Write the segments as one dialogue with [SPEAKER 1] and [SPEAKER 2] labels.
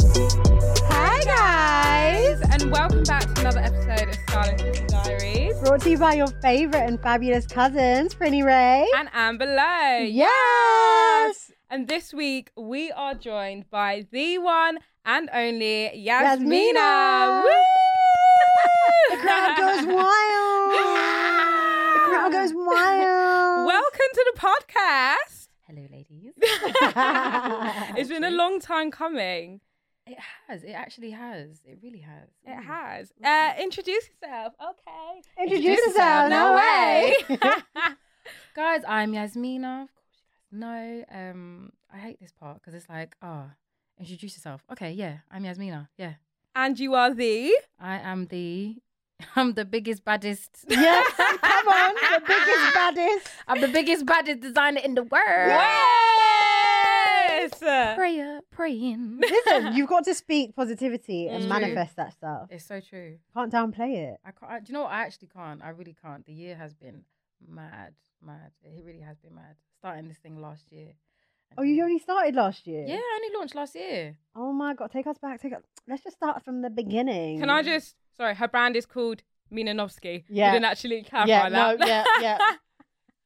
[SPEAKER 1] Hi guys, and welcome back to another episode of Scarlet Sister Diaries.
[SPEAKER 2] Brought to you by your favorite and fabulous cousins, Prinny Ray.
[SPEAKER 1] And I'm below.
[SPEAKER 2] Yes!
[SPEAKER 1] And this week we are joined by the one and only Yasmina.
[SPEAKER 2] Yasmina!
[SPEAKER 1] Woo!
[SPEAKER 2] The crowd goes wild. the crowd goes wild.
[SPEAKER 1] welcome to the podcast.
[SPEAKER 3] Hello, ladies. Uh,
[SPEAKER 1] It's been a long time coming.
[SPEAKER 3] It has. It actually has. It really has.
[SPEAKER 1] It
[SPEAKER 3] Ooh.
[SPEAKER 1] has. Uh, introduce yourself. Okay.
[SPEAKER 2] Introduce yourself.
[SPEAKER 1] No way.
[SPEAKER 3] Guys, I'm Yasmina. Of course, you guys know. Um, I hate this part because it's like, ah, introduce yourself. Okay, yeah, I'm Yasmina. Yeah,
[SPEAKER 1] and you are the.
[SPEAKER 3] I am the, I'm the biggest baddest.
[SPEAKER 2] yes, come on. The biggest, baddest.
[SPEAKER 3] I'm the biggest baddest designer in the world.
[SPEAKER 1] Yes.
[SPEAKER 3] Prayer, praying.
[SPEAKER 2] Listen, you've got to speak positivity and
[SPEAKER 1] Mm.
[SPEAKER 2] manifest that stuff.
[SPEAKER 3] It's so true.
[SPEAKER 2] Can't downplay it.
[SPEAKER 3] I can't. I- do you know what? I actually can't. I really can't. The year has been mad, mad. It really has been mad. Starting this thing last year. and
[SPEAKER 2] Oh, you
[SPEAKER 3] then-
[SPEAKER 2] only started last year?
[SPEAKER 3] Yeah, I only launched last year.
[SPEAKER 2] Oh my God, take us back. Take us. Let's just start from the beginning.
[SPEAKER 1] Can I just? Sorry, her brand is called Minanovsky.
[SPEAKER 2] Yeah.
[SPEAKER 1] You didn't actually clarify
[SPEAKER 2] Yeah,
[SPEAKER 1] that.
[SPEAKER 2] no, yeah, yeah.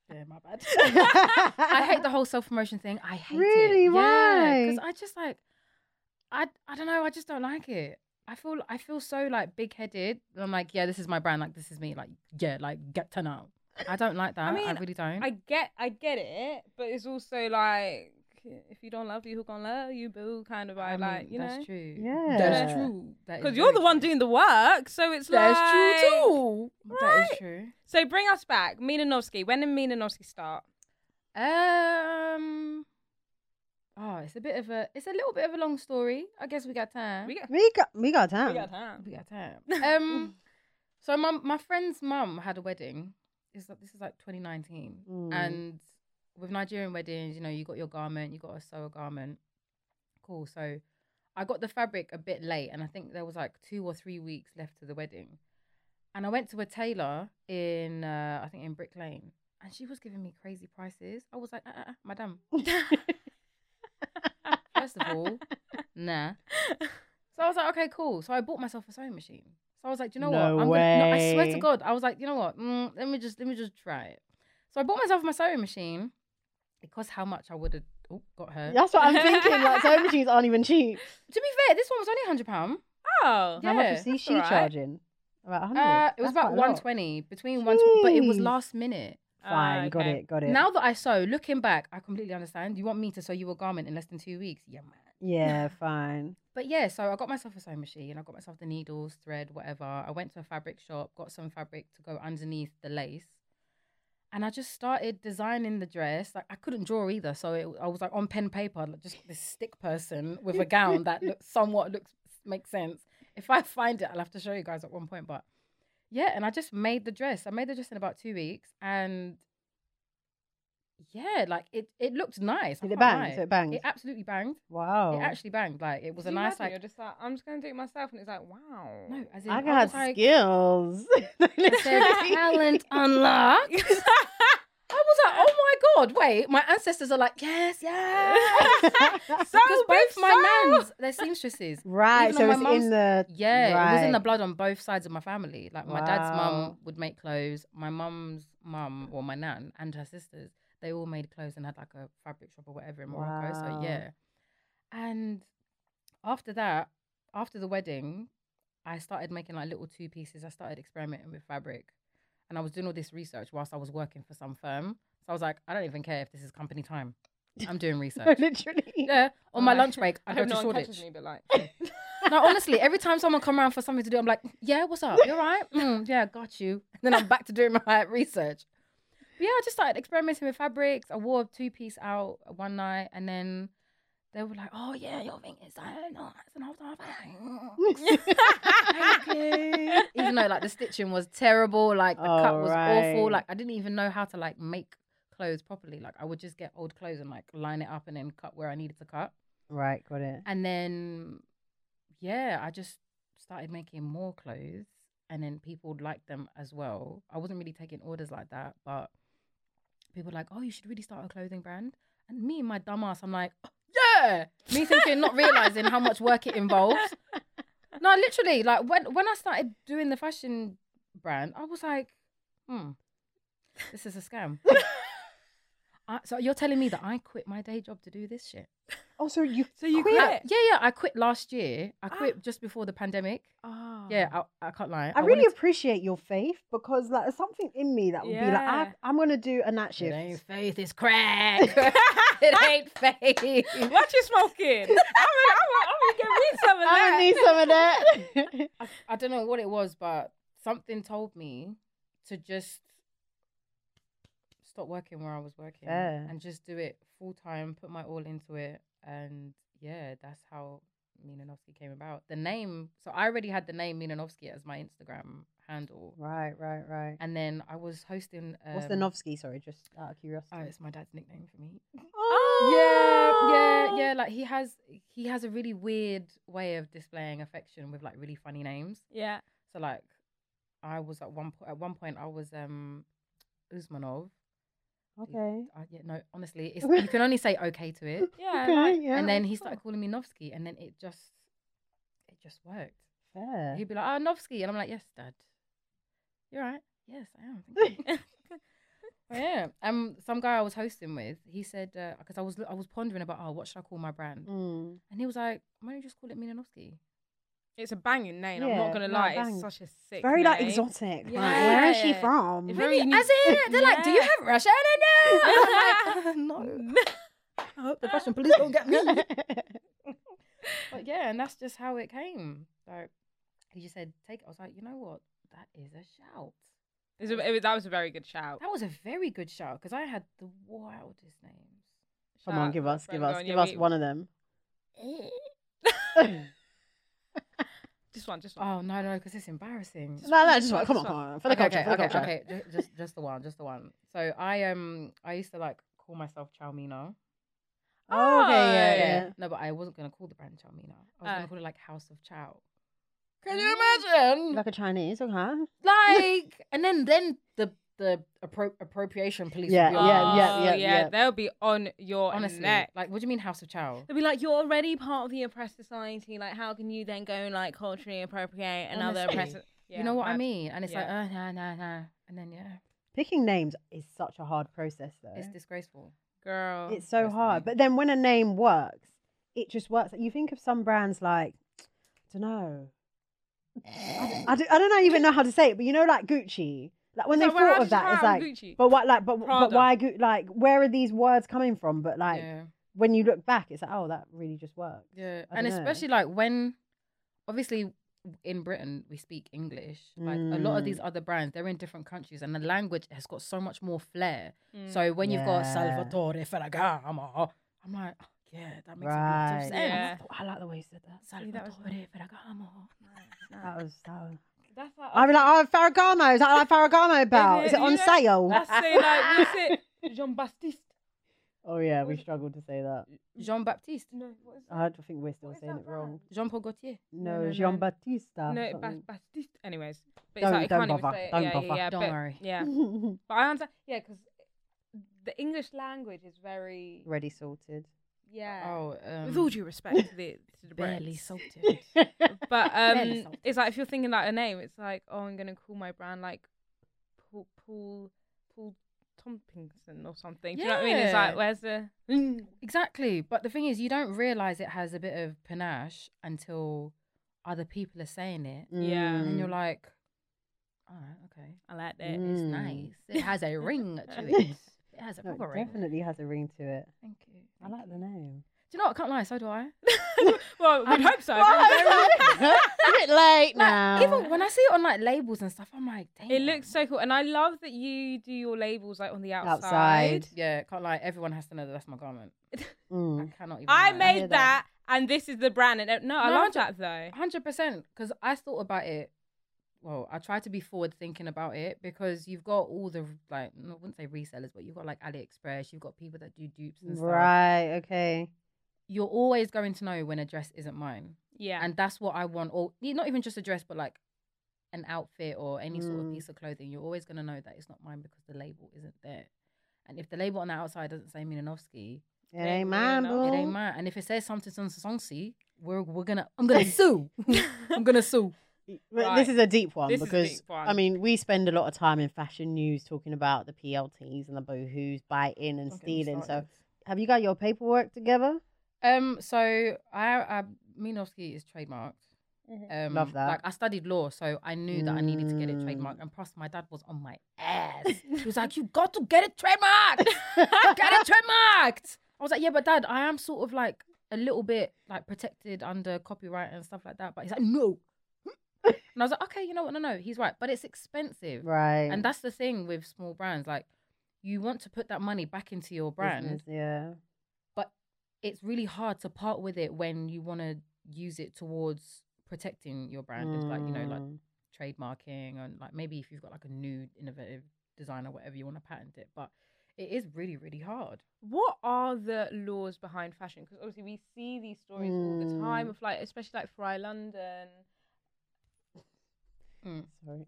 [SPEAKER 3] Yeah, my bad. I
[SPEAKER 2] I
[SPEAKER 3] hate the whole self promotion thing. I hate it.
[SPEAKER 2] Really?
[SPEAKER 3] Because
[SPEAKER 2] Why?
[SPEAKER 3] I just like, I I don't know. I just don't like it. I feel I feel so like big headed. I'm like, yeah, this is my brand. Like this is me. Like yeah, like get to know. I don't like that. I,
[SPEAKER 1] mean,
[SPEAKER 3] really don't.
[SPEAKER 1] I get, I get it, but it's also like, if you don't love you, who gonna love you, boo? Kind of vibe,
[SPEAKER 3] I mean,
[SPEAKER 1] like you
[SPEAKER 3] that's
[SPEAKER 1] know,
[SPEAKER 3] true.
[SPEAKER 2] Yeah.
[SPEAKER 3] That's
[SPEAKER 2] Yeah.
[SPEAKER 3] true. That is
[SPEAKER 1] because you're
[SPEAKER 3] very
[SPEAKER 1] the one
[SPEAKER 3] true.
[SPEAKER 1] doing the work, so it's like
[SPEAKER 3] That's true too. That
[SPEAKER 1] Right.
[SPEAKER 3] is true.
[SPEAKER 1] So bring us back, Minanovsky. When did Minanovsky start?
[SPEAKER 3] Um. Oh, it's a bit of a it's a little bit of a long story. I guess we got time.
[SPEAKER 1] We got,
[SPEAKER 2] We got, we got
[SPEAKER 1] we
[SPEAKER 2] time.
[SPEAKER 1] got time.
[SPEAKER 3] We got time. Um, so my my friend's mum had a wedding. It's like, this is like 2019,
[SPEAKER 2] Mm.
[SPEAKER 3] and with Nigerian weddings, you know, you got your garment, you got to sew a garment. Cool. So I got the fabric a bit late, and I think there was like two or three weeks left to the wedding. And I went to a tailor in uh, I think in Brick Lane, and she was giving me crazy prices. I was like, uh, uh, uh, madam, First of all, nah. So I was like, okay, cool. So I bought myself a sewing machine. So I was like, do you know
[SPEAKER 2] No
[SPEAKER 3] what? I'm Gonna, no, I swear
[SPEAKER 2] way.
[SPEAKER 3] to God, I was like, you know what? Mm, let me just let me just try it. So I bought myself my sewing machine. It cost how much I would have oh, got her.
[SPEAKER 2] That's what I'm thinking. Like, sewing machines aren't even cheap.
[SPEAKER 3] To be fair, this one was only hundred pound.
[SPEAKER 1] oh,
[SPEAKER 2] How much
[SPEAKER 3] Yeah,
[SPEAKER 2] was he,
[SPEAKER 1] that's
[SPEAKER 2] she
[SPEAKER 1] alright.
[SPEAKER 2] charging? About 100.
[SPEAKER 3] Uh, it
[SPEAKER 2] That's
[SPEAKER 3] was about
[SPEAKER 2] quite a lot.
[SPEAKER 3] one twenty between one twenty, but it was
[SPEAKER 2] Jeez.
[SPEAKER 3] last minute.
[SPEAKER 2] Fine,
[SPEAKER 1] Ah,
[SPEAKER 2] got
[SPEAKER 1] okay.
[SPEAKER 2] it, got it.
[SPEAKER 3] Now that I sew, looking back, I completely understand. You want me to sew you a garment in less than two weeks? Yeah, man.
[SPEAKER 2] yeah, fine.
[SPEAKER 3] But yeah, so I got myself a sewing machine. I got myself the needles, thread, whatever. I went to a fabric shop, got some fabric to go underneath the lace, and I just started designing the dress. Like I couldn't draw either, so it, I was like on pen paper, like just this stick person with a gown that look, somewhat looks makes sense. If I find it, I'll have to show you guys at one point. But yeah, and I just made the dress. I made the dress in about two weeks, and yeah, like it it looked nice. I
[SPEAKER 2] Did it
[SPEAKER 3] can't
[SPEAKER 2] bang?
[SPEAKER 3] lie.
[SPEAKER 2] So it banged?
[SPEAKER 3] It absolutely banged.
[SPEAKER 2] Wow.
[SPEAKER 3] It actually banged. Like it was
[SPEAKER 1] Can
[SPEAKER 3] a
[SPEAKER 1] you
[SPEAKER 3] nice
[SPEAKER 1] imagine?
[SPEAKER 3] like
[SPEAKER 1] You're just like, I'm just gonna do it myself, and it's like, wow.
[SPEAKER 3] no, as in,
[SPEAKER 2] I
[SPEAKER 3] I
[SPEAKER 2] got
[SPEAKER 3] was like,
[SPEAKER 2] skills.
[SPEAKER 3] I said, talent unlocked. I was like, oh my god, wait, my ancestors are like, yes, yes.
[SPEAKER 1] So
[SPEAKER 3] Because both
[SPEAKER 1] big
[SPEAKER 3] my
[SPEAKER 1] soul.
[SPEAKER 3] nans, they're seamstresses.
[SPEAKER 2] right,
[SPEAKER 3] Even
[SPEAKER 2] so
[SPEAKER 3] on my
[SPEAKER 2] it's
[SPEAKER 3] mum's-
[SPEAKER 2] in the.
[SPEAKER 3] Yeah, it was in the
[SPEAKER 2] Right.
[SPEAKER 3] blood on both sides of my family. Like my dad's
[SPEAKER 2] Wow.
[SPEAKER 3] mum would make clothes, my mum's mum, or my nan, and her sisters. They all made clothes and had like a fabric shop or whatever in Morocco.
[SPEAKER 2] Wow.
[SPEAKER 3] So yeah, and after that, after the wedding, I started making like little two pieces. I started experimenting with fabric, and I was doing all this research whilst I was working for some firm. So I was like, I don't even care if this is company time. I'm doing
[SPEAKER 2] No,
[SPEAKER 3] research.
[SPEAKER 2] literally.
[SPEAKER 3] yeah, on my
[SPEAKER 1] Right.
[SPEAKER 3] lunch break, I,
[SPEAKER 1] I
[SPEAKER 3] go
[SPEAKER 1] hope
[SPEAKER 3] to
[SPEAKER 1] no one
[SPEAKER 3] Shoreditch.
[SPEAKER 1] catches me, but like,
[SPEAKER 3] No, honestly, every time someone come around for something to do, I'm like, yeah, what's up? You're right. Mm, yeah, got you. And then I'm back to doing my research. But yeah, I just started experimenting with fabrics. I wore a two piece out one night, and then they were like, "Oh yeah, your thing is that nice," and I was like, "Thank you." Even though like the stitching was terrible, like the cut was awful,
[SPEAKER 2] Alright.
[SPEAKER 3] like I didn't even know how to like make clothes properly. Like I would just get old clothes and like line it up and then cut where I needed to cut.
[SPEAKER 2] Right, got it.
[SPEAKER 3] And then, yeah, I just started making more clothes, and then people liked them as well. I wasn't really taking orders like that, but people were like, "Oh, you should really start a clothing brand." And me and my dumbass, I'm like, "Oh, "Yeah," me thinking, not realizing how much work it involves. No, literally, like when when I started doing the fashion brand, I was like, "Hmm, this is a scam." I, so you're telling me that I quit my day job to do this shit?
[SPEAKER 2] Oh, so you
[SPEAKER 1] So you
[SPEAKER 2] quit? Ah.
[SPEAKER 3] I-
[SPEAKER 1] quit?
[SPEAKER 3] yeah, yeah. I quit last year. I quit just before the pandemic.
[SPEAKER 1] Oh.
[SPEAKER 3] Yeah, I, I can't lie.
[SPEAKER 2] I really
[SPEAKER 3] wanted to-
[SPEAKER 2] appreciate your faith because like, there's something in me that would be like, I,
[SPEAKER 1] Yeah.
[SPEAKER 2] I'm going to do a night
[SPEAKER 3] It
[SPEAKER 2] shift.
[SPEAKER 3] ain't faith, it's crack. it ain't faith.
[SPEAKER 1] What you smoking? I'm gonna, I'm gonna, I'm gonna get me some of
[SPEAKER 2] I
[SPEAKER 1] that.
[SPEAKER 2] don't need some of that.
[SPEAKER 3] I, I don't know what it was, but something told me to just stop working where I was working
[SPEAKER 2] Fair.
[SPEAKER 3] and just do it full time, put my all into it. And yeah, that's how Minanovsky came about. The name, so I already had the name Minanovsky as my Instagram handle.
[SPEAKER 2] right, right, right.
[SPEAKER 3] And then I was hosting. Um,
[SPEAKER 2] What's the Novsky? Sorry, just out of
[SPEAKER 3] Oh,
[SPEAKER 2] curiosity.
[SPEAKER 3] it's my dad's nickname for me.
[SPEAKER 2] Oh.
[SPEAKER 3] Yeah, yeah, yeah. Like he has, he has a really weird way of displaying affection with like really funny names.
[SPEAKER 1] Yeah.
[SPEAKER 3] So like, I was at one po- at one point I was um Usmanov.
[SPEAKER 2] Okay.
[SPEAKER 3] I, yeah, no, honestly, it's, you can only say okay to it.
[SPEAKER 1] Yeah.
[SPEAKER 2] okay,
[SPEAKER 1] like-
[SPEAKER 2] yeah.
[SPEAKER 3] and then he started calling me Novsky, and then it just, it just worked.
[SPEAKER 2] Fair.
[SPEAKER 3] He'd be like, "Ah, Novsky," and I'm like, "Yes, Dad. You're right. Yes, I am. Thank you." But yeah. Um, some guy I was hosting with, he said because I was I was pondering about oh what should I call my brand,
[SPEAKER 2] Mm.
[SPEAKER 3] and he was like, why don't you just call it Minanovsky?
[SPEAKER 1] It's a banging name. I'm
[SPEAKER 2] Yeah,
[SPEAKER 1] not gonna
[SPEAKER 2] no,
[SPEAKER 1] lie.
[SPEAKER 2] bang.
[SPEAKER 1] it's such a sick.
[SPEAKER 2] Very like
[SPEAKER 1] name.
[SPEAKER 2] exotic. Like, where is she
[SPEAKER 1] Yeah.
[SPEAKER 2] from?
[SPEAKER 1] If Very
[SPEAKER 3] Really?
[SPEAKER 1] neat.
[SPEAKER 3] As in, they're like, do you
[SPEAKER 1] Yeah.
[SPEAKER 3] have Russian in there? And I'm like, "Oh, no. I hope the Russian police don't get me. but yeah, and that's just how it came. Like he just said, take. it. I was like, you know what? That is a shout.
[SPEAKER 1] It's a- it was- that was a very good shout.
[SPEAKER 3] That was a very good shout because I had the wildest names.
[SPEAKER 2] Come on,
[SPEAKER 1] Shout.
[SPEAKER 2] give us, give
[SPEAKER 1] Ah, Right, go
[SPEAKER 2] us,
[SPEAKER 1] on,
[SPEAKER 2] give
[SPEAKER 1] yeah,
[SPEAKER 2] us
[SPEAKER 1] we-
[SPEAKER 2] one of them.
[SPEAKER 1] Just one, just one.
[SPEAKER 3] Oh no, no, because it's embarrassing.
[SPEAKER 2] No, no, just one. Come on,
[SPEAKER 1] Just
[SPEAKER 2] come on. For the culture, for the culture.
[SPEAKER 3] okay, okay, ju- just just the one, just the one. So I um I used to like call myself Chalmina.
[SPEAKER 2] Oh, okay, yeah,
[SPEAKER 1] Oh,
[SPEAKER 2] yeah. Uh.
[SPEAKER 3] No, but I wasn't gonna call the brand Chalmina.
[SPEAKER 1] Oh.
[SPEAKER 3] I was gonna call it like House of Chow. Can
[SPEAKER 2] Mm.
[SPEAKER 3] you imagine?
[SPEAKER 2] Like a Chinese, okay?
[SPEAKER 3] Like, and then then the the appro- appropriation police.
[SPEAKER 2] Yeah,
[SPEAKER 3] would be on
[SPEAKER 2] yeah,
[SPEAKER 3] us.
[SPEAKER 2] yeah,
[SPEAKER 1] Oh,
[SPEAKER 2] yeah, yeah.
[SPEAKER 1] They'll be on your
[SPEAKER 3] Honestly,
[SPEAKER 1] neck.
[SPEAKER 3] like, what do you mean House of Chow?
[SPEAKER 1] They'll be like, you're already part of the oppressed society. Like, how can you then go and like culturally appropriate another
[SPEAKER 3] Honestly.
[SPEAKER 1] oppressed?
[SPEAKER 3] you know what I mean? And it's
[SPEAKER 1] Yeah.
[SPEAKER 3] like, uh, nah, nah, nah. And then yeah,
[SPEAKER 2] Picking names is such a hard process, though.
[SPEAKER 3] it's disgraceful.
[SPEAKER 1] girl?
[SPEAKER 2] It's so
[SPEAKER 3] That's
[SPEAKER 2] hard.
[SPEAKER 3] fine.
[SPEAKER 2] But then when a name works, it just works. You think of some brands like, I don't know. I don't, I don't even know how to say it, but you know, like Gucci. Like when
[SPEAKER 1] So
[SPEAKER 2] they
[SPEAKER 1] where- how
[SPEAKER 2] thought
[SPEAKER 1] does
[SPEAKER 2] of that, it's
[SPEAKER 1] Prada
[SPEAKER 2] like,
[SPEAKER 1] and Gucci?
[SPEAKER 2] but what, like, but, but
[SPEAKER 1] Prada.
[SPEAKER 2] why, Gu- like, where are these words coming from? But like,
[SPEAKER 3] yeah.
[SPEAKER 2] when you look back, it's like, oh, that really just works.
[SPEAKER 3] Yeah,
[SPEAKER 2] I
[SPEAKER 3] and
[SPEAKER 2] dunno.
[SPEAKER 3] especially like when, obviously, in Britain we speak English. Like a lot of these
[SPEAKER 2] Mm.
[SPEAKER 3] other brands, they're in different countries, and the language has got so much more flair.
[SPEAKER 1] Mm.
[SPEAKER 3] So when you've got
[SPEAKER 2] Mm. Yeah.
[SPEAKER 3] Salvatore Ferragamo, I'm like, oh, yeah, that makes a lot
[SPEAKER 2] Right. Oh,
[SPEAKER 3] of sense.
[SPEAKER 1] Yeah.
[SPEAKER 2] I like the way you said that.
[SPEAKER 1] that was-
[SPEAKER 3] Salvatore Ferragamo.
[SPEAKER 2] That was, that was.
[SPEAKER 1] That's like,
[SPEAKER 2] I'd be like, oh, Ferragamo. Is that like Ferragamo belt?
[SPEAKER 1] it-
[SPEAKER 2] Is it
[SPEAKER 1] you
[SPEAKER 2] on
[SPEAKER 1] know,
[SPEAKER 2] sale?
[SPEAKER 1] Let's say like, what's it? Jean Baptiste.
[SPEAKER 2] Oh yeah, we struggled to say that.
[SPEAKER 3] Jean Baptiste,
[SPEAKER 1] No, what is it?
[SPEAKER 2] I had to think we're still
[SPEAKER 1] What is
[SPEAKER 2] saying
[SPEAKER 1] that
[SPEAKER 2] it wrong.
[SPEAKER 3] Jean Paul Gaultier.
[SPEAKER 2] No,
[SPEAKER 1] no,
[SPEAKER 2] Jean
[SPEAKER 1] no.
[SPEAKER 2] Battista.
[SPEAKER 1] no,
[SPEAKER 2] something.
[SPEAKER 1] Bas- Baptiste. Anyways, but
[SPEAKER 2] Don't-
[SPEAKER 1] it's like,
[SPEAKER 2] don't
[SPEAKER 1] I can't
[SPEAKER 2] bother,
[SPEAKER 1] Even say
[SPEAKER 2] don't
[SPEAKER 1] it. yeah,
[SPEAKER 2] bother.
[SPEAKER 1] Yeah, yeah,
[SPEAKER 3] Don't
[SPEAKER 1] but-
[SPEAKER 3] worry.
[SPEAKER 1] Yeah, but I understand. Yeah, because the English language is very.
[SPEAKER 2] Ready sorted.
[SPEAKER 1] Yeah.
[SPEAKER 3] Oh, um,
[SPEAKER 1] With all due respect to the, to the
[SPEAKER 3] barely
[SPEAKER 1] Brits.
[SPEAKER 3] salted.
[SPEAKER 1] But
[SPEAKER 3] Barely
[SPEAKER 1] um,
[SPEAKER 3] sold.
[SPEAKER 1] it's like if you're thinking like a name, it's like oh, I'm gonna call my brand like Paul Paul Paul Tompkinson or something. Do you know what I mean? It's
[SPEAKER 3] Yeah.
[SPEAKER 1] like where's the
[SPEAKER 3] Exactly. But the thing is, you don't realize it has a bit of panache until other people are saying it.
[SPEAKER 1] Yeah.
[SPEAKER 3] And then you're
[SPEAKER 2] Mm.
[SPEAKER 3] like, all right, okay.
[SPEAKER 1] I like that.
[SPEAKER 2] Mm.
[SPEAKER 3] It's nice. It has a ring to it. It has a
[SPEAKER 2] No,
[SPEAKER 3] proper
[SPEAKER 2] it
[SPEAKER 3] ring.
[SPEAKER 2] definitely has a ring to it.
[SPEAKER 3] Thank you.
[SPEAKER 2] I like the name.
[SPEAKER 3] Do you know what? I can't lie, so do I.
[SPEAKER 1] well, we
[SPEAKER 3] I'm-
[SPEAKER 1] hope so.
[SPEAKER 2] a bit late
[SPEAKER 3] Like,
[SPEAKER 2] now.
[SPEAKER 3] Even when I see it on like labels and stuff, I'm like, damn.
[SPEAKER 1] It looks so cool, and I love that you do your labels like on the outside.
[SPEAKER 2] Outside.
[SPEAKER 3] Yeah, can't lie. Everyone has to know that that's my garment. I
[SPEAKER 2] Mm.
[SPEAKER 3] cannot even.
[SPEAKER 1] I
[SPEAKER 3] lie.
[SPEAKER 1] made
[SPEAKER 2] hear that.
[SPEAKER 1] that. and this is the brand. And uh, no, I
[SPEAKER 3] No,
[SPEAKER 1] love
[SPEAKER 3] I
[SPEAKER 1] that though.
[SPEAKER 3] Hundred percent, because I thought about it. Well, I tried to be forward thinking about it because you've got all the like, I wouldn't say resellers, but you've got like AliExpress, you've got people that do dupes and stuff.
[SPEAKER 2] Right. Okay.
[SPEAKER 3] You're always going to know when a dress isn't mine,
[SPEAKER 1] Yeah,
[SPEAKER 3] and that's what I want. Or y- not even just a dress, but like an outfit or any sort of
[SPEAKER 2] Mm.
[SPEAKER 3] piece of clothing. You're always going to know that it's not mine because the label isn't there. And if the label on the outside doesn't say Milanovsky,
[SPEAKER 2] It
[SPEAKER 1] Ain't
[SPEAKER 2] ain't
[SPEAKER 1] really
[SPEAKER 2] mine,
[SPEAKER 1] enough.
[SPEAKER 3] it
[SPEAKER 2] boo.
[SPEAKER 3] ain't mine. And if it says something on Songsi, we're we're gonna I'm gonna sue. I'm gonna sue.
[SPEAKER 2] Well,
[SPEAKER 1] Right.
[SPEAKER 2] This is a deep one
[SPEAKER 1] This is a
[SPEAKER 2] Um, because
[SPEAKER 1] deep one.
[SPEAKER 2] I mean we spend a lot of time in fashion news talking about the PLTs and the boohoo's biting and
[SPEAKER 3] Don't get me
[SPEAKER 2] stealing. So
[SPEAKER 3] started.
[SPEAKER 2] have you got your paperwork together?
[SPEAKER 3] Um, so I, I Minovsky is trademarked. Um,
[SPEAKER 2] Love that.
[SPEAKER 3] Like I studied law, so I knew that I needed to get it
[SPEAKER 2] Mm.
[SPEAKER 3] trademarked. And plus, my dad was on my ass. he was like, "You got to get it trademarked. get it trademarked." I was like, "Yeah, but dad, I am sort of like a little bit like protected under copyright and stuff like that." But he's like, "No," and I was like, "Okay, you know what? No, no, he's right. But it's expensive,
[SPEAKER 2] Right.
[SPEAKER 3] and that's the thing with small brands. Like, you want to put that money back into your brand."
[SPEAKER 2] Business, yeah.
[SPEAKER 3] it's really hard to part with it when you want to use it towards protecting your brand It's like you know like
[SPEAKER 2] Mm.
[SPEAKER 3] trademarking and like maybe if you've got like a new innovative design or whatever you want to patent it but it is really really hard
[SPEAKER 1] what are the laws behind fashion? Because obviously we see these stories all the time
[SPEAKER 2] Mm.
[SPEAKER 1] of like, especially like Fry London.
[SPEAKER 2] Sorry.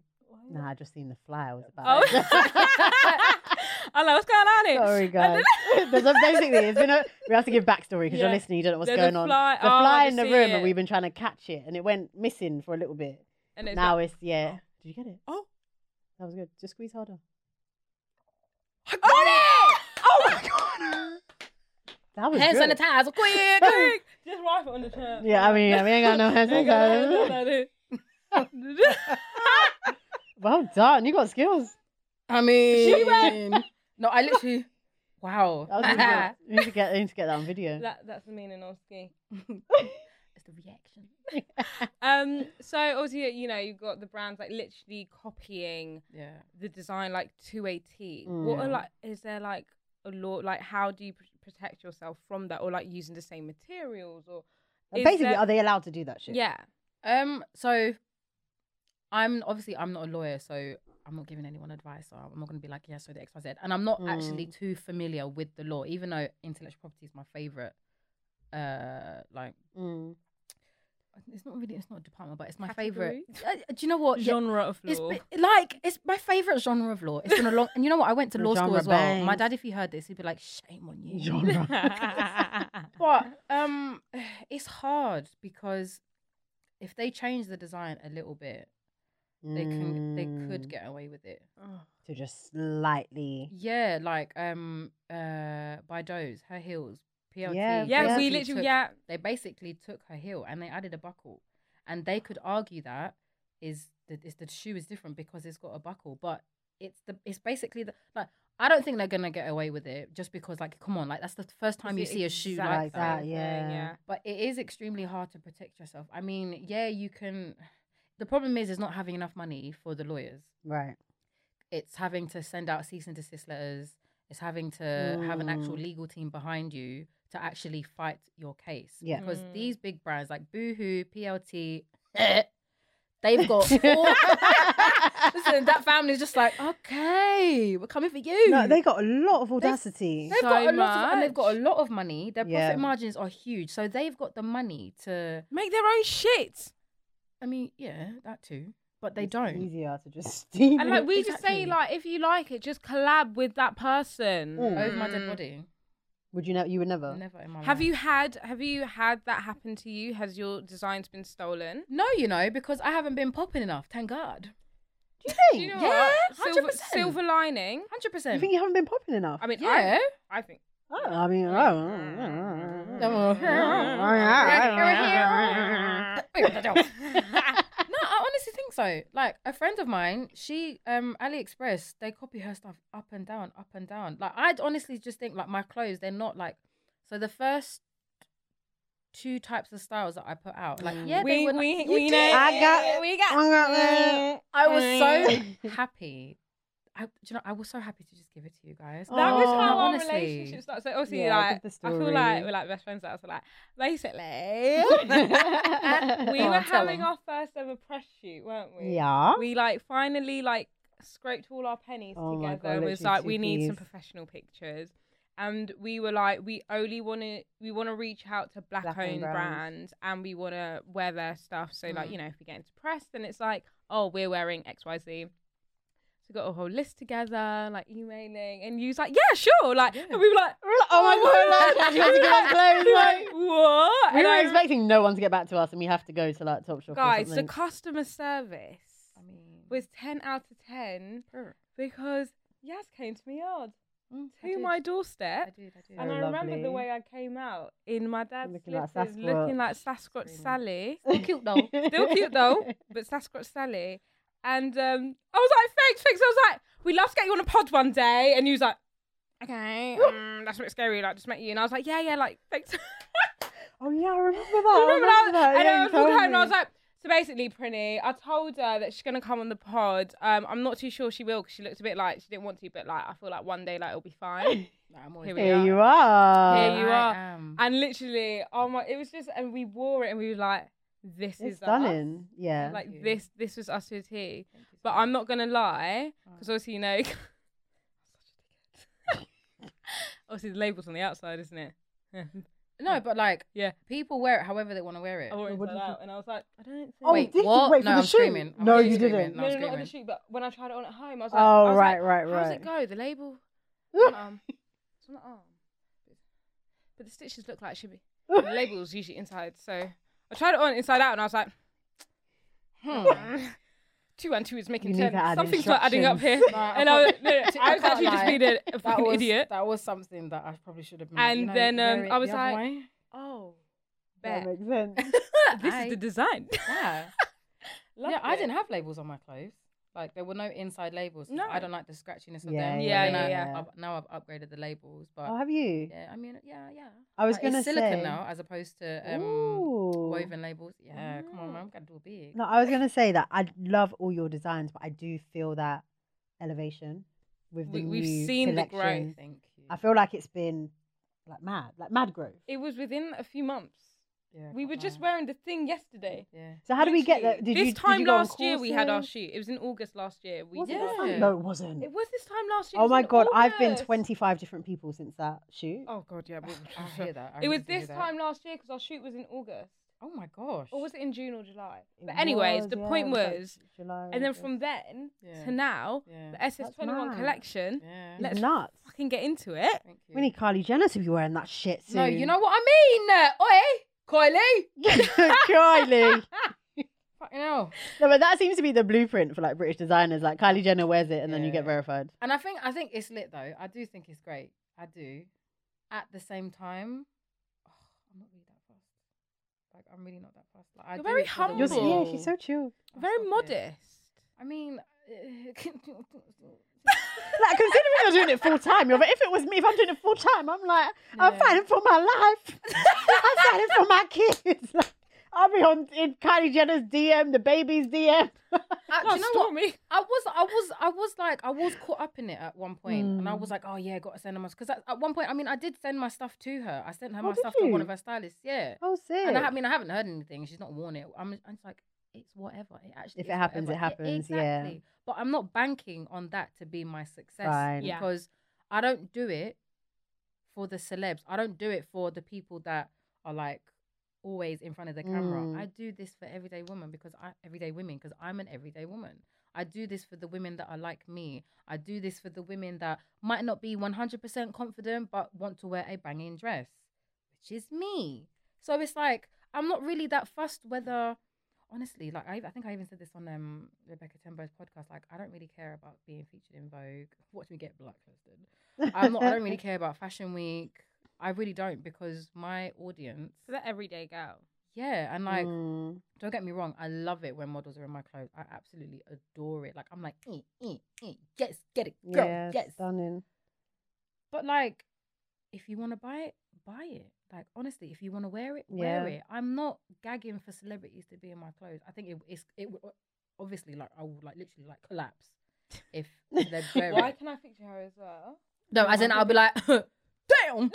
[SPEAKER 2] Nah, I just seen the fly. I was about.
[SPEAKER 1] Oh, I know what's going on here.
[SPEAKER 2] Sorry,
[SPEAKER 1] And then-
[SPEAKER 2] guys. There's a- basically, it's been a, we have to give backstory because you're
[SPEAKER 1] Yeah.
[SPEAKER 2] listening. You don't know what's
[SPEAKER 1] There's a
[SPEAKER 2] going on.
[SPEAKER 1] fly-
[SPEAKER 2] The
[SPEAKER 1] oh, I
[SPEAKER 2] fly
[SPEAKER 1] just
[SPEAKER 2] in the
[SPEAKER 1] see
[SPEAKER 2] room,
[SPEAKER 1] it.
[SPEAKER 2] and we've been trying to catch it, and it went missing for a little bit.
[SPEAKER 1] and it's
[SPEAKER 2] now
[SPEAKER 1] like,
[SPEAKER 2] it's yeah. Did you get it?
[SPEAKER 1] oh,
[SPEAKER 2] That was good. Just squeeze harder.
[SPEAKER 1] I got it! Oh my god!
[SPEAKER 2] That was
[SPEAKER 3] hand
[SPEAKER 2] good.
[SPEAKER 3] sanitizer quick
[SPEAKER 1] Quick, just wipe it on the chair.
[SPEAKER 2] Yeah, I mean, I mean, I ain't got no hands.
[SPEAKER 1] Ain't
[SPEAKER 2] sanitizer.
[SPEAKER 1] got no hands on
[SPEAKER 2] well done. You got skills.
[SPEAKER 3] i mean no i literally wow
[SPEAKER 2] That was really good. You need to get, you need to get that on video.
[SPEAKER 1] that. That's the meaning of ski.
[SPEAKER 3] it's the reaction
[SPEAKER 1] Um, so obviously, you know, you've got the brands like literally copying
[SPEAKER 3] yeah
[SPEAKER 1] the design like to a T. What are
[SPEAKER 3] Mm.
[SPEAKER 1] like? Is there like a law? Like, how do you pr- protect yourself from that, or like using the same materials, or
[SPEAKER 2] And
[SPEAKER 1] is
[SPEAKER 2] Basically,
[SPEAKER 1] there-
[SPEAKER 2] are they allowed to do that shit?
[SPEAKER 1] yeah,
[SPEAKER 3] Um, so I'm obviously I'm not a lawyer, so I'm not giving anyone advice. So I'm not going to be like, yeah, so the X Y Z, and I'm not actually too familiar with the law, even though intellectual property is my favorite. Uh, like
[SPEAKER 2] Mm.
[SPEAKER 3] it's not really it's not a department, but it's my favorite.
[SPEAKER 1] Category?
[SPEAKER 3] Uh, do you know what Yeah,
[SPEAKER 1] genre of
[SPEAKER 3] It's
[SPEAKER 1] law?
[SPEAKER 3] bi- like it's my favorite genre of law. It's been a long, and you know what? I went to
[SPEAKER 2] The
[SPEAKER 3] law school
[SPEAKER 2] genre
[SPEAKER 3] as well. My
[SPEAKER 2] bangs.
[SPEAKER 3] dad, if he heard this, he'd be like, shame on you.
[SPEAKER 1] What?
[SPEAKER 3] But um, it's hard because if they change the design a little bit, they can they could
[SPEAKER 2] Mm.
[SPEAKER 3] get away with it.
[SPEAKER 2] to just slightly.
[SPEAKER 3] Yeah, like um uh by Doe's, her heels, PLT.
[SPEAKER 2] Yeah,
[SPEAKER 1] yeah,
[SPEAKER 2] Yeah.
[SPEAKER 1] we
[SPEAKER 3] basically
[SPEAKER 1] literally
[SPEAKER 3] took-
[SPEAKER 1] yeah.
[SPEAKER 3] They basically took her heel and they added a buckle, and they could argue that is the is the shoe is different because it's got a buckle, but it's the it's basically the like. I don't think they're gonna get away with it just because, like, come on, like that's the first time you
[SPEAKER 1] It's the
[SPEAKER 3] see a shoe
[SPEAKER 1] exact
[SPEAKER 3] like
[SPEAKER 2] like that,
[SPEAKER 3] that.
[SPEAKER 1] same thing,
[SPEAKER 2] yeah.
[SPEAKER 3] But it is extremely hard to protect yourself. I mean, yeah, you can. The problem is, is not having enough money for the lawyers
[SPEAKER 2] Right.
[SPEAKER 3] it's having to send out cease and desist letters. It's having to have an actual
[SPEAKER 2] Mm.
[SPEAKER 3] legal team behind you to actually fight your case.
[SPEAKER 2] Yeah.
[SPEAKER 3] Because
[SPEAKER 1] Mm.
[SPEAKER 3] these big brands like Boohoo, PLT, they've got all. Listen, that family's just like, okay, we're coming for you.
[SPEAKER 2] No, they got a lot of
[SPEAKER 3] They-
[SPEAKER 2] audacity.
[SPEAKER 3] They've got
[SPEAKER 1] so
[SPEAKER 3] a lot of, and they've got a
[SPEAKER 1] much.
[SPEAKER 3] lot of money. Their profit
[SPEAKER 2] Yeah.
[SPEAKER 3] margins are huge, so they've got the money to.
[SPEAKER 1] Make their own shit.
[SPEAKER 3] I mean, yeah, that too, but they
[SPEAKER 2] It's
[SPEAKER 3] don't.
[SPEAKER 2] Easier to just steal.
[SPEAKER 1] And like we just say,
[SPEAKER 3] Exactly.
[SPEAKER 1] like if you like it, just collab with that person.
[SPEAKER 2] Mm.
[SPEAKER 3] Over my dead
[SPEAKER 1] Mm.
[SPEAKER 3] body,
[SPEAKER 2] Would you know? You would never.
[SPEAKER 3] never in my
[SPEAKER 1] Have
[SPEAKER 3] life.
[SPEAKER 1] you had have you had that happen to you? Has your designs been stolen?
[SPEAKER 3] No, you know, because I haven't been popping enough. Thank God.
[SPEAKER 2] Do you
[SPEAKER 1] Do
[SPEAKER 2] think?
[SPEAKER 1] you know
[SPEAKER 3] Yeah,
[SPEAKER 1] what? Silver,
[SPEAKER 3] 100%.
[SPEAKER 1] silver lining.
[SPEAKER 3] Hundred
[SPEAKER 2] You
[SPEAKER 3] percent.
[SPEAKER 2] think you haven't been popping enough?
[SPEAKER 1] I mean,
[SPEAKER 3] Yeah.
[SPEAKER 1] I, I think.
[SPEAKER 2] Oh, I mean, oh,
[SPEAKER 3] No, I honestly think so. Like a friend of mine, she um AliExpress, they copy her stuff up and down, up and down. Like I'd honestly just think like my clothes, they're not like. So the first two types of styles that I put out. Like,
[SPEAKER 2] Mm.
[SPEAKER 3] yeah, they
[SPEAKER 1] We-
[SPEAKER 3] were not-
[SPEAKER 1] we-
[SPEAKER 3] you
[SPEAKER 1] we
[SPEAKER 3] did.
[SPEAKER 1] know.
[SPEAKER 2] I got-
[SPEAKER 3] we got.
[SPEAKER 2] I
[SPEAKER 3] I was so happy. I, do you know, I was so happy to just give it to you guys.
[SPEAKER 2] That
[SPEAKER 1] That was
[SPEAKER 2] Oh.
[SPEAKER 1] how
[SPEAKER 3] No,
[SPEAKER 1] our
[SPEAKER 3] honestly.
[SPEAKER 1] relationship started. So obviously,
[SPEAKER 2] Yeah,
[SPEAKER 1] like,
[SPEAKER 2] give the
[SPEAKER 1] I feel
[SPEAKER 2] story.
[SPEAKER 1] like we're like best friends now. So like, basically, we
[SPEAKER 2] Oh,
[SPEAKER 3] Go
[SPEAKER 1] were
[SPEAKER 3] on, tell
[SPEAKER 1] having
[SPEAKER 3] 'em.
[SPEAKER 1] our first ever press shoot, weren't we?
[SPEAKER 2] Yeah.
[SPEAKER 1] We like finally like scraped all our pennies
[SPEAKER 2] Oh my
[SPEAKER 1] together
[SPEAKER 2] God,
[SPEAKER 1] and was
[SPEAKER 2] literally
[SPEAKER 1] like,
[SPEAKER 2] two
[SPEAKER 1] we need some
[SPEAKER 2] peas.
[SPEAKER 1] professional pictures. And we were like, we only want to, we want to reach out to black-owned
[SPEAKER 2] Black-owned brands.
[SPEAKER 1] brands, and we want to wear their stuff. So like,
[SPEAKER 3] Mm.
[SPEAKER 1] you know, if we get into press, then it's like, oh, we're wearing X, Y, Z. So got a whole list together, like emailing, and you was like, yeah, sure, like, and we were like,
[SPEAKER 2] We're like, oh my god, like, we had to
[SPEAKER 1] we
[SPEAKER 2] give
[SPEAKER 1] were
[SPEAKER 2] us clothes, like-
[SPEAKER 1] like, what?
[SPEAKER 2] We
[SPEAKER 1] And
[SPEAKER 2] were
[SPEAKER 1] I-
[SPEAKER 2] expecting no one to get back to us, and we have to go to like Topshop. or
[SPEAKER 1] guys, the
[SPEAKER 2] something.
[SPEAKER 1] customer service
[SPEAKER 3] I mean,
[SPEAKER 1] was ten out of ten
[SPEAKER 3] Brr.
[SPEAKER 1] because Yas came to my yard,
[SPEAKER 3] Mm, I
[SPEAKER 1] to
[SPEAKER 3] did.
[SPEAKER 1] my
[SPEAKER 3] I
[SPEAKER 1] doorstep,
[SPEAKER 3] did, Oh, I did.
[SPEAKER 1] and
[SPEAKER 2] So
[SPEAKER 1] I remember the
[SPEAKER 2] lovely.
[SPEAKER 1] way I came out in my dad's
[SPEAKER 2] Looking like
[SPEAKER 1] slippers, looking like Sasquatch
[SPEAKER 3] Screaming.
[SPEAKER 1] Sally.
[SPEAKER 3] Still cute though.
[SPEAKER 1] Still cute though, but Sasquatch Sally. And um, I was like, thanks, thanks. I was like, we'd love to get you on a pod one day. And he was like, okay, um, that's a bit scary. Like, just met you. And I was like, yeah, yeah, like, thanks.
[SPEAKER 2] Oh yeah, I remember that.
[SPEAKER 1] I
[SPEAKER 2] I
[SPEAKER 1] remember that. and
[SPEAKER 2] yeah,
[SPEAKER 1] I
[SPEAKER 2] you
[SPEAKER 1] was walking
[SPEAKER 2] told
[SPEAKER 1] home and I was
[SPEAKER 2] me.
[SPEAKER 1] like, so basically, Prinny, I told her that she's gonna come on the pod. Um, I'm not too sure she will because she looked a bit like she didn't want to, but like I feel like one day like it'll be fine.
[SPEAKER 3] Nah, I'm
[SPEAKER 1] Here we
[SPEAKER 3] always like
[SPEAKER 2] Here
[SPEAKER 1] are.
[SPEAKER 2] you
[SPEAKER 3] that.
[SPEAKER 2] are.
[SPEAKER 1] Here you
[SPEAKER 3] I
[SPEAKER 1] are.
[SPEAKER 3] am.
[SPEAKER 1] and literally, oh my, it was just, and we wore it and we were like, this
[SPEAKER 2] It's
[SPEAKER 1] is
[SPEAKER 2] stunning.
[SPEAKER 1] Us.
[SPEAKER 2] Yeah.
[SPEAKER 1] Like
[SPEAKER 3] Thank you.
[SPEAKER 1] this, this was us with he.
[SPEAKER 3] Thank you so
[SPEAKER 1] But
[SPEAKER 3] much.
[SPEAKER 1] I'm not gonna lie
[SPEAKER 2] Oh.
[SPEAKER 3] Alright.
[SPEAKER 1] because obviously you know, obviously the label's on the outside, isn't it?
[SPEAKER 3] No, but like,
[SPEAKER 1] Yeah.
[SPEAKER 3] people wear it however they want to wear it.
[SPEAKER 1] I wore it
[SPEAKER 2] What did
[SPEAKER 1] inside
[SPEAKER 2] you-
[SPEAKER 1] out, and I was like, I don't. Think
[SPEAKER 2] oh,
[SPEAKER 3] Wait,
[SPEAKER 2] did
[SPEAKER 3] what?
[SPEAKER 2] you wait for
[SPEAKER 3] No,
[SPEAKER 2] the
[SPEAKER 3] I'm
[SPEAKER 2] shoot?
[SPEAKER 3] screaming. I'm
[SPEAKER 2] no,
[SPEAKER 3] really
[SPEAKER 2] you
[SPEAKER 3] screaming.
[SPEAKER 2] didn't.
[SPEAKER 3] No,
[SPEAKER 1] No,
[SPEAKER 3] I'm
[SPEAKER 1] no, not at the
[SPEAKER 3] screaming.
[SPEAKER 1] shoot, but when I tried it on at home, I was like, I
[SPEAKER 2] Oh
[SPEAKER 1] was
[SPEAKER 2] right,
[SPEAKER 1] like,
[SPEAKER 2] right,
[SPEAKER 1] How does
[SPEAKER 2] right.
[SPEAKER 1] it go? The label? It's on the arm. It's on the arm. um, But the stitches look like it should be. The label's usually inside, so I tried it on inside out and I was like, hmm. Two and two is making
[SPEAKER 2] You need
[SPEAKER 1] ten.
[SPEAKER 2] to add
[SPEAKER 1] Something's not adding up here.
[SPEAKER 3] No, I
[SPEAKER 1] and I was,
[SPEAKER 3] can't-
[SPEAKER 1] no, no, I was
[SPEAKER 3] can't
[SPEAKER 1] actually just
[SPEAKER 3] lie.
[SPEAKER 1] being a, a
[SPEAKER 3] that
[SPEAKER 1] fucking
[SPEAKER 3] was,
[SPEAKER 1] idiot.
[SPEAKER 3] That was something that I probably should have been.
[SPEAKER 1] And
[SPEAKER 3] you know,
[SPEAKER 1] then,
[SPEAKER 3] wear
[SPEAKER 1] um,
[SPEAKER 3] it
[SPEAKER 1] I
[SPEAKER 3] the
[SPEAKER 1] was
[SPEAKER 3] other
[SPEAKER 1] like-
[SPEAKER 3] way.
[SPEAKER 1] Oh,
[SPEAKER 2] That
[SPEAKER 1] bet.
[SPEAKER 2] makes sense.
[SPEAKER 1] this
[SPEAKER 3] I-
[SPEAKER 1] is the design.
[SPEAKER 3] yeah.
[SPEAKER 1] Loved
[SPEAKER 3] yeah, I
[SPEAKER 1] it.
[SPEAKER 3] didn't have labels on my clothes. Like there were no inside labels. 'cause
[SPEAKER 1] No.
[SPEAKER 3] I don't like the scratchiness of
[SPEAKER 2] Yeah,
[SPEAKER 3] them.
[SPEAKER 1] yeah,
[SPEAKER 3] And
[SPEAKER 1] yeah,
[SPEAKER 3] I-
[SPEAKER 2] yeah.
[SPEAKER 3] I've, now I've upgraded the labels, but
[SPEAKER 2] Oh, have you?
[SPEAKER 3] yeah, I mean, yeah, yeah.
[SPEAKER 2] I was
[SPEAKER 3] Like,
[SPEAKER 2] gonna
[SPEAKER 3] it's silicone
[SPEAKER 2] say.
[SPEAKER 3] now as opposed to um,
[SPEAKER 2] Ooh.
[SPEAKER 3] woven labels. Yeah, come on,
[SPEAKER 1] Ooh.
[SPEAKER 3] man, I'm gonna do a big.
[SPEAKER 2] No, I was gonna say that I love all your designs, but I do feel that elevation with the
[SPEAKER 1] We- we've
[SPEAKER 2] new
[SPEAKER 1] seen the growth.
[SPEAKER 2] collection.
[SPEAKER 3] Thank you.
[SPEAKER 2] I feel like it's been like mad, like mad growth.
[SPEAKER 1] It was within a few months.
[SPEAKER 3] Yeah,
[SPEAKER 1] We
[SPEAKER 3] can't
[SPEAKER 1] were just
[SPEAKER 3] lie.
[SPEAKER 1] wearing the thing yesterday.
[SPEAKER 3] Yeah.
[SPEAKER 2] So how do we get that?
[SPEAKER 1] Literally.
[SPEAKER 2] Did
[SPEAKER 1] this
[SPEAKER 2] you, did
[SPEAKER 1] time
[SPEAKER 2] you go on
[SPEAKER 1] last year we had our
[SPEAKER 2] courses?
[SPEAKER 1] shoot. It was in August last year. We
[SPEAKER 2] Was it
[SPEAKER 1] did.
[SPEAKER 2] last
[SPEAKER 3] Yeah.
[SPEAKER 2] time? No, it wasn't.
[SPEAKER 1] It was this time last year. it
[SPEAKER 2] oh
[SPEAKER 1] was
[SPEAKER 2] my
[SPEAKER 1] in
[SPEAKER 2] god, I've been
[SPEAKER 1] August.
[SPEAKER 2] 25 different people since that shoot.
[SPEAKER 1] Oh god, yeah.
[SPEAKER 3] Ugh,
[SPEAKER 1] well,
[SPEAKER 3] I hear that. I
[SPEAKER 1] it
[SPEAKER 3] really
[SPEAKER 1] was
[SPEAKER 3] do hear
[SPEAKER 1] this
[SPEAKER 3] that.
[SPEAKER 1] time last year because our shoot was in August,
[SPEAKER 3] Oh my gosh.
[SPEAKER 1] or was it in June or July?
[SPEAKER 2] It
[SPEAKER 1] But anyways,
[SPEAKER 2] was,
[SPEAKER 1] the
[SPEAKER 2] yeah,
[SPEAKER 1] point
[SPEAKER 2] it like
[SPEAKER 1] was,
[SPEAKER 2] July,
[SPEAKER 1] and then
[SPEAKER 2] August.
[SPEAKER 1] from then
[SPEAKER 3] Oh, Yeah.
[SPEAKER 1] to now,
[SPEAKER 3] Yeah.
[SPEAKER 1] the SS21
[SPEAKER 2] mad.
[SPEAKER 1] collection.
[SPEAKER 3] yeah.
[SPEAKER 2] It's
[SPEAKER 1] Let's
[SPEAKER 2] nuts.
[SPEAKER 1] Fucking get into it.
[SPEAKER 3] Thank you.
[SPEAKER 2] We need Kylie Jenner to be wearing that shit soon.
[SPEAKER 3] no, you know what I mean. Uh, Oi, Kylie.
[SPEAKER 2] Kylie.
[SPEAKER 3] Fucking hell.
[SPEAKER 2] No, but that seems to be the blueprint for like British designers. Like Kylie Jenner wears it, and then you get
[SPEAKER 3] Yeah.
[SPEAKER 2] verified.
[SPEAKER 3] And I think I think it's lit though. I do think it's great. I do. At the same time, oh, I'm not really that fast. Like I'm really not that fast. Like, I
[SPEAKER 1] You're
[SPEAKER 3] do
[SPEAKER 1] very
[SPEAKER 3] it for the
[SPEAKER 1] humble.
[SPEAKER 2] You're,
[SPEAKER 3] women.
[SPEAKER 2] yeah, she's so chill.
[SPEAKER 3] Oh,
[SPEAKER 1] Very
[SPEAKER 3] stop it.
[SPEAKER 1] modest.
[SPEAKER 3] I mean,
[SPEAKER 2] Like considering you're doing it full time, you're. But if it was me, if I'm doing it full time, I'm like, I'm
[SPEAKER 3] Yeah.
[SPEAKER 2] fighting for my life. I'm fighting for my kids. Like, I'll be on in Kylie Jenner's DM, the baby's DM.
[SPEAKER 3] Uh, do
[SPEAKER 1] Oh,
[SPEAKER 3] you know what?
[SPEAKER 1] Stormy.
[SPEAKER 3] I was, I was, I was like, I was caught up in it at one point, and I
[SPEAKER 2] Mm.
[SPEAKER 3] was like, oh yeah, got to send her my because at, at one point, I mean, I did send my stuff to her. I sent her
[SPEAKER 2] Oh,
[SPEAKER 3] my
[SPEAKER 2] did
[SPEAKER 3] stuff to one
[SPEAKER 2] you?
[SPEAKER 3] of her stylists. Yeah,
[SPEAKER 2] Oh, sick.
[SPEAKER 3] and I, ha- I mean, I haven't heard anything. She's not worn it. I'm, I'm just like, it's whatever. It actually,
[SPEAKER 2] If
[SPEAKER 3] is
[SPEAKER 2] it happens,
[SPEAKER 3] whatever. E,
[SPEAKER 2] it happens, yeah.
[SPEAKER 3] exactly. But I'm not banking on that to be my success
[SPEAKER 2] Fine.
[SPEAKER 1] Yeah.
[SPEAKER 3] because I don't do it for the celebs. I don't do it for the people that are like always in front of the camera.
[SPEAKER 2] Mm.
[SPEAKER 3] I do this for everyday women because I everyday women because I'm an everyday woman. I do this for the women that are like me. I do this for the women that might not be 100% confident but want to wear a banging dress, which is me. So it's like I'm not really that fussed whether honestly, like I, I think I even said this on um Rebecca Tembo's podcast. Like I don't really care about being featured in Vogue. Watch me get blacklisted. I'm not. I don't really care about Fashion Week. I really don't because my audience.
[SPEAKER 1] For the everyday girl.
[SPEAKER 3] Yeah, and like,
[SPEAKER 2] Mm.
[SPEAKER 3] don't get me wrong, I love it when models are in my clothes. I absolutely adore it. Like, I'm like, eh, eh, eh, yes, get it, girl,
[SPEAKER 2] yeah,
[SPEAKER 3] yes.
[SPEAKER 2] stunning.
[SPEAKER 3] But like, if you want to buy it, buy it. Like honestly, if you want to wear it, wear
[SPEAKER 2] Yeah.
[SPEAKER 3] it. I'm not gagging for celebrities to be in my clothes. I think it, it's it would obviously like I would like literally like collapse if they're wearing.
[SPEAKER 1] Why
[SPEAKER 3] it.
[SPEAKER 1] can I picture her as well?
[SPEAKER 3] No, as in I'll be like, damn.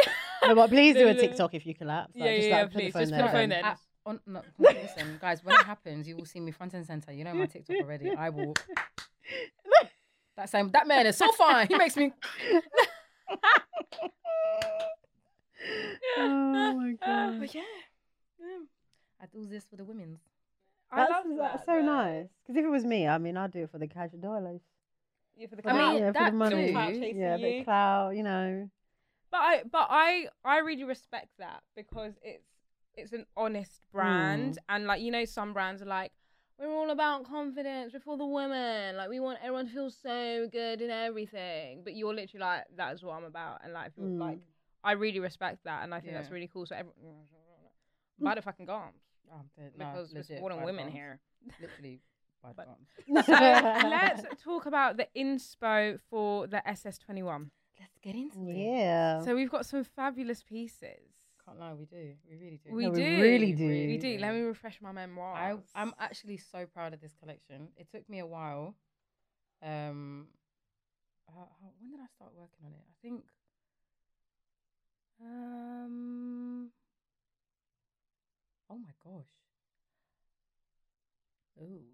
[SPEAKER 2] No, but please do a
[SPEAKER 1] No, no, no.
[SPEAKER 2] TikTok if you collapse. Like,
[SPEAKER 1] yeah,
[SPEAKER 2] just,
[SPEAKER 1] yeah,
[SPEAKER 2] like,
[SPEAKER 1] yeah,
[SPEAKER 2] put the
[SPEAKER 1] please.
[SPEAKER 2] phone
[SPEAKER 1] Just put
[SPEAKER 2] there
[SPEAKER 1] the phone
[SPEAKER 2] and-
[SPEAKER 1] there.
[SPEAKER 3] Ah, on, no, listen, guys. When it happens, you will see me front and center. You know my TikTok already. I will. That same. That man is so fine. He makes me.
[SPEAKER 2] Oh my god.
[SPEAKER 1] But yeah. yeah.
[SPEAKER 3] I do this for the women's.
[SPEAKER 1] I
[SPEAKER 2] That's,
[SPEAKER 1] love
[SPEAKER 2] that's
[SPEAKER 1] that,
[SPEAKER 2] so
[SPEAKER 1] though.
[SPEAKER 2] nice. Because if it was me, I mean, I'd do it for the cash dollars.
[SPEAKER 1] Yeah, for the
[SPEAKER 3] I
[SPEAKER 1] clout.
[SPEAKER 3] mean,
[SPEAKER 2] yeah, for
[SPEAKER 3] that
[SPEAKER 2] the money.
[SPEAKER 3] too.
[SPEAKER 1] Clout chasing
[SPEAKER 2] Yeah,
[SPEAKER 1] you.
[SPEAKER 2] the clout, you know.
[SPEAKER 1] But I but I I really respect that because it's it's an honest brand
[SPEAKER 2] Mm.
[SPEAKER 1] and like you know some brands are like we're all about confidence before the women like we want everyone to feel so good in everything but you're literally like that is what I'm about and like if you're,
[SPEAKER 2] Mm.
[SPEAKER 1] like I really respect that and I think that's
[SPEAKER 3] Yeah.
[SPEAKER 1] really cool so everyone by the fucking gums
[SPEAKER 3] Oh, the- no,
[SPEAKER 1] because we're
[SPEAKER 3] legit,
[SPEAKER 1] supporting
[SPEAKER 3] bad
[SPEAKER 1] women
[SPEAKER 3] moms.
[SPEAKER 1] here
[SPEAKER 3] Literally, bad
[SPEAKER 1] But-
[SPEAKER 3] moms.
[SPEAKER 1] so let's talk about the inspo for the SS21
[SPEAKER 3] Let's get into it.
[SPEAKER 2] Yeah.
[SPEAKER 1] so we've got some fabulous pieces
[SPEAKER 3] Can't lie, we do. We really do.
[SPEAKER 1] We
[SPEAKER 2] No, we
[SPEAKER 1] do.
[SPEAKER 2] really do.
[SPEAKER 1] We
[SPEAKER 3] really
[SPEAKER 1] do. Let me refresh my memoirs.
[SPEAKER 3] I, I'm actually so proud of this collection. It took me a while. Um, how, how, when did I start working on it? I think. Um. Oh my gosh. Ooh.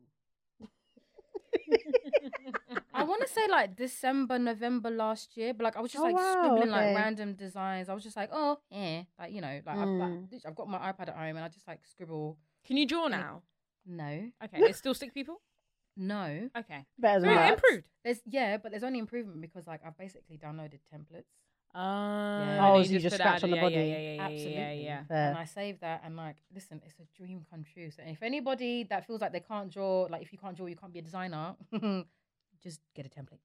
[SPEAKER 3] I want to say like December, November last year, but like I was just
[SPEAKER 2] Oh,
[SPEAKER 3] like
[SPEAKER 2] wow,
[SPEAKER 3] scribbling
[SPEAKER 2] okay.
[SPEAKER 3] like random designs. I was just like, oh, yeah, like you know, like, I've, like
[SPEAKER 2] Mm.
[SPEAKER 3] literally- I've got my iPad at home and I just like scribble.
[SPEAKER 1] Can you draw
[SPEAKER 3] Yeah.
[SPEAKER 1] now?
[SPEAKER 3] No,
[SPEAKER 1] Okay. It's still stick people?
[SPEAKER 3] no,
[SPEAKER 1] Okay.
[SPEAKER 2] Better than
[SPEAKER 1] Really
[SPEAKER 2] that.
[SPEAKER 1] improved.
[SPEAKER 3] There's yeah, but there's only improvement because like I've basically downloaded templates.
[SPEAKER 1] Oh,
[SPEAKER 3] Oh,
[SPEAKER 2] so you just
[SPEAKER 1] put
[SPEAKER 2] scratch
[SPEAKER 1] out-
[SPEAKER 2] on the
[SPEAKER 1] yeah,
[SPEAKER 2] body.
[SPEAKER 1] Yeah, yeah, yeah,
[SPEAKER 3] Absolutely.
[SPEAKER 1] yeah, yeah.
[SPEAKER 3] And
[SPEAKER 2] Fair.
[SPEAKER 3] I save that and like, listen, it's a dream come true. So if anybody that feels like they can't draw, like if you can't draw, you can't be a designer, just get a template.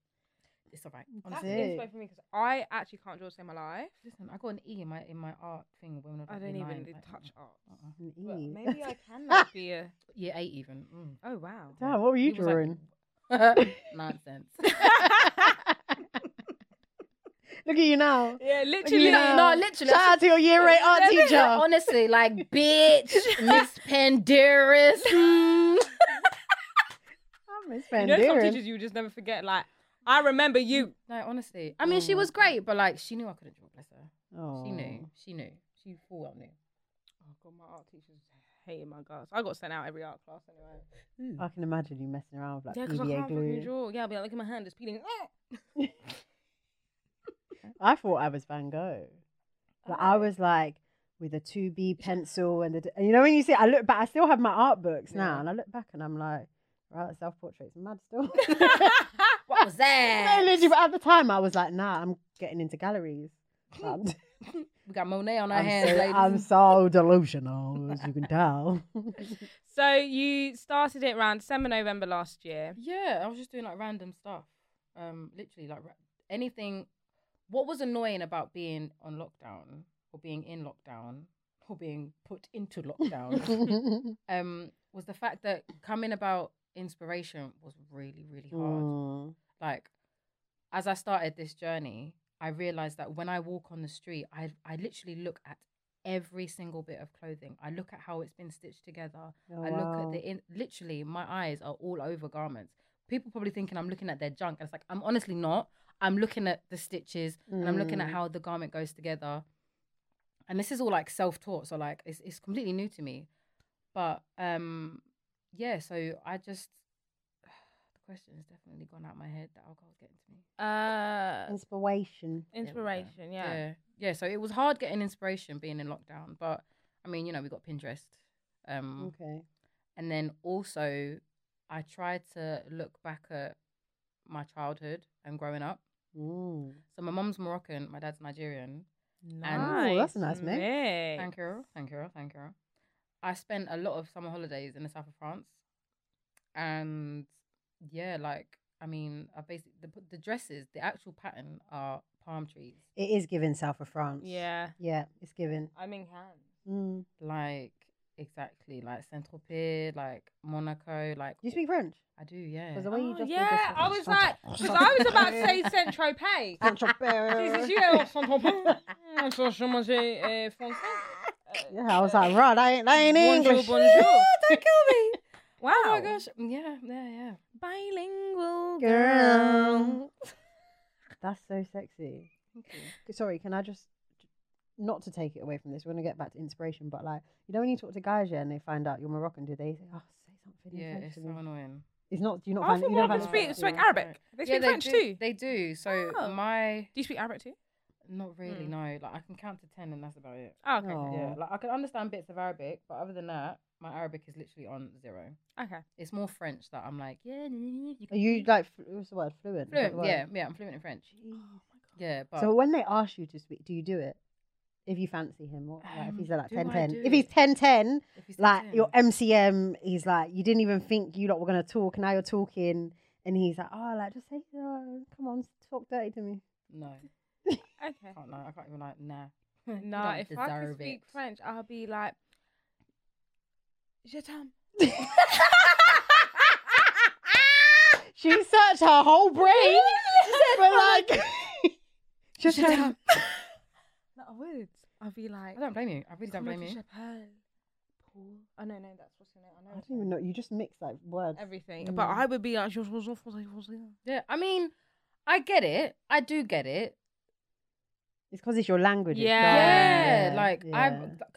[SPEAKER 3] It's all right.
[SPEAKER 1] That's
[SPEAKER 3] Honestly.
[SPEAKER 1] an
[SPEAKER 2] it.
[SPEAKER 1] inspo for me because I actually can't draw to save my life.
[SPEAKER 3] Listen, I got an E in my in my art thing when I was
[SPEAKER 1] I
[SPEAKER 3] like,
[SPEAKER 1] don't
[SPEAKER 3] year
[SPEAKER 1] even
[SPEAKER 3] nine,
[SPEAKER 1] do
[SPEAKER 3] like,
[SPEAKER 1] touch art.
[SPEAKER 3] Uh-uh.
[SPEAKER 2] An E.
[SPEAKER 1] But maybe I can like, be a.
[SPEAKER 3] Year eight even. Mm.
[SPEAKER 1] Oh, wow.
[SPEAKER 2] Damn, what were you
[SPEAKER 3] He was like,
[SPEAKER 2] drawing?
[SPEAKER 3] Nonsense.
[SPEAKER 2] Look at you now.
[SPEAKER 1] Yeah,
[SPEAKER 2] you
[SPEAKER 1] literally.
[SPEAKER 2] know.
[SPEAKER 3] no, literally.
[SPEAKER 2] Shout out to your year eight art teacher.
[SPEAKER 3] Honestly, like bitch, Miss Pandaris.
[SPEAKER 2] Mm-hmm.
[SPEAKER 3] mm.
[SPEAKER 2] Oh, Miss
[SPEAKER 1] You know, some
[SPEAKER 2] Banderas.
[SPEAKER 1] teachers you just never forget. Like, I remember you.
[SPEAKER 3] No, honestly. I mean, she
[SPEAKER 2] Oh,
[SPEAKER 3] was great, but like, she knew I couldn't draw. Bless her. She
[SPEAKER 2] Oh.
[SPEAKER 3] knew. She knew. She full well knew.
[SPEAKER 1] Oh, God, my art teachers hated my guts. I got sent out every art class anyway.
[SPEAKER 2] I can imagine you messing around with like
[SPEAKER 1] Yeah, 'cause I
[SPEAKER 2] PVA
[SPEAKER 1] can't fucking
[SPEAKER 2] glue.
[SPEAKER 1] draw. Yeah, I'll be like, look at my hand, it's peeling.
[SPEAKER 2] I thought I was Van Gogh. But I
[SPEAKER 1] Oh.
[SPEAKER 2] was like with a 2B pencil and the, d- and you know when you see I look back I still have my art books now
[SPEAKER 3] Yeah.
[SPEAKER 2] and I look back and I'm like right that self portrait's mad still.
[SPEAKER 3] What was
[SPEAKER 2] No,
[SPEAKER 3] that?
[SPEAKER 2] literally, but at the time I was like nah I'm getting into galleries. I'm,
[SPEAKER 3] we got Monet on our
[SPEAKER 2] I'm
[SPEAKER 3] hands,
[SPEAKER 2] so,
[SPEAKER 3] ladies.
[SPEAKER 2] I'm so delusional as you can tell.
[SPEAKER 1] So you started it around December, November last year.
[SPEAKER 3] Yeah, I was just doing like random stuff. Um, literally like ra- anything. What was annoying about being on lockdown or being in lockdown or being put into lockdown um was the fact that coming about inspiration was really really hard.
[SPEAKER 2] Mm.
[SPEAKER 3] Like as I started this journey, I realized that when I walk on the street, I I literally look at every single bit of clothing. I look at how it's been stitched together.
[SPEAKER 2] Oh,
[SPEAKER 3] I look
[SPEAKER 2] wow.
[SPEAKER 3] at the in- literally my eyes are all over garments. People probably thinking I'm looking at their junk, and it's like I'm honestly not. I'm looking at the stitches and I'm looking at
[SPEAKER 2] Mm.
[SPEAKER 3] how the garment goes together. And this is all like self-taught, so like it's it's completely new to me. But um yeah, so I just the question has definitely gone out my head. That alcohol's getting to me.
[SPEAKER 1] Uh,
[SPEAKER 2] inspiration.
[SPEAKER 3] There we go.
[SPEAKER 1] inspiration, yeah.
[SPEAKER 3] yeah, yeah. So it was hard getting inspiration being in lockdown, but I mean, you know, we got Pinterest. Um,
[SPEAKER 1] Mm.
[SPEAKER 2] Okay.
[SPEAKER 3] and then also, I tried to look back at my childhood and growing up.
[SPEAKER 2] Mm.
[SPEAKER 3] So my mum's Moroccan, my dad's Nigerian.
[SPEAKER 2] And- Ooh, that's a nice mix.
[SPEAKER 3] Thank you, thank you, thank you. I spent a lot of summer holidays in the south of France, and yeah, like I mean, I basically the, the dresses, the actual pattern are palm trees.
[SPEAKER 2] It is given south of France.
[SPEAKER 1] Yeah,
[SPEAKER 2] Yeah, it's given.
[SPEAKER 1] I'm in hand.
[SPEAKER 2] Mm.
[SPEAKER 3] like exactly like Saint Tropez, like Monaco, like
[SPEAKER 2] You speak French?
[SPEAKER 3] I do, yeah.
[SPEAKER 2] 'Cause the way you
[SPEAKER 1] Oh,
[SPEAKER 2] just did
[SPEAKER 1] yeah,
[SPEAKER 2] this-
[SPEAKER 1] I was like, because I was about to say Saint Tropez.
[SPEAKER 2] Saint-Tropez.
[SPEAKER 1] Jesus, you know, Saint Tropez. Mm, so je mange, eh, français.
[SPEAKER 2] Yeah, I was like, right, that ain't, that ain't
[SPEAKER 1] Bonjour,
[SPEAKER 2] English.
[SPEAKER 1] bonjour.
[SPEAKER 3] Don't kill me.
[SPEAKER 1] Wow.
[SPEAKER 3] Oh my gosh. Yeah, yeah, yeah. Bilingual
[SPEAKER 2] Girl. That's so sexy. Sorry, can I just not to take it away from this? We're gonna get back to inspiration, but like, you know, when you talk to guys yeah, and they find out you're Moroccan, do they say, "Oh, say something"? in
[SPEAKER 3] Yeah,
[SPEAKER 2] French
[SPEAKER 3] it's
[SPEAKER 2] to
[SPEAKER 3] so
[SPEAKER 2] me?"
[SPEAKER 3] annoying.
[SPEAKER 2] It's not. Do you not
[SPEAKER 1] Oh, I
[SPEAKER 2] find?
[SPEAKER 1] thought
[SPEAKER 2] you don't
[SPEAKER 3] Moroccan
[SPEAKER 2] find
[SPEAKER 1] Moroccans
[SPEAKER 2] it
[SPEAKER 1] speak,
[SPEAKER 3] Moroccan
[SPEAKER 1] speak
[SPEAKER 2] sexy,
[SPEAKER 3] Arab.
[SPEAKER 2] right?
[SPEAKER 1] Arabic. They speak
[SPEAKER 3] yeah,
[SPEAKER 1] French
[SPEAKER 3] they do,
[SPEAKER 1] too.
[SPEAKER 3] They do. So
[SPEAKER 1] Oh.
[SPEAKER 3] my
[SPEAKER 1] Do you speak Arabic too?
[SPEAKER 3] not really.
[SPEAKER 1] Mm.
[SPEAKER 3] No, like I can count to ten and that's about it.
[SPEAKER 1] Oh, okay.
[SPEAKER 2] Oh.
[SPEAKER 3] Yeah, like I can understand bits of Arabic, but other than that, my Arabic is literally on zero.
[SPEAKER 1] Okay.
[SPEAKER 3] It's more French that I'm like, yeah, you
[SPEAKER 2] Are
[SPEAKER 3] can
[SPEAKER 2] you
[SPEAKER 3] speak."
[SPEAKER 2] like fl- what's the word? Fluent. Is that
[SPEAKER 3] fluent?
[SPEAKER 2] the word?
[SPEAKER 3] Yeah, yeah, I'm fluent in French. Yeah, but
[SPEAKER 2] Oh So when they ask you to speak, do you do it? If you fancy him, or like, if
[SPEAKER 3] Um,
[SPEAKER 2] he's like
[SPEAKER 3] do I
[SPEAKER 2] 10 10.
[SPEAKER 3] do
[SPEAKER 2] If he's
[SPEAKER 3] it?
[SPEAKER 2] 10 10,
[SPEAKER 3] if you
[SPEAKER 2] like your
[SPEAKER 3] your
[SPEAKER 2] MCM, he's like, you didn't even think you lot were going to talk, and now you're talking. And he's like, oh, like, just say, oh, come on, talk dirty to me.
[SPEAKER 3] no,
[SPEAKER 1] Okay.
[SPEAKER 3] can't lie. I can't even like nah. Oh, You
[SPEAKER 1] Nah,
[SPEAKER 3] don't
[SPEAKER 1] if I could
[SPEAKER 3] deserve
[SPEAKER 1] speak
[SPEAKER 3] it.
[SPEAKER 1] French, I'll be like, je t'aime.
[SPEAKER 2] She searched her whole brain. but like, just
[SPEAKER 1] Je
[SPEAKER 2] like,
[SPEAKER 1] t'aime. No, I would. I'll be like,
[SPEAKER 3] I don't blame you. I really don't
[SPEAKER 1] "Comment
[SPEAKER 3] blame
[SPEAKER 1] tu
[SPEAKER 3] you.
[SPEAKER 1] t'appelles, Paul? Oh, no, no, that's what's in it. I know.
[SPEAKER 2] I
[SPEAKER 1] it's
[SPEAKER 2] don't even
[SPEAKER 1] not.
[SPEAKER 2] know. You just mix like words.
[SPEAKER 1] Everything. But
[SPEAKER 2] Mm.
[SPEAKER 1] I would be like, je t'aime, Français, Français.
[SPEAKER 3] Yeah, I mean, I get it. I do get it.
[SPEAKER 2] It's because it's your language. it's
[SPEAKER 1] Yeah.
[SPEAKER 2] done,
[SPEAKER 3] Yeah,
[SPEAKER 2] yeah,
[SPEAKER 3] like I,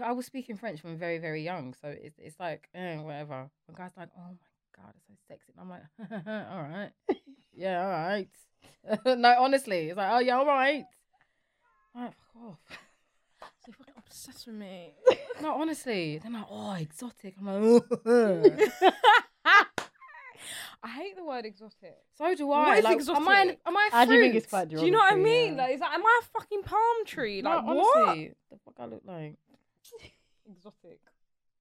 [SPEAKER 2] yeah.
[SPEAKER 3] I was speaking French from very, very young, so it's it's like eh, whatever. The guy's like, oh my god, it's so sexy. And I'm like, all right, yeah, all right. no, honestly, it's like, oh yeah, all right. I'm like, fuck off.
[SPEAKER 1] So fucking obsessed with me.
[SPEAKER 3] No, honestly, they're like, oh, exotic. I'm like,
[SPEAKER 1] I hate the word exotic.
[SPEAKER 3] so do I.
[SPEAKER 1] What is
[SPEAKER 3] like, Am I,
[SPEAKER 1] exotic?
[SPEAKER 3] am I
[SPEAKER 2] I do think it's
[SPEAKER 3] fruit?
[SPEAKER 2] quite
[SPEAKER 1] Do you know what I
[SPEAKER 2] derogatory,
[SPEAKER 1] mean?
[SPEAKER 2] yeah.
[SPEAKER 1] Like, it's like, am I a fucking palm tree?
[SPEAKER 3] No,
[SPEAKER 1] Like, what?
[SPEAKER 3] honestly, the fuck I look like.
[SPEAKER 1] Exotic.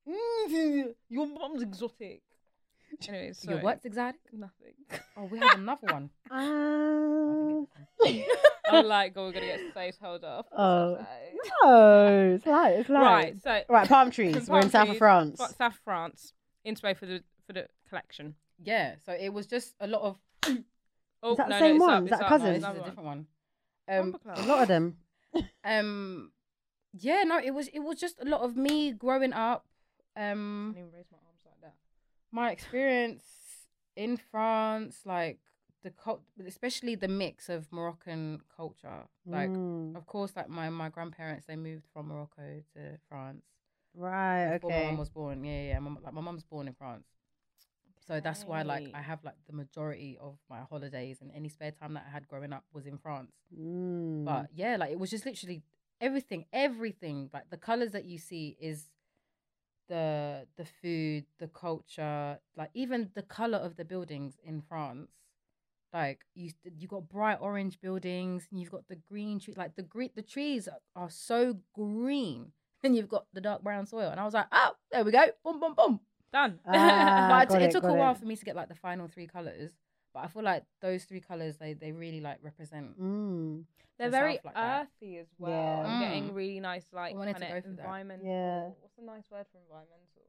[SPEAKER 1] Mm, your mom's exotic. Anyways,
[SPEAKER 3] Your
[SPEAKER 1] sorry.
[SPEAKER 3] what's exotic?
[SPEAKER 1] Nothing.
[SPEAKER 3] Oh, we have another one. I
[SPEAKER 2] Ah.
[SPEAKER 3] think it's-
[SPEAKER 1] I'm like, oh, we're gonna get so told off.
[SPEAKER 2] Oh.
[SPEAKER 1] Sorry.
[SPEAKER 2] No, it's like it's like
[SPEAKER 1] Right. So
[SPEAKER 2] Right, palm trees. We're in
[SPEAKER 1] palm
[SPEAKER 2] south of
[SPEAKER 1] trees,
[SPEAKER 2] France.
[SPEAKER 1] Fr- South France. Inspo for the for the collection.
[SPEAKER 3] yeah, so it was just a lot of
[SPEAKER 1] Oh,
[SPEAKER 2] that the
[SPEAKER 1] no,
[SPEAKER 2] same
[SPEAKER 1] no, it's
[SPEAKER 2] one? Is
[SPEAKER 1] Up, it's
[SPEAKER 2] that
[SPEAKER 1] up,
[SPEAKER 3] No,
[SPEAKER 2] cousins?
[SPEAKER 3] this
[SPEAKER 1] No, it's
[SPEAKER 3] is a
[SPEAKER 1] another
[SPEAKER 3] different
[SPEAKER 1] one.
[SPEAKER 3] one.
[SPEAKER 1] Oh
[SPEAKER 3] Um,
[SPEAKER 1] Bumper
[SPEAKER 2] A
[SPEAKER 1] clout.
[SPEAKER 2] lot of them.
[SPEAKER 3] um, yeah, no, it was it was just a lot of me growing up.
[SPEAKER 1] I
[SPEAKER 3] Um,
[SPEAKER 1] didn't even raise my arms like that.
[SPEAKER 3] my experience in France, like the cult, especially the mix of Moroccan culture. Like,
[SPEAKER 2] Mm,
[SPEAKER 3] of course, like my my grandparents, they moved from Morocco to France.
[SPEAKER 2] right,
[SPEAKER 3] Before my
[SPEAKER 2] okay.
[SPEAKER 3] mum was born, yeah, yeah, yeah. My, mum- like my mum's born in France. So that's why, like, I
[SPEAKER 1] Okay.
[SPEAKER 3] have like the majority of my holidays and any spare time that I had growing up was in France.
[SPEAKER 2] Mm.
[SPEAKER 3] But yeah, like it was just literally everything, everything. Like the colors that you see is the the food, the culture, like even the color of the buildings in France. Like you, s- you got bright orange buildings, and you've got the green tree. Like the green, the trees are, are so green, and you've got the dark brown soil. And I was like, oh, there we go, boom, boom, boom.
[SPEAKER 1] Done.
[SPEAKER 2] Ah,
[SPEAKER 3] but I t-
[SPEAKER 2] got
[SPEAKER 3] it,
[SPEAKER 2] it,
[SPEAKER 3] took a
[SPEAKER 2] got
[SPEAKER 3] while
[SPEAKER 2] it.
[SPEAKER 3] for me to get like the final three colors. But I feel like those three colors, they they really like represent
[SPEAKER 2] Mm,
[SPEAKER 1] They're
[SPEAKER 3] the
[SPEAKER 1] very
[SPEAKER 3] South like that.
[SPEAKER 1] earthy as well.
[SPEAKER 2] Yeah.
[SPEAKER 1] I'm
[SPEAKER 3] Mm.
[SPEAKER 1] getting really nice, like,
[SPEAKER 3] wanted to
[SPEAKER 1] kind of
[SPEAKER 3] go for that.
[SPEAKER 1] environmental.
[SPEAKER 2] Yeah.
[SPEAKER 1] What's a nice word for environmental?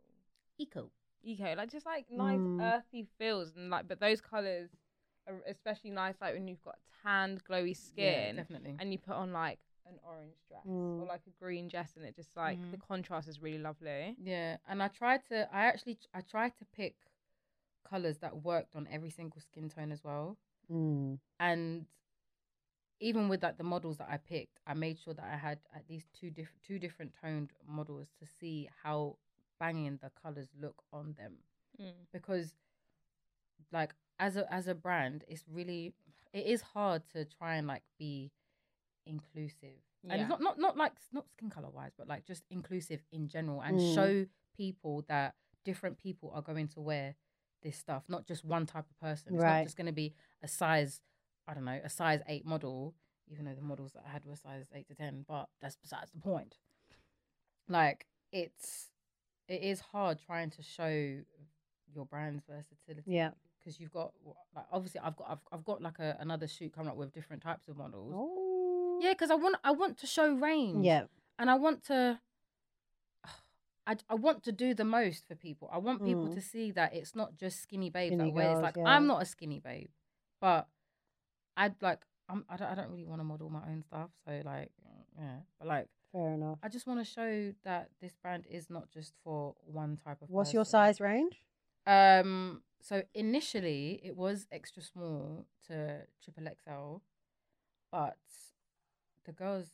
[SPEAKER 3] eco.
[SPEAKER 1] Eco, like just like nice
[SPEAKER 3] Hmm.
[SPEAKER 2] Mm.
[SPEAKER 1] earthy feels and like, but those colors are especially nice, like when you've got tanned, glowy
[SPEAKER 3] Yeah,
[SPEAKER 1] skin,
[SPEAKER 3] definitely. Hmm.
[SPEAKER 1] and you put on like an orange dress or
[SPEAKER 2] Mm.
[SPEAKER 1] like a green dress, and it just like the contrast is really lovely.
[SPEAKER 3] Yeah, and I tried to. I actually I tried to pick colors that worked on every single skin tone as well.
[SPEAKER 2] mm.
[SPEAKER 3] And even with like the models that I picked, I made sure that I had at least two different two different toned models to see how banging the colors look on them
[SPEAKER 1] Mm.
[SPEAKER 3] because like as a as a brand, it's really it is hard to try and like be inclusive and
[SPEAKER 1] Yeah.
[SPEAKER 3] it's not not not like not skin color wise, but like just inclusive in general, and
[SPEAKER 2] Mm.
[SPEAKER 3] show people that different people are going to wear this stuff, not just one type of person. It's
[SPEAKER 2] Right.
[SPEAKER 3] not just going to be a size, I don't know, a size eight model, even though the models that I had were size eight to ten, but that's besides the point. Like it's it is hard trying to show your brand's versatility
[SPEAKER 2] Yeah.
[SPEAKER 3] because you've got like obviously I've got I've, I've got like a, another shoot coming up with different types of models.
[SPEAKER 2] Oh.
[SPEAKER 3] Yeah, because I want I want to show range.
[SPEAKER 2] Yeah.
[SPEAKER 3] and I want to. I, I want to do the most for people. I want people
[SPEAKER 2] Mm.
[SPEAKER 3] to see that it's not just skinny babes
[SPEAKER 2] Skinny
[SPEAKER 3] that wear. It's
[SPEAKER 2] girls,
[SPEAKER 3] like
[SPEAKER 2] yeah.
[SPEAKER 3] I'm not a skinny babe, but I'd like I'm, I don't I don't really want to model my own stuff. So like yeah, but like
[SPEAKER 2] Fair enough.
[SPEAKER 3] I I just want to show that this brand is not just for one type of.
[SPEAKER 2] What's your
[SPEAKER 3] person.
[SPEAKER 2] size range?
[SPEAKER 3] Um. So initially, it was extra small to triple XL, but the girls,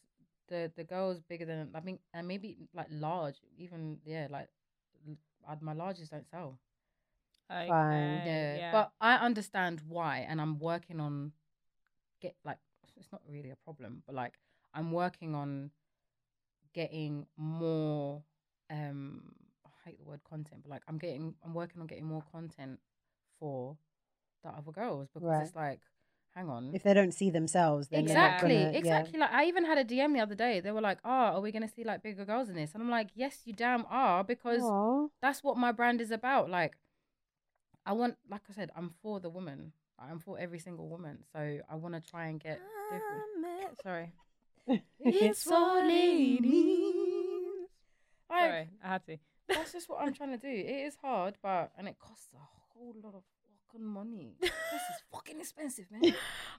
[SPEAKER 3] the the girls bigger than I think, and maybe like large, even yeah, like l- uh, my larges don't sell.
[SPEAKER 1] Okay,
[SPEAKER 2] Fine.
[SPEAKER 3] Yeah. But I understand why, and I'm working on get like it's not really a problem, but like I'm working on getting more. um I hate the word content, but like I'm getting I'm working on getting more content for the other girls because
[SPEAKER 2] Right.
[SPEAKER 3] it's like, hang on,
[SPEAKER 2] If they don't see themselves, then they're not
[SPEAKER 3] Hmm? Exactly,
[SPEAKER 2] gonna- yeah.
[SPEAKER 3] exactly. Like I even had a DM the other day. They were like, "Oh, are we gonna see like bigger girls in this?" And I'm like, "Yes, you damn are," because
[SPEAKER 2] Aw.
[SPEAKER 3] that's what my brand is about. Like, I want, like I said, I'm for the woman. I'm for every single woman. So I want to try and get different. Sorry,
[SPEAKER 1] Ah. It's for ladies.
[SPEAKER 3] Like,
[SPEAKER 1] Sorry, I had to.
[SPEAKER 3] that's just what I'm trying to do. It is hard, but and it costs a whole lot of fucking money. this is fucking expensive, man.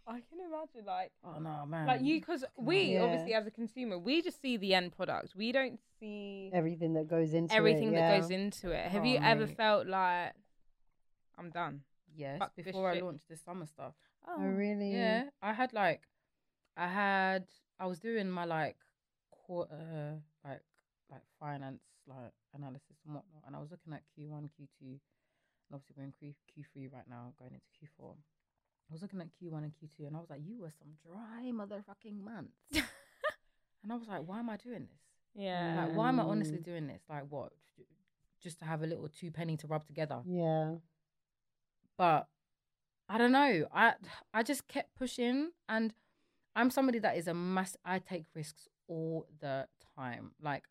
[SPEAKER 1] I can imagine, like,
[SPEAKER 3] Oh no, man.
[SPEAKER 1] like you, because
[SPEAKER 3] on.
[SPEAKER 1] we
[SPEAKER 2] Yeah.
[SPEAKER 1] obviously as a consumer, we just see the end product. We don't see
[SPEAKER 2] everything that goes into it,
[SPEAKER 1] everything
[SPEAKER 2] yeah.
[SPEAKER 1] that goes into it. Have
[SPEAKER 3] Oh,
[SPEAKER 1] you ever
[SPEAKER 3] mate.
[SPEAKER 1] felt like I'm done?
[SPEAKER 3] Yes,
[SPEAKER 1] Fuck this
[SPEAKER 3] before I
[SPEAKER 1] shit.
[SPEAKER 3] launched the summer stuff.
[SPEAKER 2] Oh, really?
[SPEAKER 3] Yeah, I had like, I had, I was doing my like quarter, like like finance, like analysis and whatnot, and I was looking at Q one, Q two, and obviously we're in Q Q three right now, going into Q four. I was looking at Q one and Q two, and I was like, you were some dry motherfucking months, and I was like, why am I doing this?
[SPEAKER 1] Yeah.
[SPEAKER 3] Like, why am I honestly
[SPEAKER 2] Mm.
[SPEAKER 3] doing this? Like, what? J- Just to have a little two penny to rub together
[SPEAKER 2] Yeah.
[SPEAKER 3] but I don't know. I I just kept pushing, and I'm somebody that is a mass. I take risks all the time. Like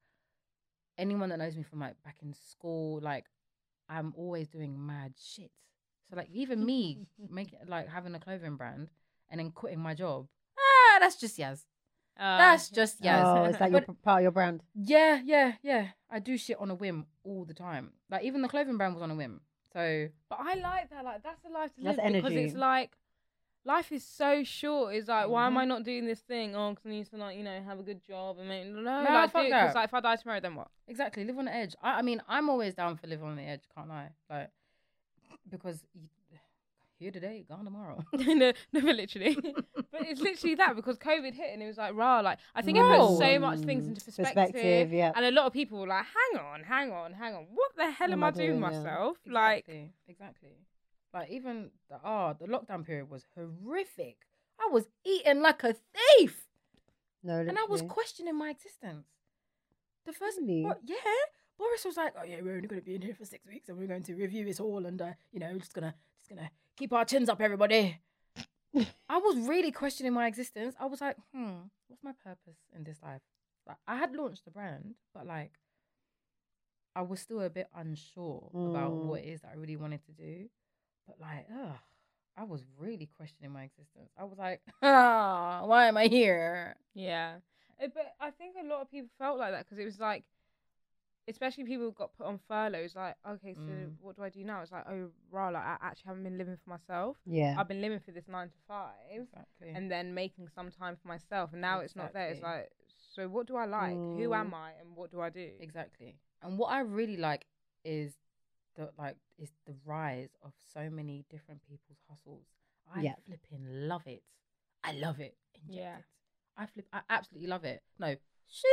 [SPEAKER 3] anyone that knows me from like back in school, like I'm always doing mad shit. So like even me making like having a clothing brand and then quitting my job. Ah, that's just yes.
[SPEAKER 1] Uh,
[SPEAKER 3] That's just yes.
[SPEAKER 2] Oh, is that your, p- part of your brand?
[SPEAKER 3] Yeah, yeah, yeah. I do shit on a whim all the time. Like even the clothing brand was on a whim. So
[SPEAKER 1] But I like that. Like that's the life to
[SPEAKER 2] That's
[SPEAKER 1] live because it's
[SPEAKER 2] energy.
[SPEAKER 1] like life is so short. It's like why am
[SPEAKER 3] Mm-hmm.
[SPEAKER 1] I not doing this thing? Oh, because I need to like you know have a good job and make no,
[SPEAKER 3] No,
[SPEAKER 1] like
[SPEAKER 3] fuck
[SPEAKER 1] do it 'cause,
[SPEAKER 3] that.
[SPEAKER 1] like if I die tomorrow, then what?
[SPEAKER 3] Exactly, live on the edge. I, I mean, I'm always down for live on the edge, can't I? Like, because you, here today, gone tomorrow.
[SPEAKER 1] no, no, but literally. but it's literally that because COVID hit and it was like rah. Like I think it
[SPEAKER 3] No.
[SPEAKER 1] put so much things
[SPEAKER 2] Mm,
[SPEAKER 1] into perspective.
[SPEAKER 2] perspective, yeah.
[SPEAKER 1] And a lot of people were like, hang on, hang on, hang on. What the hell
[SPEAKER 2] What
[SPEAKER 1] am I doing
[SPEAKER 2] yeah.
[SPEAKER 1] myself? Like
[SPEAKER 3] exactly, exactly. Like even the ah, the lockdown period was horrific. I was eating like a thief,
[SPEAKER 2] No,
[SPEAKER 3] and I was
[SPEAKER 2] literally.
[SPEAKER 3] questioning my existence. The first,
[SPEAKER 2] Really?
[SPEAKER 3] Bo- yeah, Boris was like, "Oh yeah, we're only going to be in here for six weeks, and we're going to review it all, and uh, you know, we're just gonna, just gonna keep our chins up, everybody." I was really questioning my existence. I was like, "Hmm, what's my purpose in this life?" Like, I had launched the brand, but like, I was still a bit unsure about
[SPEAKER 2] Mm.
[SPEAKER 3] what it is that I really wanted to do. But like, ugh, I was really questioning my existence. I was like, "Ah, why am I here?"
[SPEAKER 1] Yeah. Uh, But I think a lot of people felt like that because it was like, especially people who got put on furloughs, like, okay, so
[SPEAKER 3] Mm.
[SPEAKER 1] what do I do now? It's like, oh, rah, like, I actually haven't been living for myself.
[SPEAKER 2] Yeah.
[SPEAKER 1] I've been living for this nine to five
[SPEAKER 3] Exactly.
[SPEAKER 1] and then making some time for myself. And now it's not there. It's
[SPEAKER 3] Exactly.
[SPEAKER 1] like, so what do I like? Who
[SPEAKER 2] Mm.
[SPEAKER 1] am I and what do I do?
[SPEAKER 3] Exactly. And what I really like is the like is the rise of so many different people's hustles. I
[SPEAKER 2] Yeah.
[SPEAKER 3] flipping love it. I love it. Inject
[SPEAKER 1] Yeah.
[SPEAKER 3] it. I flip I absolutely love it. No. She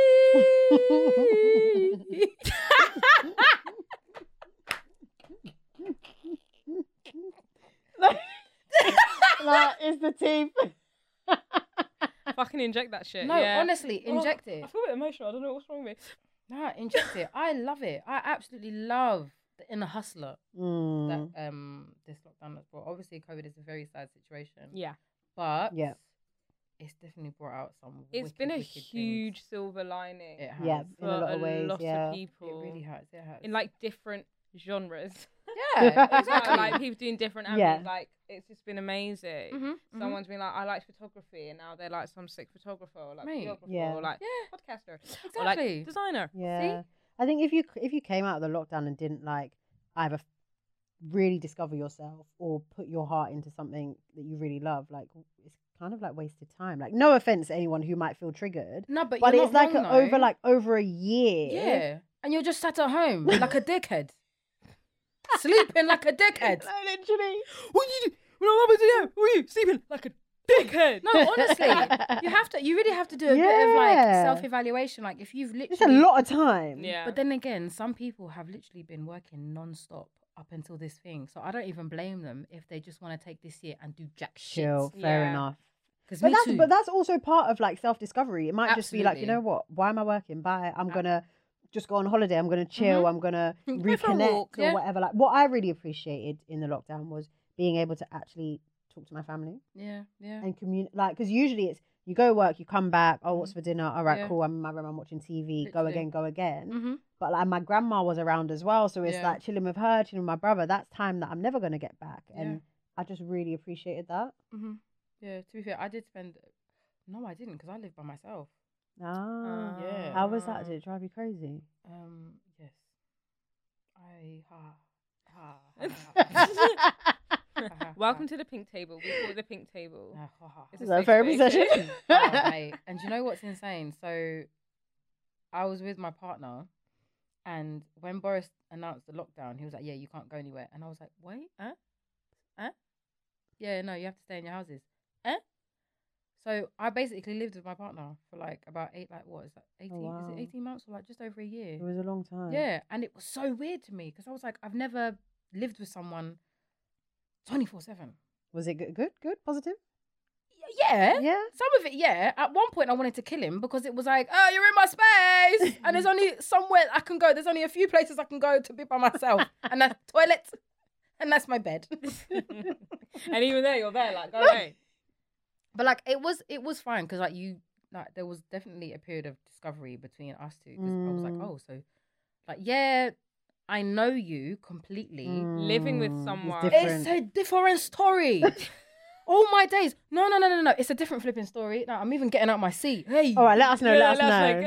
[SPEAKER 2] that is the teeth.
[SPEAKER 1] Fucking inject that shit.
[SPEAKER 3] No,
[SPEAKER 1] yeah.
[SPEAKER 3] honestly,
[SPEAKER 1] Oh,
[SPEAKER 3] inject
[SPEAKER 1] I
[SPEAKER 3] it.
[SPEAKER 1] feel a bit emotional. I don't know what's wrong with me.
[SPEAKER 3] Nah, inject it. I love it. I absolutely love the inner hustler that
[SPEAKER 2] Mm.
[SPEAKER 3] um this lockdown has brought. Obviously COVID is a very sad situation.
[SPEAKER 1] Yeah.
[SPEAKER 3] But
[SPEAKER 2] Yeah.
[SPEAKER 3] it's definitely brought out some
[SPEAKER 1] it's
[SPEAKER 3] wicked,
[SPEAKER 1] been a
[SPEAKER 3] wicked things.
[SPEAKER 1] huge silver lining
[SPEAKER 3] It has.
[SPEAKER 2] Yeah,
[SPEAKER 1] for
[SPEAKER 2] in a lot of ways. yeah.
[SPEAKER 1] people.
[SPEAKER 3] It really has. It has.
[SPEAKER 1] in like different genres.
[SPEAKER 3] yeah,
[SPEAKER 1] As well,
[SPEAKER 3] exactly.
[SPEAKER 1] like people doing different
[SPEAKER 2] Yeah.
[SPEAKER 1] avenues. Like it's just been amazing.
[SPEAKER 3] Mhm, mhm.
[SPEAKER 1] Someone's been like, I like photography, and now they're like some sick photographer, or like
[SPEAKER 3] Mate.
[SPEAKER 1] videographer,
[SPEAKER 2] Yeah.
[SPEAKER 1] or like
[SPEAKER 3] Yeah,
[SPEAKER 1] podcaster, or like
[SPEAKER 3] exactly.
[SPEAKER 1] designer.
[SPEAKER 2] Yeah. I think if you c- if you came out of the lockdown and didn't like either f- really discover yourself or put your heart into something that you really love, like it's kind of like wasted time. Like, no offense to anyone who might feel triggered,
[SPEAKER 3] No, but,
[SPEAKER 2] but
[SPEAKER 3] you're
[SPEAKER 2] it's
[SPEAKER 3] not
[SPEAKER 2] like
[SPEAKER 3] wrong,
[SPEAKER 2] a, over
[SPEAKER 3] though.
[SPEAKER 2] like over a year.
[SPEAKER 3] yeah, and you're just sat at home like a dickhead, sleeping like a dickhead.
[SPEAKER 2] No, literally.
[SPEAKER 1] What you do? What am I supposed to do? What are you sleeping like a dickhead?
[SPEAKER 3] No, honestly, you have to. You really have to do a bit of
[SPEAKER 2] Yeah.
[SPEAKER 3] like self-evaluation. Like if you've literally
[SPEAKER 2] It's a lot of time.
[SPEAKER 1] Yeah.
[SPEAKER 3] But then again, some people have literally been working non-stop up until this thing. So I don't even blame them if they just want to take this year and do jack shit.
[SPEAKER 2] Chill. Fair
[SPEAKER 1] Yeah.
[SPEAKER 2] enough.
[SPEAKER 3] Because
[SPEAKER 2] But
[SPEAKER 3] me
[SPEAKER 2] that's
[SPEAKER 3] too.
[SPEAKER 2] but that's also part of like self discovery. It might just be like, you
[SPEAKER 3] Absolutely.
[SPEAKER 2] know what? Why am I working? Bye. I'm
[SPEAKER 3] Ah.
[SPEAKER 2] gonna just go on holiday. I'm gonna chill. I'm gonna
[SPEAKER 3] Mm-hmm. Go for a
[SPEAKER 2] reconnect
[SPEAKER 3] walk,
[SPEAKER 2] or
[SPEAKER 3] yeah.
[SPEAKER 2] whatever. Like what I really appreciated in the lockdown was being able to actually talk to my family
[SPEAKER 3] yeah, yeah.
[SPEAKER 2] and communicate. Like because usually it's you go work, you come back. Oh, what's for dinner? All right,
[SPEAKER 3] Mm-hmm. Yeah.
[SPEAKER 2] cool. I'm in my room. I'm watching TV. Go
[SPEAKER 3] Literally.
[SPEAKER 2] again. Go again.
[SPEAKER 3] Mm-hmm.
[SPEAKER 2] But like my grandma was around as well, so it's
[SPEAKER 3] Yeah.
[SPEAKER 2] like chilling with her, chilling with my brother. That's time that I'm never gonna get back,
[SPEAKER 3] Yeah.
[SPEAKER 2] and I just really appreciated that.
[SPEAKER 3] Mm-hmm. Yeah. To be fair, I did spend. No, I didn't because I lived by myself.
[SPEAKER 1] Uh,
[SPEAKER 2] Ah,
[SPEAKER 3] yeah.
[SPEAKER 2] how was that? Did it drive you crazy?
[SPEAKER 3] Um. Yes. I ha ha.
[SPEAKER 1] Welcome to the pink table. We call it the pink table.
[SPEAKER 3] Ah,
[SPEAKER 2] Is
[SPEAKER 1] It's
[SPEAKER 2] that a
[SPEAKER 1] safe
[SPEAKER 2] therapy
[SPEAKER 1] space.
[SPEAKER 2] session?
[SPEAKER 3] Oh, mate. And do you know what's insane? So I was with my partner, and when Boris announced the lockdown, he was like, Yeah, you can't go anywhere. And I was like, Wait, huh? Huh? Yeah, no, you have to stay in your houses. Huh? So I basically lived with my partner for like about eight, like what is that, 18? Is
[SPEAKER 2] wow.
[SPEAKER 3] it 18 months or like just over a year?
[SPEAKER 2] It was a long time.
[SPEAKER 3] Yeah, and it was so weird to me because I was like, I've never lived with someone 24 7.
[SPEAKER 2] Was it good? Good? Good? Positive?
[SPEAKER 3] Yeah.
[SPEAKER 2] Yeah.
[SPEAKER 3] Some of it, yeah. At one point, I wanted to kill him because it was like, oh, you're in my space, and there's only somewhere I can go. There's only a few places I can go to be by myself, and that's toilet, and that's my bed.
[SPEAKER 1] and even there, you're there, like, go away.
[SPEAKER 3] but like, it was it was fine because like you like there was definitely a period of discovery between us two. 'cause I was like,
[SPEAKER 2] Mm.
[SPEAKER 3] oh, so like yeah, I know you completely.
[SPEAKER 1] Living with
[SPEAKER 2] Mm, it's
[SPEAKER 1] someone.
[SPEAKER 2] different.
[SPEAKER 3] It's a different story. All my days. No, no, no, no, no. It's a different flipping story. No, I'm even getting out my seat. Hey.
[SPEAKER 2] All right, let us know.
[SPEAKER 1] Yeah,
[SPEAKER 2] let us know.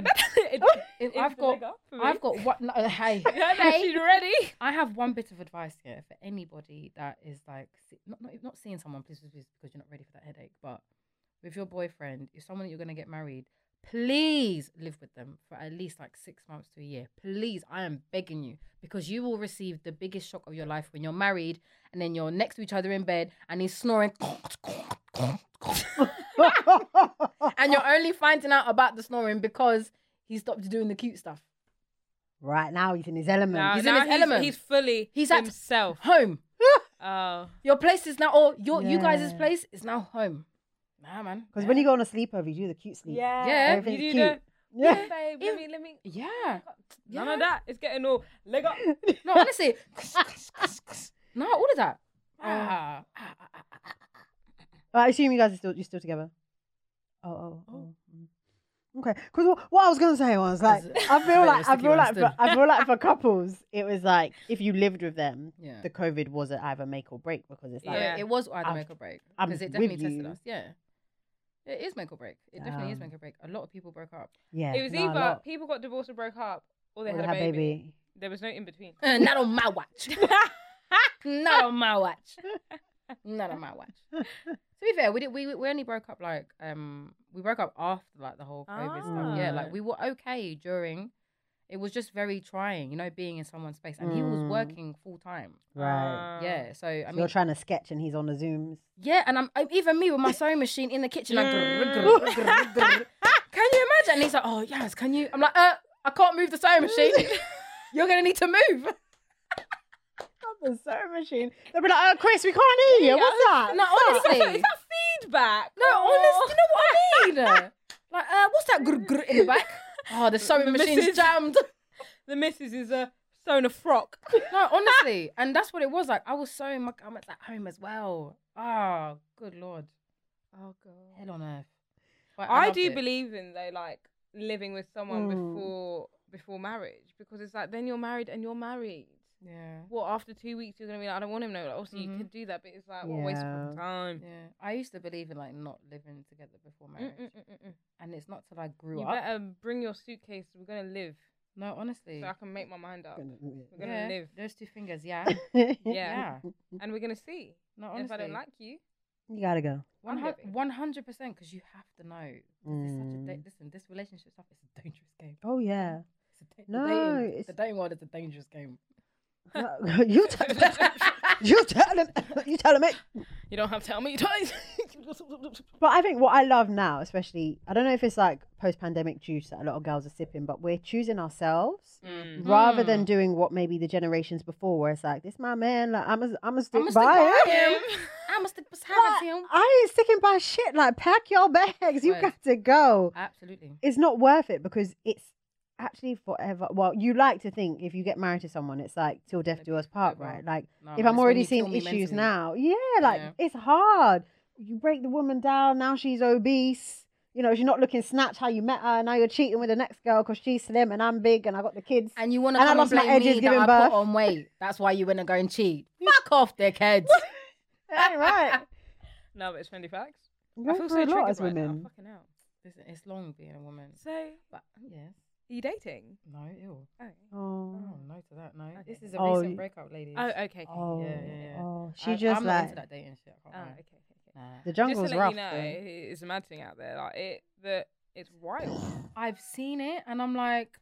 [SPEAKER 1] like-
[SPEAKER 3] If
[SPEAKER 1] It's
[SPEAKER 3] I've
[SPEAKER 1] the
[SPEAKER 3] got,
[SPEAKER 1] leg up for me.
[SPEAKER 3] I've got what? No, hey,
[SPEAKER 1] Yeah, no,
[SPEAKER 3] Hey.
[SPEAKER 1] she's ready.
[SPEAKER 3] I have one bit of advice here for anybody that is like se- not not, not seeing someone, please, please, please, because you're not ready for that headache. But with your boyfriend, if someone that you're gonna get married, please live with them for at least like six months to a year. Please, I am begging you, because you will receive the biggest shock of your life when you're married and then you're next to each other in bed and he's snoring. and you're only finding out about the snoring because he stopped doing the cute stuff.
[SPEAKER 2] right now, he's in his element.
[SPEAKER 1] Now-
[SPEAKER 3] He's in
[SPEAKER 1] now
[SPEAKER 3] his element.
[SPEAKER 1] He's fully
[SPEAKER 3] He's at-
[SPEAKER 1] himself.
[SPEAKER 3] Home.
[SPEAKER 1] Oh.
[SPEAKER 3] Your place is now, or your you guys'
[SPEAKER 2] Yeah.
[SPEAKER 3] place is now home. Nah, man.
[SPEAKER 2] Because when you go on a sleepover, you do the cute sleep.
[SPEAKER 3] Yeah.
[SPEAKER 1] Yeah. You
[SPEAKER 2] Everything's
[SPEAKER 1] do
[SPEAKER 2] cute.
[SPEAKER 1] the,
[SPEAKER 2] yeah.
[SPEAKER 1] yeah, babe, let me, let me.
[SPEAKER 3] yeah,
[SPEAKER 1] None of that. It's getting all leg up.
[SPEAKER 3] no, honestly, no, all of that. Ah, ah, ah, ah, ah.
[SPEAKER 2] I assume you guys are still you're still together. Oh, oh, oh. mm. Okay, because what, what I was gonna say was like,
[SPEAKER 3] Is it-
[SPEAKER 2] I
[SPEAKER 3] I bet
[SPEAKER 2] feel like
[SPEAKER 3] it was
[SPEAKER 2] I
[SPEAKER 3] sticky
[SPEAKER 2] feel
[SPEAKER 3] one
[SPEAKER 2] like for,
[SPEAKER 3] still.
[SPEAKER 2] I feel like for couples, it was like if you lived with them,
[SPEAKER 3] yeah.
[SPEAKER 2] the COVID was a either make or break because it's like,
[SPEAKER 3] yeah,
[SPEAKER 1] Yeah.
[SPEAKER 3] it was either
[SPEAKER 2] I'm-
[SPEAKER 3] make or break
[SPEAKER 2] I'm
[SPEAKER 3] because it
[SPEAKER 2] with
[SPEAKER 3] definitely tested
[SPEAKER 2] you.
[SPEAKER 3] us. Yeah, it is make or break. It definitely is
[SPEAKER 2] Um,
[SPEAKER 3] make or break. A lot of people broke up.
[SPEAKER 2] yeah,
[SPEAKER 1] It was
[SPEAKER 2] nah, a
[SPEAKER 1] either
[SPEAKER 2] lot.
[SPEAKER 1] people got divorced and broke up, or they
[SPEAKER 2] Or
[SPEAKER 1] had
[SPEAKER 2] had
[SPEAKER 1] a baby. There was no in between.
[SPEAKER 3] Uh, not on my watch. not on my watch. Not on my watch. To be fair, we did, we we only broke up like um we broke up after like the whole COVID stuff. Yeah,
[SPEAKER 1] Ah.
[SPEAKER 3] like we were okay during. It was just very trying, you know, being in someone's space, and he was
[SPEAKER 2] Mm.
[SPEAKER 3] working full time.
[SPEAKER 2] right?
[SPEAKER 1] Uh,
[SPEAKER 3] yeah, so I
[SPEAKER 2] Ah. So
[SPEAKER 3] mean,
[SPEAKER 2] you're trying to sketch and he's on the zooms.
[SPEAKER 3] yeah, and I'm, I'm even me with my sewing machine in the kitchen. Like, grr, grr, grr, grr, grr. can you imagine? And he's like, oh yes, can you? I'm like, uh, I can't move the sewing machine. You're gonna need to move.
[SPEAKER 2] the sewing machine. They'll be like, oh, Chris, we can't hear you. What's that?
[SPEAKER 1] Is
[SPEAKER 3] No,
[SPEAKER 1] that-
[SPEAKER 3] honestly.
[SPEAKER 1] is that feedback? Oh
[SPEAKER 3] No, honest, you know what I mean? like, uh, what's that grr grr in the back? Oh, the sewing
[SPEAKER 1] The
[SPEAKER 3] machine's
[SPEAKER 1] missus.
[SPEAKER 3] jammed.
[SPEAKER 1] The missus is a sewn a frock.
[SPEAKER 3] No, honestly. and that's what it was like. I was sewing my garments at home as well. Oh, good lord.
[SPEAKER 1] Oh god.
[SPEAKER 3] Hell on earth. But
[SPEAKER 1] I,
[SPEAKER 3] loved
[SPEAKER 1] do
[SPEAKER 3] it.
[SPEAKER 1] believe in though, like living with someone
[SPEAKER 2] Mm.
[SPEAKER 1] before before marriage, because it's like then you're married and you're married.
[SPEAKER 3] Yeah.
[SPEAKER 1] What after two weeks you're gonna be like, I don't want him no. Like, obviously
[SPEAKER 3] Mhm.
[SPEAKER 1] you could do that, but it's like what a waste
[SPEAKER 2] Yeah.
[SPEAKER 1] of time.
[SPEAKER 3] Yeah. I used to believe in like not living together before marriage.
[SPEAKER 1] Mm, mm, mm, mm, mm.
[SPEAKER 3] And it's not till I grew
[SPEAKER 1] You
[SPEAKER 3] up.
[SPEAKER 1] better bring your suitcase. We're gonna live,
[SPEAKER 3] No, honestly.
[SPEAKER 1] so I can make my mind up. We're gonna
[SPEAKER 3] yeah.
[SPEAKER 1] live,
[SPEAKER 3] Those two fingers, yeah.
[SPEAKER 1] yeah.
[SPEAKER 3] yeah.
[SPEAKER 1] and we're gonna see.
[SPEAKER 3] No,
[SPEAKER 1] And
[SPEAKER 3] honestly.
[SPEAKER 1] if I don't like you,
[SPEAKER 2] You gotta go.
[SPEAKER 1] I'm living.
[SPEAKER 3] One hundred percent, because you have to know. 'Cause It's such a da-
[SPEAKER 2] Mm.
[SPEAKER 3] listen, this relationship stuff is a dangerous game.
[SPEAKER 2] Oh yeah.
[SPEAKER 3] It's a da-
[SPEAKER 2] No,
[SPEAKER 3] the dating,
[SPEAKER 2] it's-
[SPEAKER 3] the dating world is a dangerous game.
[SPEAKER 2] No, you t- you telling you telling me.
[SPEAKER 1] You don't have to tell me Mm. twice.
[SPEAKER 2] But I think what I love now, especially, I don't know if it's like post-pandemic juice that a lot of girls are sipping, but we're choosing ourselves
[SPEAKER 3] Mm.
[SPEAKER 2] rather than doing what maybe the generations before, where it's like, "This my man, like I'm a, I'm a stick
[SPEAKER 3] I'ma stick
[SPEAKER 2] by
[SPEAKER 3] by
[SPEAKER 2] him."
[SPEAKER 3] him. I'ma stick beside him.
[SPEAKER 2] I ain't sticking by shit. Like, pack your bags. You
[SPEAKER 3] Right.
[SPEAKER 2] got to go.
[SPEAKER 3] Absolutely.
[SPEAKER 2] It's not worth it because it's actually forever. Well, you like to think if you get married to someone, it's like till death do us part,
[SPEAKER 3] Forever.
[SPEAKER 2] right? Like,
[SPEAKER 3] No,
[SPEAKER 2] if
[SPEAKER 3] it's when
[SPEAKER 2] I'm already
[SPEAKER 3] you kill
[SPEAKER 2] seeing
[SPEAKER 3] me
[SPEAKER 2] issues
[SPEAKER 3] mentally.
[SPEAKER 2] now, yeah, like
[SPEAKER 3] Yeah.
[SPEAKER 2] it's hard. You break the woman down. Now she's obese. You know, she's not looking snatched how you met her. Now you're cheating with the next girl because she's slim and I'm big and I got the kids.
[SPEAKER 3] and you want to
[SPEAKER 2] And I
[SPEAKER 3] come and
[SPEAKER 2] lost my
[SPEAKER 3] blame
[SPEAKER 2] edges
[SPEAKER 3] me
[SPEAKER 2] giving
[SPEAKER 3] that I
[SPEAKER 2] birth.
[SPEAKER 3] put on weight. That's why you want to go and cheat. Fuck off, dickheads.
[SPEAKER 2] That ain't right.
[SPEAKER 1] no, but it's friendly facts.
[SPEAKER 2] Go
[SPEAKER 1] I feel so
[SPEAKER 2] through a lot
[SPEAKER 1] triggered
[SPEAKER 2] as
[SPEAKER 1] right now,
[SPEAKER 2] women.
[SPEAKER 1] Fucking hell.
[SPEAKER 3] Listen, it's long being a woman.
[SPEAKER 1] So, are
[SPEAKER 3] But yes,
[SPEAKER 1] you dating?
[SPEAKER 3] no, ew.
[SPEAKER 1] Oh,
[SPEAKER 2] Oh,
[SPEAKER 3] Oh, no to that, no. This
[SPEAKER 1] Okay.
[SPEAKER 3] is a
[SPEAKER 2] Oh,
[SPEAKER 3] recent
[SPEAKER 2] you-
[SPEAKER 3] breakup, ladies.
[SPEAKER 1] oh okay. okay.
[SPEAKER 2] oh,
[SPEAKER 3] yeah, yeah.
[SPEAKER 2] oh.
[SPEAKER 3] I-
[SPEAKER 2] She just
[SPEAKER 3] I'm not
[SPEAKER 2] like Oh,
[SPEAKER 3] into that dating shit. I
[SPEAKER 1] Ah,
[SPEAKER 3] can't
[SPEAKER 1] okay,
[SPEAKER 3] lie.
[SPEAKER 1] okay. okay.
[SPEAKER 3] Nah.
[SPEAKER 2] the
[SPEAKER 1] Just to
[SPEAKER 2] jungle's
[SPEAKER 1] let
[SPEAKER 2] rough.
[SPEAKER 1] you know,
[SPEAKER 2] though.
[SPEAKER 1] it's mad thing out there. Like it, the it's wild.
[SPEAKER 3] I've seen it, and I'm like,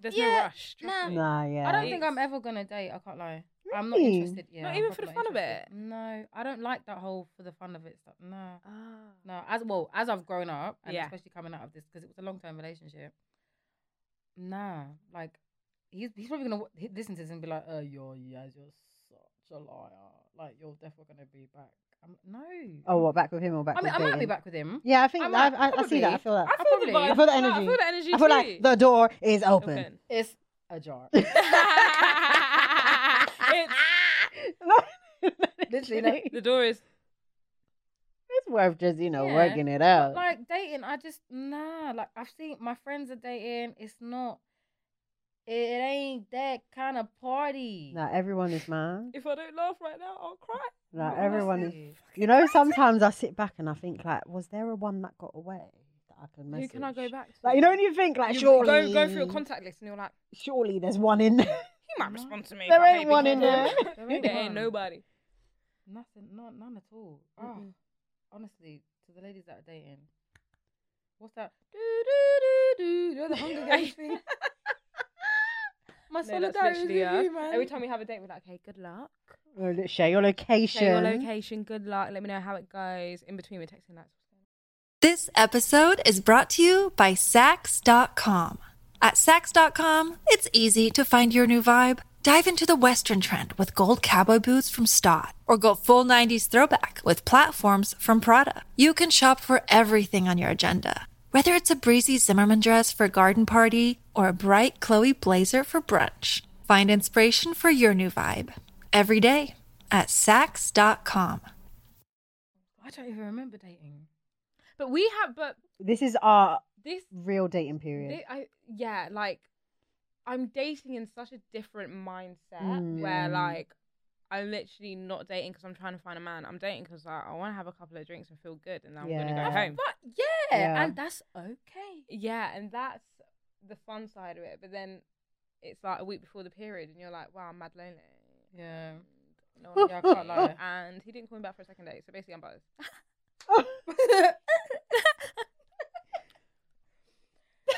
[SPEAKER 1] There's
[SPEAKER 3] Yeah,
[SPEAKER 1] no rush. Trust
[SPEAKER 3] nah.
[SPEAKER 1] me.
[SPEAKER 2] Nah, yeah.
[SPEAKER 3] I don't think I'm
[SPEAKER 1] It's-
[SPEAKER 3] ever gonna date. I can't lie. I'm not
[SPEAKER 2] Really?
[SPEAKER 3] interested. Yeah,
[SPEAKER 1] Not
[SPEAKER 3] I'm
[SPEAKER 1] even for
[SPEAKER 3] probably
[SPEAKER 1] the
[SPEAKER 3] not
[SPEAKER 1] fun of
[SPEAKER 3] interested. No, I don't like that whole for the fun of it stuff. No,
[SPEAKER 1] Ah.
[SPEAKER 3] no. As well as I've grown up, and
[SPEAKER 1] Yeah.
[SPEAKER 3] especially coming out of this because it was a long term relationship. Nah, like he's he's probably gonna wa- he- listen to this and be like, "Oh, you're yeah, you're such a liar. Like you're definitely gonna be back." I'm, no.
[SPEAKER 2] Oh, what? Back with him or back
[SPEAKER 3] I mean,
[SPEAKER 2] with
[SPEAKER 3] I might be
[SPEAKER 2] dating?
[SPEAKER 3] back with him.
[SPEAKER 2] Yeah, I think
[SPEAKER 3] I
[SPEAKER 2] I,
[SPEAKER 3] might-
[SPEAKER 2] I, I see that. I
[SPEAKER 3] probably.
[SPEAKER 2] feel that.
[SPEAKER 1] I feel the
[SPEAKER 3] probably-
[SPEAKER 1] vibe.
[SPEAKER 2] I feel the
[SPEAKER 1] No, I
[SPEAKER 2] energy.
[SPEAKER 1] feel the energy
[SPEAKER 2] I feel
[SPEAKER 1] too.
[SPEAKER 2] like the door is open.
[SPEAKER 1] Open.
[SPEAKER 3] It's ajar. Literally, like,
[SPEAKER 1] the door is.
[SPEAKER 2] It's worth just, you know,
[SPEAKER 3] Yeah,
[SPEAKER 2] working it
[SPEAKER 3] But,
[SPEAKER 2] out.
[SPEAKER 3] like dating, I just nah. Like I've seen my friends are dating. It's not. It ain't that kind of party.
[SPEAKER 2] Now everyone is mad.
[SPEAKER 1] If I don't laugh right now, I'll cry.
[SPEAKER 2] Like
[SPEAKER 3] Honestly.
[SPEAKER 2] everyone is. You know, sometimes I sit back and I think, like, was there a one that got away that I can
[SPEAKER 1] Who
[SPEAKER 2] message?
[SPEAKER 1] can I go back to?
[SPEAKER 2] Like, you know, when you think, like,
[SPEAKER 1] You
[SPEAKER 2] surely,
[SPEAKER 1] go, go through your contact list and you're like,
[SPEAKER 2] surely there's one in there.
[SPEAKER 1] you might
[SPEAKER 3] No.
[SPEAKER 1] respond to me.
[SPEAKER 2] There
[SPEAKER 1] if I
[SPEAKER 2] ain't
[SPEAKER 1] made a
[SPEAKER 2] one
[SPEAKER 1] big
[SPEAKER 2] in
[SPEAKER 1] deal.
[SPEAKER 3] there. There ain't
[SPEAKER 1] there ain't
[SPEAKER 3] one.
[SPEAKER 1] nobody.
[SPEAKER 3] Nothing. Not none at all. Ah,
[SPEAKER 1] Mm-mm.
[SPEAKER 3] honestly, to the ladies that are dating, what's that? Do do do do. You know the Hunger Games thing. My
[SPEAKER 1] No, that's
[SPEAKER 3] solidarity with
[SPEAKER 1] literally us.
[SPEAKER 3] you, man.
[SPEAKER 1] Every time we have a date, we're like, okay, good luck.
[SPEAKER 2] Well, let's Share your
[SPEAKER 1] Share your
[SPEAKER 2] location.
[SPEAKER 1] location. Good luck. Let me know how it goes. In between, we're texting that.
[SPEAKER 4] This episode is brought to you by Sax.com. At Sax.com, it's easy to find your new vibe. Dive into the Western trend with gold cowboy boots from Stott, or go full 90s throwback with platforms from Prada. You can shop for everything on your agenda, whether it's a breezy Zimmerman dress for a garden party or a bright Chloe blazer for brunch. Find inspiration for your new vibe every day at Sax.com.
[SPEAKER 3] I don't even remember dating.
[SPEAKER 1] But we have, but
[SPEAKER 2] This is our
[SPEAKER 1] this,
[SPEAKER 2] real dating period.
[SPEAKER 1] thi- I, yeah, like I'm dating in such a different mindset
[SPEAKER 2] Mm.
[SPEAKER 1] where
[SPEAKER 3] Mm.
[SPEAKER 1] like I'm literally not dating because I'm trying to find a man. I'm dating because like, I want to have a couple of drinks and feel good, and then I'm
[SPEAKER 2] Yeah.
[SPEAKER 1] gonna go home.
[SPEAKER 3] But yeah,
[SPEAKER 2] Yeah.
[SPEAKER 3] and that's okay.
[SPEAKER 1] Yeah, and that's the fun side of it. But then it's like a week before the period, and you're like, wow, I'm mad lonely.
[SPEAKER 3] Yeah.
[SPEAKER 1] No one
[SPEAKER 3] Yeah, I
[SPEAKER 1] wants to
[SPEAKER 3] can't
[SPEAKER 1] date.
[SPEAKER 3] lie.
[SPEAKER 1] And he didn't call me back for a second date, so basically I'm buzzed.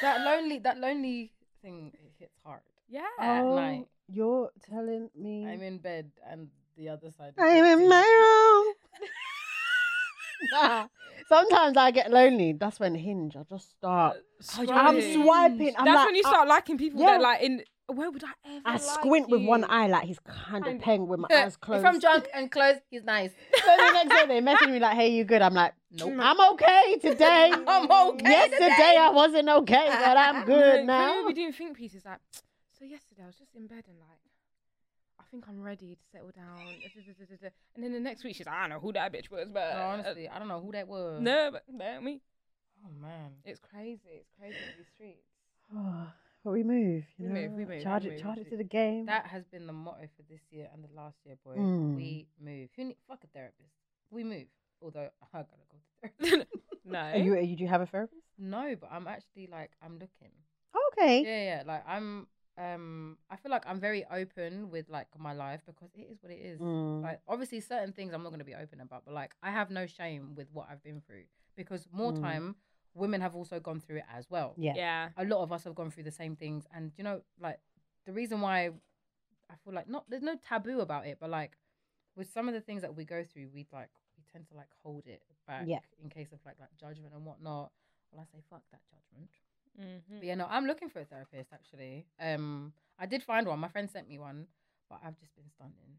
[SPEAKER 3] that lonely, that lonely thing it hits hard.
[SPEAKER 1] Yeah.
[SPEAKER 3] Oh.
[SPEAKER 2] oh,
[SPEAKER 3] like-
[SPEAKER 2] you're telling me.
[SPEAKER 3] I'm in bed and the other side. of
[SPEAKER 2] I'm
[SPEAKER 3] the
[SPEAKER 2] in
[SPEAKER 3] bed-
[SPEAKER 2] my room. Sometimes I get lonely. That's when Hinge. I just start. I'm
[SPEAKER 3] Hinge.
[SPEAKER 2] swiping. I'm
[SPEAKER 1] Oh, That's
[SPEAKER 2] like,
[SPEAKER 1] when you
[SPEAKER 2] I-
[SPEAKER 1] start liking people
[SPEAKER 2] yeah.
[SPEAKER 1] that like in where would I ever
[SPEAKER 2] I
[SPEAKER 1] like
[SPEAKER 2] squint with one
[SPEAKER 1] you?
[SPEAKER 2] eye like he's kind of
[SPEAKER 1] Kind-
[SPEAKER 2] peng with my
[SPEAKER 3] Yeah,
[SPEAKER 2] eyes closed.
[SPEAKER 3] If I'm drunk and close, he's nice.
[SPEAKER 2] Then the next day they message me like, "Hey, you good?" I'm like,
[SPEAKER 3] Nope.
[SPEAKER 1] Mm.
[SPEAKER 2] I'm okay today.
[SPEAKER 3] I'm okay
[SPEAKER 2] Yesterday
[SPEAKER 3] today."
[SPEAKER 2] I wasn't okay, but I'm good
[SPEAKER 1] No, Chloe
[SPEAKER 2] now.
[SPEAKER 1] will be doing think pieces like so yesterday I was just in bed and like I think I'm ready to settle down. And then the next week she's like, I don't know who that bitch was, but
[SPEAKER 3] No, honestly,
[SPEAKER 1] uh,
[SPEAKER 3] I don't know who that was.
[SPEAKER 1] no, but no, me.
[SPEAKER 3] Oh man.
[SPEAKER 1] It's crazy. It's crazy in these streets.
[SPEAKER 2] but we move. You
[SPEAKER 1] We
[SPEAKER 2] know?
[SPEAKER 1] move, we move,
[SPEAKER 2] Charge
[SPEAKER 1] we
[SPEAKER 2] it.
[SPEAKER 1] move.
[SPEAKER 2] Charge it to the game.
[SPEAKER 3] That has been the motto for this year and the last year, boy.
[SPEAKER 2] Mm.
[SPEAKER 3] We move. Who need, fuck a therapist? We move. Although I gotta go to therapy.
[SPEAKER 1] No.
[SPEAKER 2] Are you, are you? Do you have a therapist?
[SPEAKER 3] No, but I'm actually like I'm looking.
[SPEAKER 2] Okay.
[SPEAKER 3] Yeah, yeah. Like I'm um I feel like I'm very open with like my life because it is what it is.
[SPEAKER 2] Mm.
[SPEAKER 3] Like obviously certain things I'm not going to be open about, but like I have no shame with what I've been through because more
[SPEAKER 2] Mm.
[SPEAKER 3] time women have also gone through it as well.
[SPEAKER 2] yeah.
[SPEAKER 1] Yeah.
[SPEAKER 3] A lot of us have gone through the same things and you know like the reason why I feel like not there's no taboo about it, but like with some of the things that we go through, we like we tend to like hold it back
[SPEAKER 2] Yeah.
[SPEAKER 3] in case of like like judgment and whatnot. Well, I say fuck that judgment.
[SPEAKER 1] Mm-hmm.
[SPEAKER 3] But yeah, no, I'm looking for a therapist actually. Um, I did find one. My friend sent me one, but I've just been stunning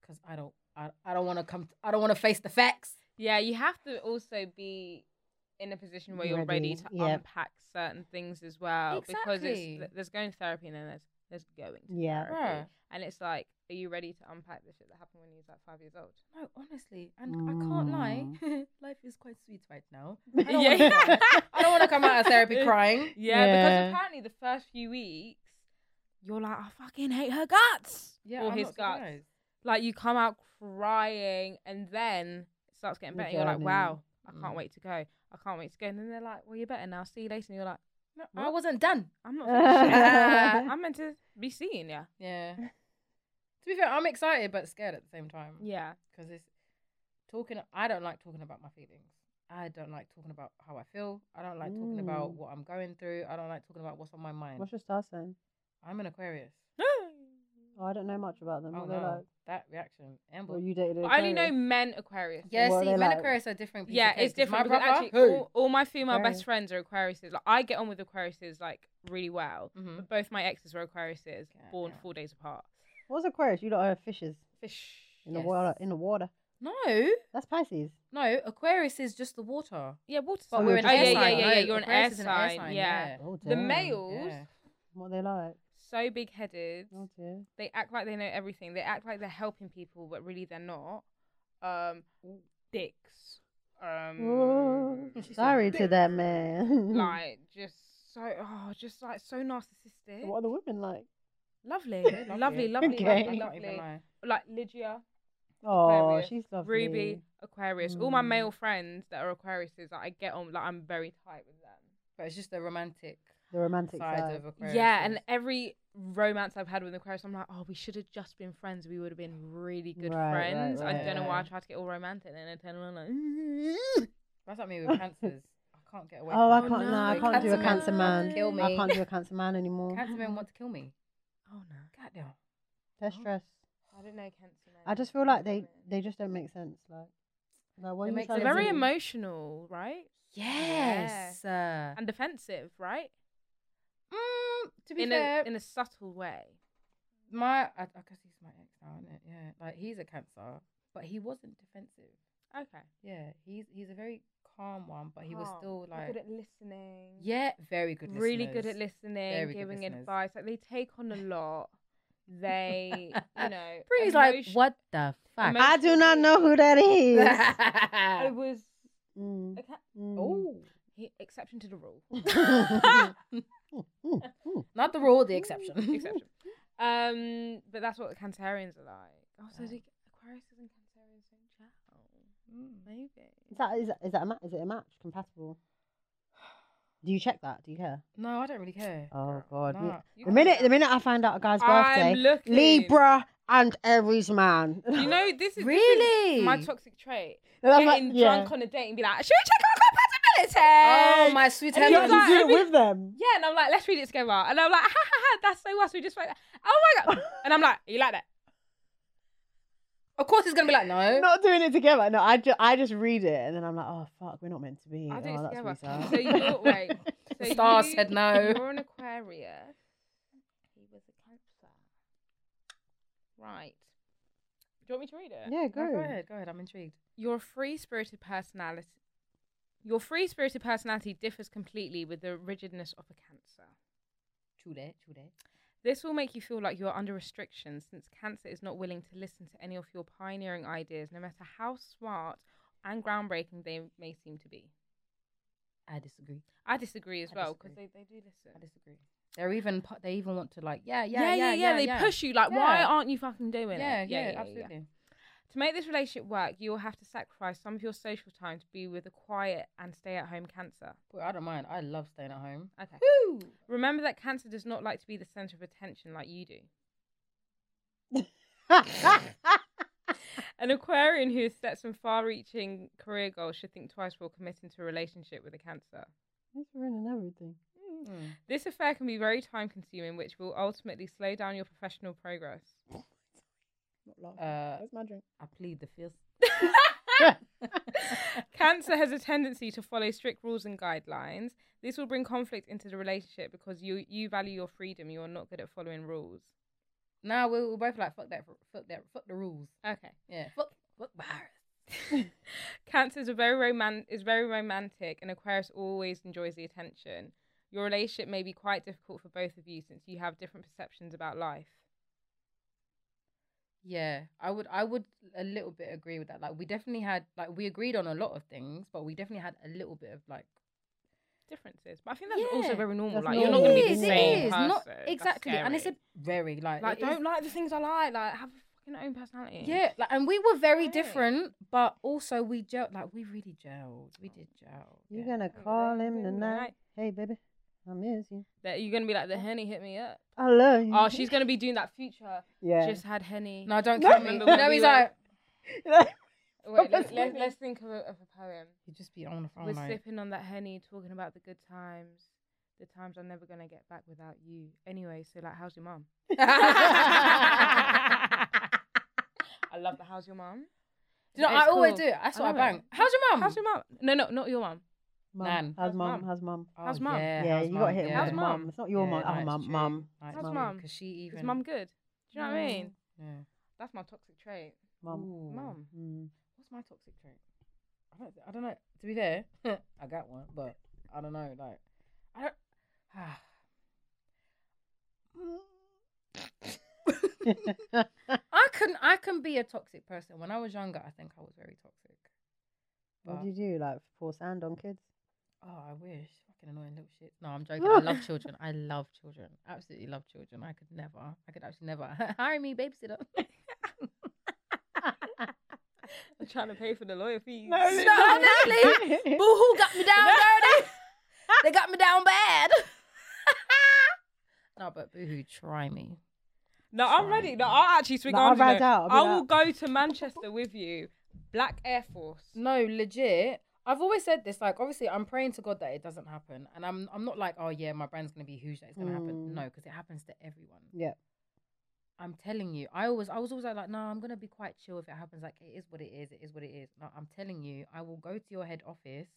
[SPEAKER 3] because I don't, I, I don't want to come, I don't want to face the facts.
[SPEAKER 1] Yeah, you have to also be in a position where you're ready,
[SPEAKER 2] Ready,
[SPEAKER 1] to
[SPEAKER 2] yeah.
[SPEAKER 1] unpack certain things as well. Because
[SPEAKER 3] Exactly.
[SPEAKER 1] it's, there's going to therapy and then there's, there's going to
[SPEAKER 2] Yeah.
[SPEAKER 1] therapy.
[SPEAKER 3] Yeah.
[SPEAKER 1] And it's like, are you ready to unpack the shit that happened when you was like five years old?
[SPEAKER 3] No, honestly, and I can't lie, life is quite sweet right now. I don't
[SPEAKER 1] Yeah.
[SPEAKER 3] wanna cry. Mm. I don't want to come out of therapy crying.
[SPEAKER 1] Yeah, because
[SPEAKER 2] Yeah.
[SPEAKER 1] apparently the first few weeks, you're like, I fucking hate her guts.
[SPEAKER 3] Yeah,
[SPEAKER 1] or
[SPEAKER 3] I'm
[SPEAKER 1] his
[SPEAKER 3] not
[SPEAKER 1] guts.
[SPEAKER 3] surprised.
[SPEAKER 1] Like you come out crying, and then it starts getting
[SPEAKER 2] The
[SPEAKER 1] better. You're like,
[SPEAKER 2] journey.
[SPEAKER 1] wow, I can't
[SPEAKER 3] Mm.
[SPEAKER 1] wait to go. I can't wait to go. And then they're like, well, you're better now. See you later. And you're like,
[SPEAKER 3] No, I
[SPEAKER 1] What?
[SPEAKER 3] wasn't done.
[SPEAKER 1] I'm not. finished yet. I'm meant to be seeing you.
[SPEAKER 3] Yeah. to be fair, I'm excited but scared at the same time.
[SPEAKER 1] Yeah.
[SPEAKER 3] because it's talking. I don't like talking about my feelings. I don't like talking about how I feel. I don't like talking about
[SPEAKER 2] Mm.
[SPEAKER 3] what I'm going through. I don't like talking about what's on my mind.
[SPEAKER 2] What's your star sign?
[SPEAKER 3] I'm an Aquarius.
[SPEAKER 2] Oh, I don't know much about them.
[SPEAKER 3] Oh
[SPEAKER 2] Are they
[SPEAKER 3] no,
[SPEAKER 2] like,
[SPEAKER 3] that reaction, Amber.
[SPEAKER 2] well, you dated.
[SPEAKER 1] I only know
[SPEAKER 2] Aquarius?
[SPEAKER 1] men Aquarius.
[SPEAKER 3] yeah,
[SPEAKER 2] What are
[SPEAKER 3] see,
[SPEAKER 2] they
[SPEAKER 3] men
[SPEAKER 2] like?
[SPEAKER 3] Aquarius are different. piece of
[SPEAKER 1] Yeah,
[SPEAKER 3] cake,
[SPEAKER 1] it's
[SPEAKER 3] 'cause
[SPEAKER 1] different
[SPEAKER 3] My
[SPEAKER 1] because
[SPEAKER 3] brother,
[SPEAKER 1] actually all, all my female
[SPEAKER 2] Aquarius.
[SPEAKER 1] best friends are Aquariuses. Like I get on with Aquariuses like really well.
[SPEAKER 3] Mhm.
[SPEAKER 1] But both my exes were Aquariuses,
[SPEAKER 3] Yeah,
[SPEAKER 1] born
[SPEAKER 3] yeah.
[SPEAKER 1] four days apart.
[SPEAKER 2] What's Aquarius? You lot are fishes
[SPEAKER 1] Fish.
[SPEAKER 2] in the water. In the water.
[SPEAKER 3] no,
[SPEAKER 2] That's Pisces.
[SPEAKER 3] no, Aquarius is just the water.
[SPEAKER 1] Yeah, water.
[SPEAKER 3] But
[SPEAKER 2] Oh,
[SPEAKER 1] sign.
[SPEAKER 3] we're
[SPEAKER 2] you're
[SPEAKER 3] an
[SPEAKER 1] oh,
[SPEAKER 2] just-
[SPEAKER 3] air
[SPEAKER 1] yeah,
[SPEAKER 3] sign.
[SPEAKER 1] yeah, yeah,
[SPEAKER 3] no,
[SPEAKER 1] yeah. You're an
[SPEAKER 3] Aquarius
[SPEAKER 1] air
[SPEAKER 3] is an air
[SPEAKER 1] sign.
[SPEAKER 3] sign,
[SPEAKER 1] yeah.
[SPEAKER 2] Oh,
[SPEAKER 1] The
[SPEAKER 2] damn.
[SPEAKER 1] males,
[SPEAKER 3] Yeah.
[SPEAKER 2] What are they like?
[SPEAKER 1] so big headed.
[SPEAKER 2] Oh dear.
[SPEAKER 1] They act like they know everything. They act like they're helping people, but really they're not. Um, dicks. Um,
[SPEAKER 2] Ooh,
[SPEAKER 3] She said
[SPEAKER 2] Sorry to
[SPEAKER 1] dick.
[SPEAKER 2] that man.
[SPEAKER 1] Like just so, oh, just like so narcissistic.
[SPEAKER 2] what are the women like?
[SPEAKER 1] Lovely,
[SPEAKER 3] They love
[SPEAKER 1] lovely, lovely,
[SPEAKER 3] you.
[SPEAKER 1] lovely,
[SPEAKER 2] Okay.
[SPEAKER 3] I
[SPEAKER 1] lovely,
[SPEAKER 3] can't even lie.
[SPEAKER 1] Like Lygia,
[SPEAKER 2] Oh,
[SPEAKER 1] Aquarius,
[SPEAKER 2] she's lovely.
[SPEAKER 1] Ruby, Aquarius. All my
[SPEAKER 2] Mm.
[SPEAKER 1] male friends that are Aquariuses, like, I get on. Like I'm very tight with them.
[SPEAKER 3] But it's just the romantic
[SPEAKER 2] The romantic
[SPEAKER 3] side,
[SPEAKER 2] side.
[SPEAKER 3] of Aquarius.
[SPEAKER 1] Yeah, and every romance I've had with Aquarius, I'm like, oh, we should have just been friends. We would have been really good
[SPEAKER 2] Right, right,
[SPEAKER 1] friends. I
[SPEAKER 3] right,
[SPEAKER 1] don't know why I
[SPEAKER 3] right.
[SPEAKER 1] tried to get all romantic, and then I turn around like,
[SPEAKER 3] that's like me with cancers. I can't get away.
[SPEAKER 2] Oh, I
[SPEAKER 3] from
[SPEAKER 2] can't.
[SPEAKER 3] them.
[SPEAKER 1] no,
[SPEAKER 2] No, I can't do a
[SPEAKER 1] cancer
[SPEAKER 2] cancer
[SPEAKER 1] man.
[SPEAKER 2] man.
[SPEAKER 3] Kill
[SPEAKER 2] I
[SPEAKER 3] me.
[SPEAKER 2] can't do a cancer man anymore.
[SPEAKER 3] Cancer men want to kill me.
[SPEAKER 1] oh no,
[SPEAKER 3] God damn.
[SPEAKER 2] They're stressed.
[SPEAKER 1] I don't know cancer.
[SPEAKER 2] I just feel like they they just don't make sense. Like, like what
[SPEAKER 3] It
[SPEAKER 2] are you
[SPEAKER 3] makes
[SPEAKER 2] trying
[SPEAKER 1] They're
[SPEAKER 2] to
[SPEAKER 3] sense.
[SPEAKER 1] very
[SPEAKER 2] do?
[SPEAKER 1] emotional, right?
[SPEAKER 3] Yes. Uh,
[SPEAKER 1] And defensive, right?
[SPEAKER 3] mm, to be
[SPEAKER 1] In
[SPEAKER 3] fair,
[SPEAKER 1] a in a subtle way.
[SPEAKER 3] my I, I guess he's my ex now, isn't it? Yeah, like he's a cancer, but he wasn't defensive.
[SPEAKER 1] Okay.
[SPEAKER 3] Yeah, he's he's a very calm one, but he was
[SPEAKER 1] Calm.
[SPEAKER 3] still
[SPEAKER 1] good
[SPEAKER 3] like
[SPEAKER 1] at listening.
[SPEAKER 3] yeah, very good.
[SPEAKER 1] really good at
[SPEAKER 3] listeners.
[SPEAKER 1] listening,
[SPEAKER 3] Very good
[SPEAKER 1] giving
[SPEAKER 3] listeners.
[SPEAKER 1] advice. Like they take on a lot. They, you know,
[SPEAKER 3] Brittany's like,
[SPEAKER 1] emotion-
[SPEAKER 3] what the fuck?
[SPEAKER 1] Emo-
[SPEAKER 2] I do not know who that is.
[SPEAKER 1] I
[SPEAKER 3] I
[SPEAKER 1] was.
[SPEAKER 2] Mm,
[SPEAKER 1] Okay.
[SPEAKER 2] mm.
[SPEAKER 3] oh,
[SPEAKER 1] He, exception to the rule.
[SPEAKER 2] Mm, mm.
[SPEAKER 3] not the rule, the exception.
[SPEAKER 1] exception. Um, but that's what the Cancerians are like. Oh, Also,
[SPEAKER 3] Yeah.
[SPEAKER 1] do Aquariuses and Cancerians don't chat.
[SPEAKER 3] Mm.
[SPEAKER 1] Maybe.
[SPEAKER 2] Is that is that, is that a ma- is it a match compatible? Do you check that? Do you care?
[SPEAKER 3] No, I don't really care.
[SPEAKER 2] Oh god. me-
[SPEAKER 3] Nah.
[SPEAKER 2] The
[SPEAKER 1] You can
[SPEAKER 2] minute
[SPEAKER 1] check.
[SPEAKER 2] the minute I find out a guy's
[SPEAKER 1] I'm
[SPEAKER 2] birthday,
[SPEAKER 1] looking.
[SPEAKER 2] Libra and Aries man.
[SPEAKER 1] You know, this is really
[SPEAKER 3] Really?
[SPEAKER 1] my toxic trait.
[SPEAKER 2] And I'm
[SPEAKER 1] Getting
[SPEAKER 2] like, yeah.
[SPEAKER 1] drunk on a date and be like, should we check our
[SPEAKER 3] Oh
[SPEAKER 1] compatibility?
[SPEAKER 3] my sweet
[SPEAKER 1] And
[SPEAKER 2] You
[SPEAKER 1] he's
[SPEAKER 3] heavens!
[SPEAKER 2] actually
[SPEAKER 1] like-
[SPEAKER 2] do it with them.
[SPEAKER 1] Yeah, and I'm like, let's read it together. And I'm like, ha ha ha, that's so us. We just like, oh my god. and I'm like, you like that?
[SPEAKER 3] Of course, he's gonna be like, no.
[SPEAKER 2] Not doing it together. No, I just I just read it and then I'm like, oh fuck, we're not meant to be.
[SPEAKER 1] I'll do
[SPEAKER 2] oh,
[SPEAKER 1] it
[SPEAKER 2] that's
[SPEAKER 1] together.
[SPEAKER 2] really
[SPEAKER 1] So
[SPEAKER 2] sad.
[SPEAKER 1] you're wait. So
[SPEAKER 3] The stars
[SPEAKER 1] you-
[SPEAKER 3] said no.
[SPEAKER 1] You're an Aquarius. He was a Cancer. Right. Do you want me to read it?
[SPEAKER 2] Yeah,
[SPEAKER 3] No, Go
[SPEAKER 2] go.
[SPEAKER 3] ahead, go ahead. I'm intrigued.
[SPEAKER 1] Your free spirited personality. Your free spirited personality differs completely with the rigidness of a Cancer.
[SPEAKER 3] True that, true that.
[SPEAKER 1] This will make you feel like you are under restriction since Cancer is not willing to listen to any of your pioneering ideas, no matter how smart and groundbreaking they may seem to be.
[SPEAKER 3] I disagree.
[SPEAKER 1] I disagree as
[SPEAKER 3] I
[SPEAKER 1] well because they,
[SPEAKER 3] disagree.
[SPEAKER 1] they do listen.
[SPEAKER 3] I disagree. They're even pu- they even want to like yeah yeah
[SPEAKER 1] yeah, yeah, yeah, They push you like,
[SPEAKER 3] Yeah.
[SPEAKER 1] why aren't you fucking doing
[SPEAKER 3] Yeah,
[SPEAKER 1] it?
[SPEAKER 3] yeah, absolutely.
[SPEAKER 1] To make this relationship work, you will have to sacrifice some of your social time to be with the quiet and stay at home cancer.
[SPEAKER 3] Boy, I don't mind. I love staying at home.
[SPEAKER 1] Okay.
[SPEAKER 3] Woo!
[SPEAKER 1] Remember that cancer does not like to be the center of attention like you do. An Aquarian who has set some far reaching career goals should think twice before committing to a relationship with a cancer.
[SPEAKER 2] It's ruining everything.
[SPEAKER 1] This affair can be very time consuming, which will ultimately slow down your professional progress.
[SPEAKER 2] Not laughing.
[SPEAKER 3] Uh,
[SPEAKER 2] Where's my drink?
[SPEAKER 3] I plead the fifth.
[SPEAKER 1] Cancer has a tendency to follow strict rules and guidelines. This will bring conflict into the relationship because you, you value your freedom. You are not good at following rules.
[SPEAKER 3] Now we we're both like fuck that, fuck that, fuck the rules.
[SPEAKER 1] Okay.
[SPEAKER 3] Yeah, fuck, fuck virus.
[SPEAKER 1] Cancer is a very roman- is very romantic, and Aquarius always enjoys the attention. Your relationship may be quite difficult for both of you since you have different perceptions about life.
[SPEAKER 3] Yeah, I would, I would a little bit agree with that. Like we definitely had, like we agreed on a lot of things, but we definitely had a little bit of like.
[SPEAKER 1] Differences, but I think that's also
[SPEAKER 3] Yeah.
[SPEAKER 1] very normal.
[SPEAKER 2] That's
[SPEAKER 1] like you're not going to be
[SPEAKER 2] normal.
[SPEAKER 1] the
[SPEAKER 2] It
[SPEAKER 1] same
[SPEAKER 2] is,
[SPEAKER 1] person.
[SPEAKER 3] not
[SPEAKER 1] That's
[SPEAKER 3] exactly, and it's
[SPEAKER 1] scary.
[SPEAKER 3] a very like
[SPEAKER 1] like
[SPEAKER 3] it is-
[SPEAKER 1] don't like the things I like. Like have a fucking own personality.
[SPEAKER 3] Yeah, like, and we were very
[SPEAKER 1] Yeah.
[SPEAKER 3] different, but also we gelled. Like we really gelled. We did gel.
[SPEAKER 2] You
[SPEAKER 3] yeah.
[SPEAKER 2] gonna
[SPEAKER 1] Hey,
[SPEAKER 2] call
[SPEAKER 1] baby,
[SPEAKER 2] him tonight?
[SPEAKER 1] tonight.
[SPEAKER 2] Hey, baby, I miss you.
[SPEAKER 1] that you're gonna be like the Henny hit me up.
[SPEAKER 2] I love you.
[SPEAKER 1] Oh, she's gonna be doing that future.
[SPEAKER 2] yeah.
[SPEAKER 1] Just had Henny.
[SPEAKER 3] No, don't
[SPEAKER 2] No.
[SPEAKER 3] tell me.
[SPEAKER 1] Remember when
[SPEAKER 3] No,
[SPEAKER 1] we
[SPEAKER 3] he's
[SPEAKER 1] were-
[SPEAKER 3] like.
[SPEAKER 1] Wait, let's, let's, let's think of a, of a poem.
[SPEAKER 3] He'd just be on the phone
[SPEAKER 1] We're
[SPEAKER 3] like.
[SPEAKER 1] sipping on that honey, talking about the good times, the times I'm never gonna get back without you. Anyway, so like, how's your mum? I love the how's your mum.
[SPEAKER 3] you know,
[SPEAKER 1] It's
[SPEAKER 3] I always
[SPEAKER 1] cool.
[SPEAKER 3] do. it. That's what I
[SPEAKER 1] love it.
[SPEAKER 3] bang. How's your mum?
[SPEAKER 1] How's your mum? No, no, not your mum.
[SPEAKER 2] mum,
[SPEAKER 3] Nan.
[SPEAKER 2] How's
[SPEAKER 1] How's
[SPEAKER 2] mum?
[SPEAKER 1] mum?
[SPEAKER 2] How's mum?
[SPEAKER 3] Oh,
[SPEAKER 1] how's mum?
[SPEAKER 3] Yeah,
[SPEAKER 2] Yeah,
[SPEAKER 3] how's
[SPEAKER 2] you got
[SPEAKER 3] mum,
[SPEAKER 2] hit with
[SPEAKER 3] yeah.
[SPEAKER 1] How's
[SPEAKER 2] mum.
[SPEAKER 1] mum?
[SPEAKER 2] It's not your
[SPEAKER 3] Yeah,
[SPEAKER 2] mum.
[SPEAKER 3] no,
[SPEAKER 2] Oh,
[SPEAKER 3] it's
[SPEAKER 2] mum,
[SPEAKER 3] true.
[SPEAKER 2] mum.
[SPEAKER 3] Like,
[SPEAKER 1] How's
[SPEAKER 3] mum,
[SPEAKER 1] mum?
[SPEAKER 3] Because she even. Mm.
[SPEAKER 1] Is mum good? Do you know what I mean?
[SPEAKER 3] Yeah.
[SPEAKER 1] That's my toxic trait.
[SPEAKER 2] Mum.
[SPEAKER 3] Ooh.
[SPEAKER 1] Mum.
[SPEAKER 2] Mm.
[SPEAKER 3] What's my toxic trait? I don't. I don't know. To be fair, I got one, but I don't know. Like, I don't. I can. I can be a toxic person. When I was younger, I think I was very toxic.
[SPEAKER 2] What
[SPEAKER 3] But-
[SPEAKER 2] do you do? Like pour sand on kids?
[SPEAKER 3] Oh, I wish. Fucking annoying little shit. No, I'm joking. I love children. I love children. Absolutely love children. I could never. I could actually never hire me babysitter.
[SPEAKER 1] I'm trying to pay for the lawyer fees.
[SPEAKER 3] No, honestly, boo hoo got me down dirty. they got me down bad. no, but boo hoo, try me.
[SPEAKER 1] No, I'm ready. No, I'll actually swing
[SPEAKER 2] No, I'll
[SPEAKER 1] arms. you
[SPEAKER 2] ride
[SPEAKER 1] know.
[SPEAKER 2] out. I'll
[SPEAKER 1] I
[SPEAKER 2] be
[SPEAKER 1] will
[SPEAKER 2] like-
[SPEAKER 1] go to Manchester with you. Black Air Force.
[SPEAKER 3] No, legit. I've always said this. Like, obviously, I'm praying to God that it doesn't happen, and I'm I'm not like, oh yeah, my brand's gonna be huge. That it's gonna
[SPEAKER 2] Mm.
[SPEAKER 3] happen. No, because it happens to everyone.
[SPEAKER 2] Yeah.
[SPEAKER 3] I'm telling you, I always, I was always like, no, I'm gonna be quite chill if it happens. Like, it is what it is. It is what it is. No, I'm telling you, I will go to your head office.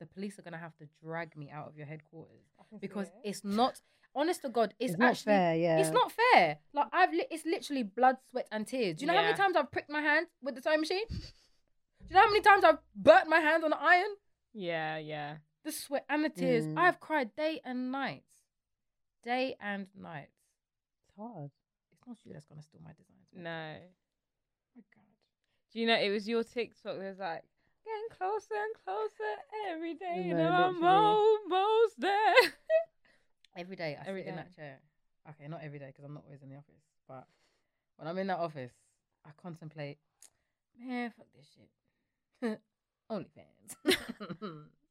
[SPEAKER 3] The police are gonna have to drag me out of your headquarters because it's not. Honest to God, it's,
[SPEAKER 2] It's not
[SPEAKER 3] actually
[SPEAKER 2] fair, yeah.
[SPEAKER 3] it's not fair. Like I've, li- it's literally blood, sweat, and tears. Do you know how
[SPEAKER 1] Yeah.
[SPEAKER 3] many times I've pricked my hand with the sewing machine? Do you know how many times I've burnt my hand on the iron?
[SPEAKER 1] Yeah, yeah.
[SPEAKER 3] The sweat and the tears.
[SPEAKER 2] Mm.
[SPEAKER 3] I've cried day and night, day and night.
[SPEAKER 2] It's hard.
[SPEAKER 3] It's not you that's gonna steal my designs. man.
[SPEAKER 1] No.
[SPEAKER 3] Oh my God.
[SPEAKER 1] Do you know it was your TikTok that was like getting closer and closer every day,
[SPEAKER 2] You
[SPEAKER 1] you
[SPEAKER 2] know,
[SPEAKER 1] know, I'm
[SPEAKER 2] literally.
[SPEAKER 1] almost there.
[SPEAKER 3] Every day I
[SPEAKER 1] Every
[SPEAKER 3] sit in
[SPEAKER 1] day.
[SPEAKER 3] that chair. Okay, not every day because I'm not always in the office. But when I'm in that office, I contemplate. Man, fuck this shit. OnlyFans.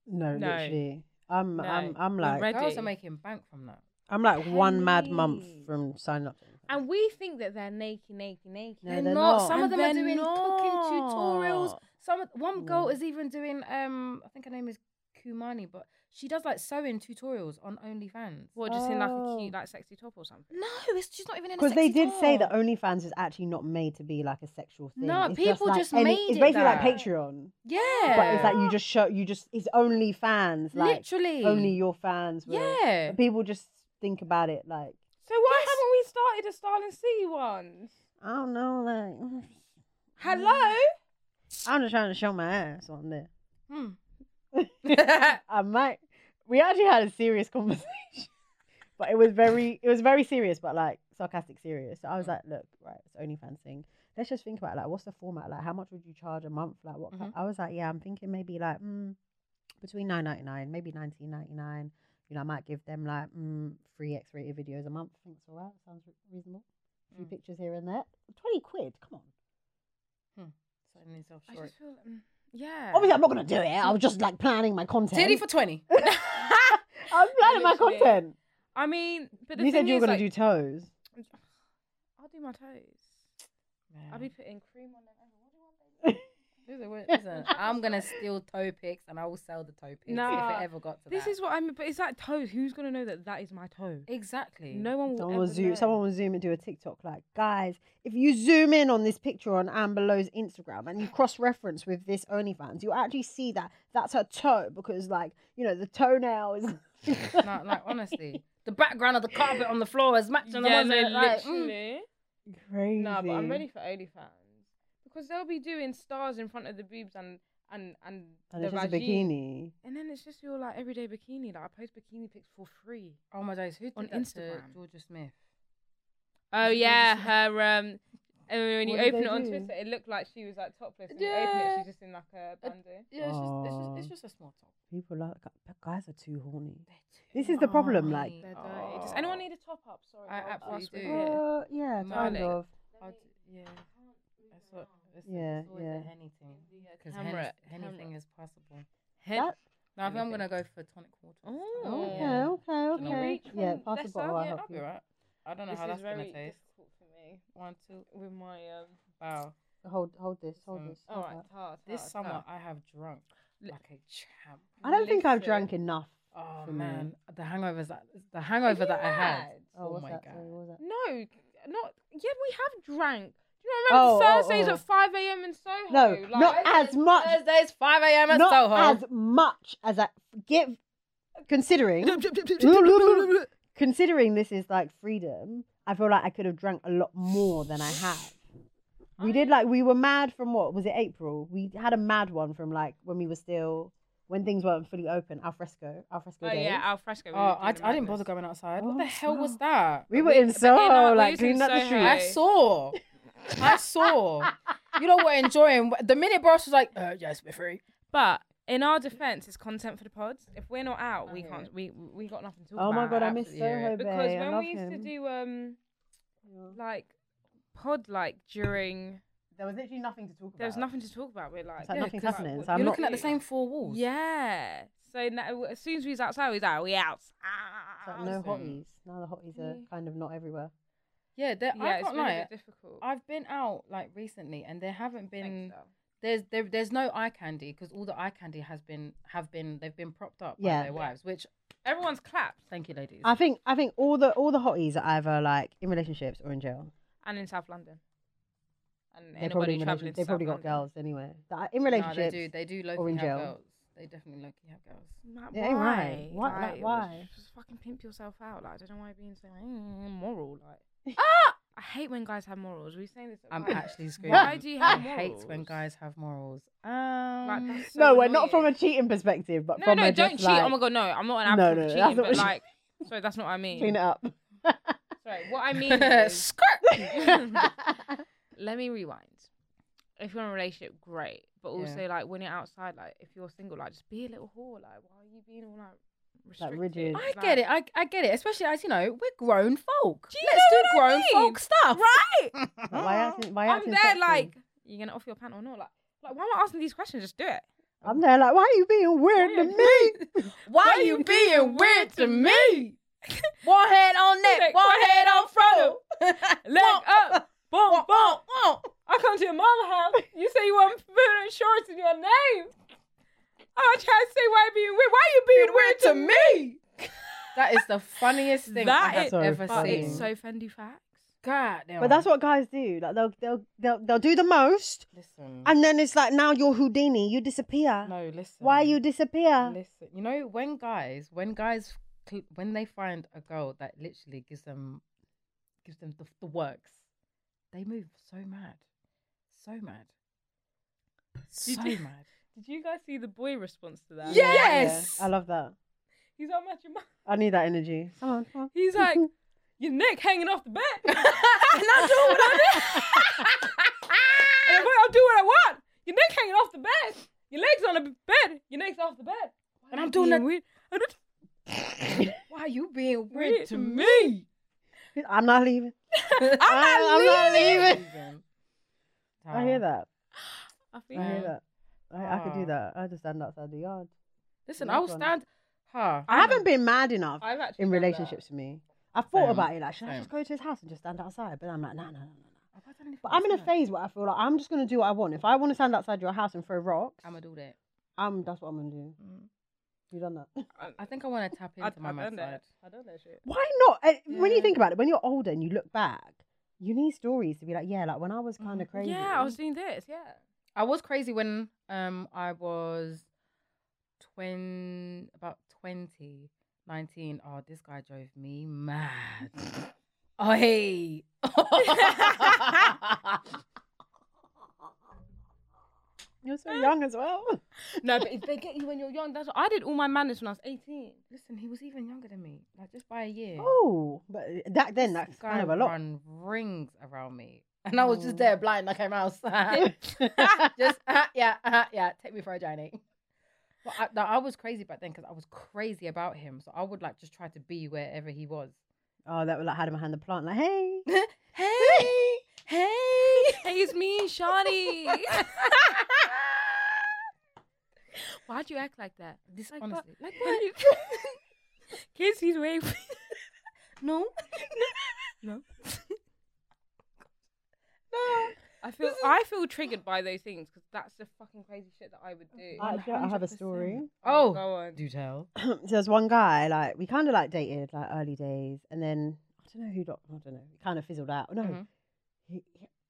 [SPEAKER 2] No,
[SPEAKER 1] No.
[SPEAKER 2] literally. I'm,
[SPEAKER 1] No.
[SPEAKER 2] I'm, I'm
[SPEAKER 1] I'm
[SPEAKER 2] like,
[SPEAKER 1] ready.
[SPEAKER 3] Girls
[SPEAKER 1] Ready.
[SPEAKER 3] are making bank from that.
[SPEAKER 2] I'm like one mad month
[SPEAKER 1] Pennies.
[SPEAKER 2] from signing up. to anything.
[SPEAKER 1] and we think that they're naked, naked, naked.
[SPEAKER 2] No,
[SPEAKER 3] they're,
[SPEAKER 2] they're
[SPEAKER 3] not.
[SPEAKER 2] not.
[SPEAKER 3] Some of
[SPEAKER 1] And
[SPEAKER 3] them are
[SPEAKER 1] they're
[SPEAKER 3] doing
[SPEAKER 1] not.
[SPEAKER 3] cooking tutorials. Some of- one girl
[SPEAKER 2] Mm.
[SPEAKER 3] is even doing um I think her name is Kumani, but she does like sewing tutorials on OnlyFans.
[SPEAKER 1] What, just in like a
[SPEAKER 2] Oh.
[SPEAKER 1] cute, like sexy top or something?
[SPEAKER 3] No, it's, she's not even in. a
[SPEAKER 2] Because they
[SPEAKER 3] sexy
[SPEAKER 2] did say that
[SPEAKER 3] top.
[SPEAKER 2] OnlyFans is actually not made to be like a sexual thing.
[SPEAKER 3] No,
[SPEAKER 2] It's
[SPEAKER 3] people
[SPEAKER 2] like
[SPEAKER 3] just
[SPEAKER 2] any-
[SPEAKER 3] made
[SPEAKER 2] It's
[SPEAKER 3] it
[SPEAKER 2] basically like
[SPEAKER 3] that.
[SPEAKER 2] Patreon,
[SPEAKER 3] Yeah,
[SPEAKER 2] but it's like you just show, you just it's OnlyFans, like
[SPEAKER 3] literally
[SPEAKER 2] only your fans. Will.
[SPEAKER 3] Yeah.
[SPEAKER 2] But people just think about it like
[SPEAKER 1] So why Mm. haven't we started a Style and City one?
[SPEAKER 2] I don't know, like
[SPEAKER 1] Hello?
[SPEAKER 2] I'm just trying to show my ass on there.
[SPEAKER 3] Hmm.
[SPEAKER 2] I might. We actually had a serious conversation, but it was very, it was very serious, but like sarcastic serious. So I was like, look, right, it's OnlyFans thing. Let's just think about like, what's the format? Like, how much would you charge a month? Like, what?
[SPEAKER 3] Mm-hmm.
[SPEAKER 2] ki- I was like, yeah, I'm thinking maybe like mm, between nine ninety nine, maybe nineteen ninety nine. You know, I might give them like mm, three X rated videos a month. I think it's all right. Sounds re- reasonable. A few
[SPEAKER 3] Mm.
[SPEAKER 2] pictures here and there. Twenty quid. Come on.
[SPEAKER 3] Hmm.
[SPEAKER 2] Selling yourself
[SPEAKER 1] I
[SPEAKER 2] short.
[SPEAKER 1] just feel. mm, yeah.
[SPEAKER 2] Obviously, I'm not gonna do it. I was just like planning my content.
[SPEAKER 3] Titty for 20.
[SPEAKER 2] I'm planning my
[SPEAKER 1] Literally.
[SPEAKER 2] content.
[SPEAKER 1] I mean, but the
[SPEAKER 2] You
[SPEAKER 1] thing
[SPEAKER 2] said you were
[SPEAKER 1] is,
[SPEAKER 2] gonna
[SPEAKER 1] like,
[SPEAKER 2] do toes.
[SPEAKER 1] I'll do my toes. I'll be putting cream on them.
[SPEAKER 3] Listen, wait- listen, I'm gonna steal toe picks and I will sell the toe picks if
[SPEAKER 1] Nah,
[SPEAKER 3] it ever got to
[SPEAKER 1] This
[SPEAKER 3] that.
[SPEAKER 1] is what I mean, but it's that toes. Who's gonna know that that is my toe?
[SPEAKER 3] exactly
[SPEAKER 1] No one
[SPEAKER 2] Mm.
[SPEAKER 1] will
[SPEAKER 2] Someone
[SPEAKER 1] ever
[SPEAKER 2] will zoom.
[SPEAKER 1] know.
[SPEAKER 2] Someone will zoom and do a TikTok like, guys, if you zoom in on this picture on Anne Below's Instagram and you cross reference with this OnlyFans, you'll actually see that that's her toe because, like, you know, the toenail is.
[SPEAKER 3] No, like honestly, the background of the carpet on the floor is matching
[SPEAKER 1] Yeah,
[SPEAKER 3] the
[SPEAKER 1] no,
[SPEAKER 3] one like, mm.
[SPEAKER 1] literally.
[SPEAKER 2] Crazy.
[SPEAKER 1] Nah, but I'm ready for OnlyFans because they'll be doing stars in front of the boobs and and and,
[SPEAKER 2] And
[SPEAKER 1] the
[SPEAKER 2] it's just a
[SPEAKER 1] vagine.
[SPEAKER 2] bikini.
[SPEAKER 1] And then it's just your like everyday bikini. Like I post bikini pics for free.
[SPEAKER 3] Oh my days, who did
[SPEAKER 1] On
[SPEAKER 3] that
[SPEAKER 1] Instagram.
[SPEAKER 3] to Georgia Smith?
[SPEAKER 1] Oh
[SPEAKER 3] Just-
[SPEAKER 1] yeah,
[SPEAKER 3] just-
[SPEAKER 1] her um. And when you
[SPEAKER 2] What did
[SPEAKER 1] open
[SPEAKER 2] they
[SPEAKER 1] it on
[SPEAKER 2] do?
[SPEAKER 1] Twitter, it looked like she was like topless. And yeah. you open it,
[SPEAKER 3] Yeah.
[SPEAKER 1] she's just in like a bandeau.
[SPEAKER 3] Yeah, it's just, it's
[SPEAKER 2] Oh.
[SPEAKER 3] just, it's just a small top.
[SPEAKER 2] People like guys are too horny. This is the problem, like-
[SPEAKER 3] horny.
[SPEAKER 1] They're dirty. Does anyone
[SPEAKER 2] Oh.
[SPEAKER 1] need a top up? Sorry,
[SPEAKER 3] I
[SPEAKER 1] that was
[SPEAKER 3] absolutely
[SPEAKER 1] last
[SPEAKER 3] do.
[SPEAKER 1] week.
[SPEAKER 3] Yeah.
[SPEAKER 2] Uh, yeah, kind
[SPEAKER 3] Darling.
[SPEAKER 2] of.
[SPEAKER 3] I'd- yeah. That's what, that's
[SPEAKER 2] Yeah,
[SPEAKER 3] it's always
[SPEAKER 2] yeah.
[SPEAKER 3] a Henny thing. Because
[SPEAKER 1] Camera,
[SPEAKER 3] anything is possible.
[SPEAKER 2] That-
[SPEAKER 3] No, I think I'm gonna go for tonic water.
[SPEAKER 1] Oh.
[SPEAKER 2] okay,
[SPEAKER 3] Yeah.
[SPEAKER 2] okay,
[SPEAKER 3] Can I
[SPEAKER 2] okay.
[SPEAKER 1] reach
[SPEAKER 2] Yeah,
[SPEAKER 1] from
[SPEAKER 2] pass the
[SPEAKER 1] this
[SPEAKER 2] bottle.
[SPEAKER 1] side?
[SPEAKER 2] I'll
[SPEAKER 3] Yeah,
[SPEAKER 2] help
[SPEAKER 3] I'll be
[SPEAKER 2] you.
[SPEAKER 3] right. I don't know
[SPEAKER 1] This
[SPEAKER 3] how
[SPEAKER 1] is
[SPEAKER 3] that's
[SPEAKER 1] very
[SPEAKER 3] gonna taste.
[SPEAKER 1] difficult for me
[SPEAKER 3] One, two,
[SPEAKER 1] with my um.
[SPEAKER 3] wow.
[SPEAKER 2] Hold, hold this, hold
[SPEAKER 3] Mm.
[SPEAKER 2] this.
[SPEAKER 1] All
[SPEAKER 2] hold
[SPEAKER 1] right,
[SPEAKER 2] that.
[SPEAKER 1] tart,
[SPEAKER 3] This
[SPEAKER 1] tart,
[SPEAKER 3] summer
[SPEAKER 1] tart.
[SPEAKER 3] I have drunk
[SPEAKER 1] Li-
[SPEAKER 3] like a champ.
[SPEAKER 2] I don't think I've
[SPEAKER 1] Listen.
[SPEAKER 2] drank enough.
[SPEAKER 3] Oh
[SPEAKER 2] for me.
[SPEAKER 3] man, the hangovers that the hangover
[SPEAKER 1] you
[SPEAKER 3] that I had.
[SPEAKER 1] mad?
[SPEAKER 2] Oh,
[SPEAKER 3] Oh
[SPEAKER 2] what's
[SPEAKER 3] my
[SPEAKER 2] that? Sorry,
[SPEAKER 3] god.
[SPEAKER 2] what was that?
[SPEAKER 1] No, not yeah. We have drank. Do you
[SPEAKER 2] Oh,
[SPEAKER 1] not remember
[SPEAKER 2] oh,
[SPEAKER 1] Thursdays
[SPEAKER 2] oh.
[SPEAKER 1] at five a.m. in Soho?
[SPEAKER 2] No, not as much.
[SPEAKER 3] Thursdays, five a.m. at
[SPEAKER 2] not
[SPEAKER 3] Soho.
[SPEAKER 2] as much as I give. Considering, considering this is like freedom, I feel like I could have drank a lot more than I have. We did like we were mad from what was it April? We had a mad one from like when we were still when things weren't fully open. Alfresco, alfresco
[SPEAKER 1] Oh
[SPEAKER 2] days.
[SPEAKER 1] yeah, al fresco. we
[SPEAKER 3] Oh,
[SPEAKER 1] were doing
[SPEAKER 3] I, I didn't
[SPEAKER 1] madness.
[SPEAKER 3] bother going outside.
[SPEAKER 2] Oh,
[SPEAKER 3] what the hell was
[SPEAKER 2] wow.
[SPEAKER 3] that?
[SPEAKER 2] we were in Soho,
[SPEAKER 1] you know what? We
[SPEAKER 2] like
[SPEAKER 1] used to in
[SPEAKER 2] cleaning up the
[SPEAKER 1] Soho.
[SPEAKER 2] street.
[SPEAKER 3] I saw. I saw. You know what? Enjoying the minute, bro. She was like, uh, "Yes, we're free."
[SPEAKER 1] But in our defense, it's content for the pods. If we're not out, we
[SPEAKER 3] hear
[SPEAKER 1] can't. We we got nothing to.
[SPEAKER 2] Oh my
[SPEAKER 1] about.
[SPEAKER 2] god, I
[SPEAKER 3] Absolutely
[SPEAKER 2] miss
[SPEAKER 3] hear it.
[SPEAKER 2] Soho Bay.
[SPEAKER 1] Because
[SPEAKER 2] I
[SPEAKER 1] when
[SPEAKER 2] love
[SPEAKER 1] we used to
[SPEAKER 2] him.
[SPEAKER 1] do um like pod like during
[SPEAKER 2] there was literally nothing to talk about.
[SPEAKER 1] there was nothing to talk about. We're like,
[SPEAKER 2] It's like
[SPEAKER 1] yeah,
[SPEAKER 2] nothing's
[SPEAKER 1] 'cause,
[SPEAKER 2] happening,
[SPEAKER 1] what
[SPEAKER 2] so I'm
[SPEAKER 1] do you
[SPEAKER 3] You're
[SPEAKER 2] not-
[SPEAKER 3] looking at the
[SPEAKER 1] do?
[SPEAKER 3] same four walls.
[SPEAKER 1] Yeah. So now, as soon as we was outside, we was like, we out. Mm.
[SPEAKER 2] It's like no
[SPEAKER 3] Awesome.
[SPEAKER 2] hotties. Now the hotties are
[SPEAKER 3] Yeah.
[SPEAKER 2] kind of not everywhere.
[SPEAKER 3] yeah. there-
[SPEAKER 1] Yeah,
[SPEAKER 3] I
[SPEAKER 1] it's
[SPEAKER 3] can't
[SPEAKER 1] been a
[SPEAKER 3] lie.
[SPEAKER 1] bit difficult.
[SPEAKER 3] I've been out like recently, and there haven't been.
[SPEAKER 1] Thanks, though.
[SPEAKER 3] there's there, there's no eye candy because all the eye candy has been have been they've been propped up
[SPEAKER 2] Yeah.
[SPEAKER 3] by their wives. Which
[SPEAKER 1] Everyone's clapped
[SPEAKER 3] thank you, ladies.
[SPEAKER 2] I think I think all the all the hotties are either like in relationships or in jail.
[SPEAKER 1] and in South London. And
[SPEAKER 2] They probably
[SPEAKER 1] anybody
[SPEAKER 2] in
[SPEAKER 1] traveling,
[SPEAKER 2] relation-
[SPEAKER 1] to
[SPEAKER 2] they
[SPEAKER 1] South
[SPEAKER 2] probably got
[SPEAKER 1] London.
[SPEAKER 2] girls anyway. That are in
[SPEAKER 3] No,
[SPEAKER 2] relationships.
[SPEAKER 3] they do they do
[SPEAKER 2] or
[SPEAKER 3] low
[SPEAKER 2] in
[SPEAKER 3] have
[SPEAKER 2] jail.
[SPEAKER 3] girls. They definitely low have girls.
[SPEAKER 1] Like,
[SPEAKER 2] It ain't right. Why- like,
[SPEAKER 1] it was-
[SPEAKER 2] why?
[SPEAKER 1] Just fucking pimp yourself out. Like, I don't know why you're being so mm, moral. Like, ah! I hate when guys have morals. Were you saying this? at
[SPEAKER 3] I'm
[SPEAKER 1] work?
[SPEAKER 3] actually screaming.
[SPEAKER 1] Why do you have
[SPEAKER 3] I hate
[SPEAKER 1] morals?
[SPEAKER 3] when guys have morals.
[SPEAKER 1] Like,
[SPEAKER 3] Um,
[SPEAKER 1] that's so
[SPEAKER 2] no, we're not from a
[SPEAKER 1] annoying.
[SPEAKER 2] cheating perspective, but
[SPEAKER 1] No,
[SPEAKER 2] from
[SPEAKER 1] no,
[SPEAKER 2] a
[SPEAKER 1] don't
[SPEAKER 2] just
[SPEAKER 1] cheat.
[SPEAKER 2] like
[SPEAKER 1] oh my god, no, I'm not an
[SPEAKER 2] No, no,
[SPEAKER 1] advocate for
[SPEAKER 2] that's
[SPEAKER 1] cheating,
[SPEAKER 2] not
[SPEAKER 1] but
[SPEAKER 2] what she-
[SPEAKER 1] like, sorry, that's not what I mean.
[SPEAKER 2] clean it up.
[SPEAKER 1] Sorry, what I mean is, let me rewind. If you're in a relationship, great, but
[SPEAKER 3] Yeah.
[SPEAKER 1] also like when you're outside, like if you're single, like just be a little whore. Like, why are you being all like restricted?
[SPEAKER 2] rigid.
[SPEAKER 3] I get it. I, I get it. Especially as you know, we're grown folk.
[SPEAKER 1] Do you
[SPEAKER 3] Let's
[SPEAKER 1] know
[SPEAKER 3] do
[SPEAKER 1] what I
[SPEAKER 3] grown
[SPEAKER 1] mean?
[SPEAKER 3] folk stuff.
[SPEAKER 1] right?
[SPEAKER 2] But why acting, why
[SPEAKER 1] I'm
[SPEAKER 2] acting
[SPEAKER 1] there,
[SPEAKER 2] sexy?
[SPEAKER 1] like, you're gonna off your pant or not? Like, like, why am I asking these questions? Just do it.
[SPEAKER 2] I'm there like why are you being weird to me?
[SPEAKER 3] Why are you being weird to me? One head on neck,
[SPEAKER 1] Like,
[SPEAKER 3] one
[SPEAKER 1] one
[SPEAKER 3] head on front.
[SPEAKER 1] Leg up, boom, boom.
[SPEAKER 3] Oh,
[SPEAKER 1] I come to your mama's house. You say you want food and shorts in your name. I try to say why you being weird. Why you being weird to me?
[SPEAKER 3] me. That is the funniest thing I
[SPEAKER 1] That
[SPEAKER 3] have
[SPEAKER 1] is-
[SPEAKER 2] But
[SPEAKER 3] ever
[SPEAKER 1] But
[SPEAKER 3] seen.
[SPEAKER 1] it's so Fendi facts.
[SPEAKER 3] God damn.
[SPEAKER 2] But that's what guys do. Like they'll they'll they'll, they'll do the most
[SPEAKER 1] Mm.
[SPEAKER 3] Listen.
[SPEAKER 2] and then it's like now you're Houdini, you disappear.
[SPEAKER 3] no, listen.
[SPEAKER 2] Why you uh, disappear?
[SPEAKER 3] Listen. You know when guys, when guys, cl- when they find a girl that literally gives them, gives them the, the works, they move so mad, so mad, so
[SPEAKER 1] do-
[SPEAKER 3] mad.
[SPEAKER 1] Did you guys see the boy response to that?
[SPEAKER 3] Yeah.
[SPEAKER 2] Yeah,
[SPEAKER 3] Yes!
[SPEAKER 2] I love that.
[SPEAKER 1] He's on match your mum.
[SPEAKER 2] I need that energy. Come on, come on.
[SPEAKER 1] He's like, your neck hanging off the back. and
[SPEAKER 3] I do what I
[SPEAKER 1] I'm like, I'll do what I want. Your neck hanging off the bed. Your legs on the b- bed. Your neck's off the bed. Why
[SPEAKER 3] And
[SPEAKER 1] are
[SPEAKER 3] I'm
[SPEAKER 1] you
[SPEAKER 3] doing
[SPEAKER 1] being
[SPEAKER 3] that-
[SPEAKER 1] weird. I'm just
[SPEAKER 3] Why are you being
[SPEAKER 1] weird
[SPEAKER 3] weird
[SPEAKER 1] to
[SPEAKER 3] to me?
[SPEAKER 2] I'm not leaving.
[SPEAKER 3] I'm
[SPEAKER 2] I'm not leaving. I hear that.
[SPEAKER 1] I think.
[SPEAKER 2] I hear
[SPEAKER 3] Yeah.
[SPEAKER 2] that. I, I could
[SPEAKER 1] Ah.
[SPEAKER 2] do that. I just stand outside the yard.
[SPEAKER 3] Listen,
[SPEAKER 2] Nice
[SPEAKER 3] I'll
[SPEAKER 2] one.
[SPEAKER 3] stand her.
[SPEAKER 2] I haven't been mad enough
[SPEAKER 1] I've actually
[SPEAKER 2] in
[SPEAKER 1] done that.
[SPEAKER 2] relationships to me. I thought
[SPEAKER 3] Same.
[SPEAKER 2] about it like, should I just
[SPEAKER 3] Same.
[SPEAKER 2] go to his house and just stand outside? But I'm like, no, no, no, no.
[SPEAKER 3] Have I done anything
[SPEAKER 2] But I'm in a
[SPEAKER 3] outside?
[SPEAKER 2] phase where I feel like I'm just gonna do what I want. If I want to stand outside your house and throw rocks,
[SPEAKER 3] I'ma do that.
[SPEAKER 2] I'm that's what I'm gonna do.
[SPEAKER 1] Mm.
[SPEAKER 2] You done that?
[SPEAKER 3] I think I want to tap
[SPEAKER 1] I, I,
[SPEAKER 3] into my
[SPEAKER 1] done
[SPEAKER 3] mad side.
[SPEAKER 1] that. I done that shit.
[SPEAKER 2] Why not? Uh, When you
[SPEAKER 1] Yeah.
[SPEAKER 2] think about it, when you're older and you look back, you need stories to be like, yeah, like when I was kind of crazy.
[SPEAKER 1] Yeah, I was doing this. Yeah.
[SPEAKER 3] I was crazy when um I was twen about 20, 19. Oh, this guy drove me mad. oh hey.
[SPEAKER 2] You're so young as well.
[SPEAKER 1] No, but if they get you when you're young, that's what I did all my manners when I was 18.
[SPEAKER 3] Listen, he was even younger than me, like just by a year.
[SPEAKER 2] Oh, but that then
[SPEAKER 3] This
[SPEAKER 2] that's kind of
[SPEAKER 3] guy
[SPEAKER 2] a lot.
[SPEAKER 3] Run rings around me, and I was
[SPEAKER 2] Oh.
[SPEAKER 3] just there blind like a mouse. just uh, yeah, uh, yeah. Take me for a journey. But I, no, I was crazy back then because I was crazy about him. So I would like just try to be wherever he was.
[SPEAKER 2] Oh, that would like had him behind the plant, like, hey.
[SPEAKER 3] Hey, hey,
[SPEAKER 1] Hey, it's me, Shawty. Why'd you act like that?
[SPEAKER 3] This
[SPEAKER 1] Like,
[SPEAKER 3] honestly,
[SPEAKER 1] what? Like what? Kids, he's way.
[SPEAKER 3] no,
[SPEAKER 1] no.
[SPEAKER 3] no.
[SPEAKER 1] I feel I feel triggered by those things because that's the fucking crazy shit that I would do.
[SPEAKER 2] I, do you know, I have a story.
[SPEAKER 3] 100%.
[SPEAKER 1] Oh,
[SPEAKER 3] Oh,
[SPEAKER 1] go on.
[SPEAKER 3] do tell.
[SPEAKER 2] so there's one guy like we kind of like dated like early days, and then I don't know who. Got, I don't know. He kind of fizzled out. No,
[SPEAKER 3] Mhm.
[SPEAKER 2] he,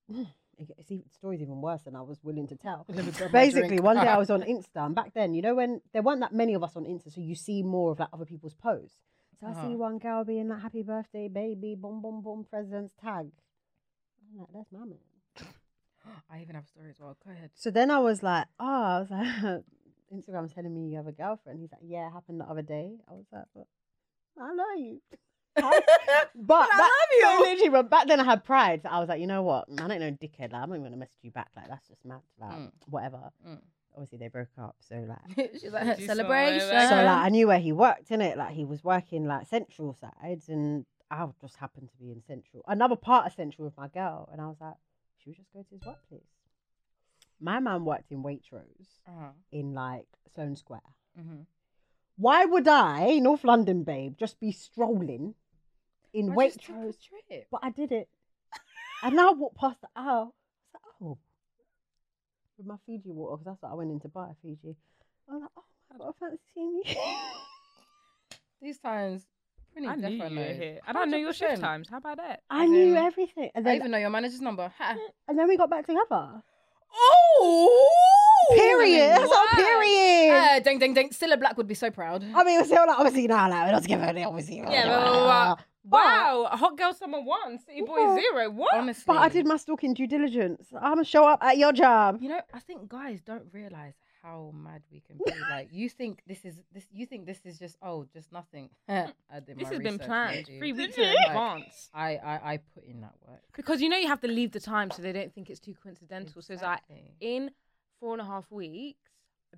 [SPEAKER 2] he, it's even, the story's even worse than I was willing to tell.
[SPEAKER 3] Let me grab my
[SPEAKER 2] Basically,
[SPEAKER 3] drink.
[SPEAKER 2] one day I was on Insta, and back then, you know, when there weren't that many of us on Insta, so you see more of like other people's posts. So I see
[SPEAKER 3] Uh-huh.
[SPEAKER 2] one girl being like, "Happy birthday, baby, boom, boom, boom, presents, tag." I'm like, "That's my man."
[SPEAKER 3] I even have a story as well. Go ahead.
[SPEAKER 2] So then I was like, "Oh, I was like, Instagram's telling me you have a girlfriend." He's like, "Yeah, it happened the other day." I was like, "But I love you." But,
[SPEAKER 3] I
[SPEAKER 2] love you. Literally, but back then I had pride. So I was like, you know what? I don't know, dickhead. Like, I'm not even gonna message you back. Like, that's just mad. Like,
[SPEAKER 3] Mm.
[SPEAKER 2] whatever.
[SPEAKER 3] Mm.
[SPEAKER 2] Obviously, they broke up. So like,
[SPEAKER 3] She's like
[SPEAKER 1] She's
[SPEAKER 3] celebration.
[SPEAKER 1] somewhere
[SPEAKER 2] so like,
[SPEAKER 3] Uh-huh.
[SPEAKER 2] I knew where he worked in it. Like, he was working like central sides, and I just happened to be in central, another part of central with my girl. And I was like, should we just go to his workplace? My man worked in Waitrose
[SPEAKER 3] uh-huh.
[SPEAKER 2] in like Sloane Square.
[SPEAKER 3] hmm
[SPEAKER 2] Why would I, North London babe, just be strolling in
[SPEAKER 3] I just took a
[SPEAKER 2] Waitrose?
[SPEAKER 3] trip.
[SPEAKER 2] But I did it. And now I walk past the aisle. I was like, oh, with my Fiji water, because that's what I went in to buy Fiji. I was like, oh my God, I fancy seeing you.
[SPEAKER 3] These times, pretty
[SPEAKER 1] I knew you were
[SPEAKER 3] different. though.
[SPEAKER 1] here. I don't know your shift
[SPEAKER 3] 100%.
[SPEAKER 1] times. How about that?
[SPEAKER 2] I
[SPEAKER 3] As
[SPEAKER 2] knew
[SPEAKER 3] in,
[SPEAKER 2] everything. And
[SPEAKER 3] I
[SPEAKER 2] then,
[SPEAKER 3] even know your manager's number. Ha.
[SPEAKER 2] and then we got back together.
[SPEAKER 3] Oh,
[SPEAKER 2] Period. That's our
[SPEAKER 1] what?
[SPEAKER 2] period.
[SPEAKER 3] Uh, ding, ding, ding. Scylla Black would be so proud.
[SPEAKER 2] I mean, so like, obviously, no, like, we're not together, obviously.
[SPEAKER 1] Yeah, blah, blah, blah. Wow, a hot girl summer one, city boy
[SPEAKER 2] Yeah.
[SPEAKER 1] zero. What?
[SPEAKER 3] Honestly,
[SPEAKER 2] But I did my stalking due diligence. I'm going to show up at your job.
[SPEAKER 3] You know, I think guys don't realize how mad we can be. like, you think this is this. You think this is just oh, just nothing. I did
[SPEAKER 1] This
[SPEAKER 3] my
[SPEAKER 1] has been
[SPEAKER 3] research,
[SPEAKER 1] planned
[SPEAKER 3] mind you.
[SPEAKER 1] three weeks in
[SPEAKER 3] Like,
[SPEAKER 1] advance.
[SPEAKER 3] I, I I put in that work.
[SPEAKER 1] Because you know you have to leave the time so they don't think it's too coincidental. So it's like
[SPEAKER 3] Exactly.
[SPEAKER 1] in four and a half weeks,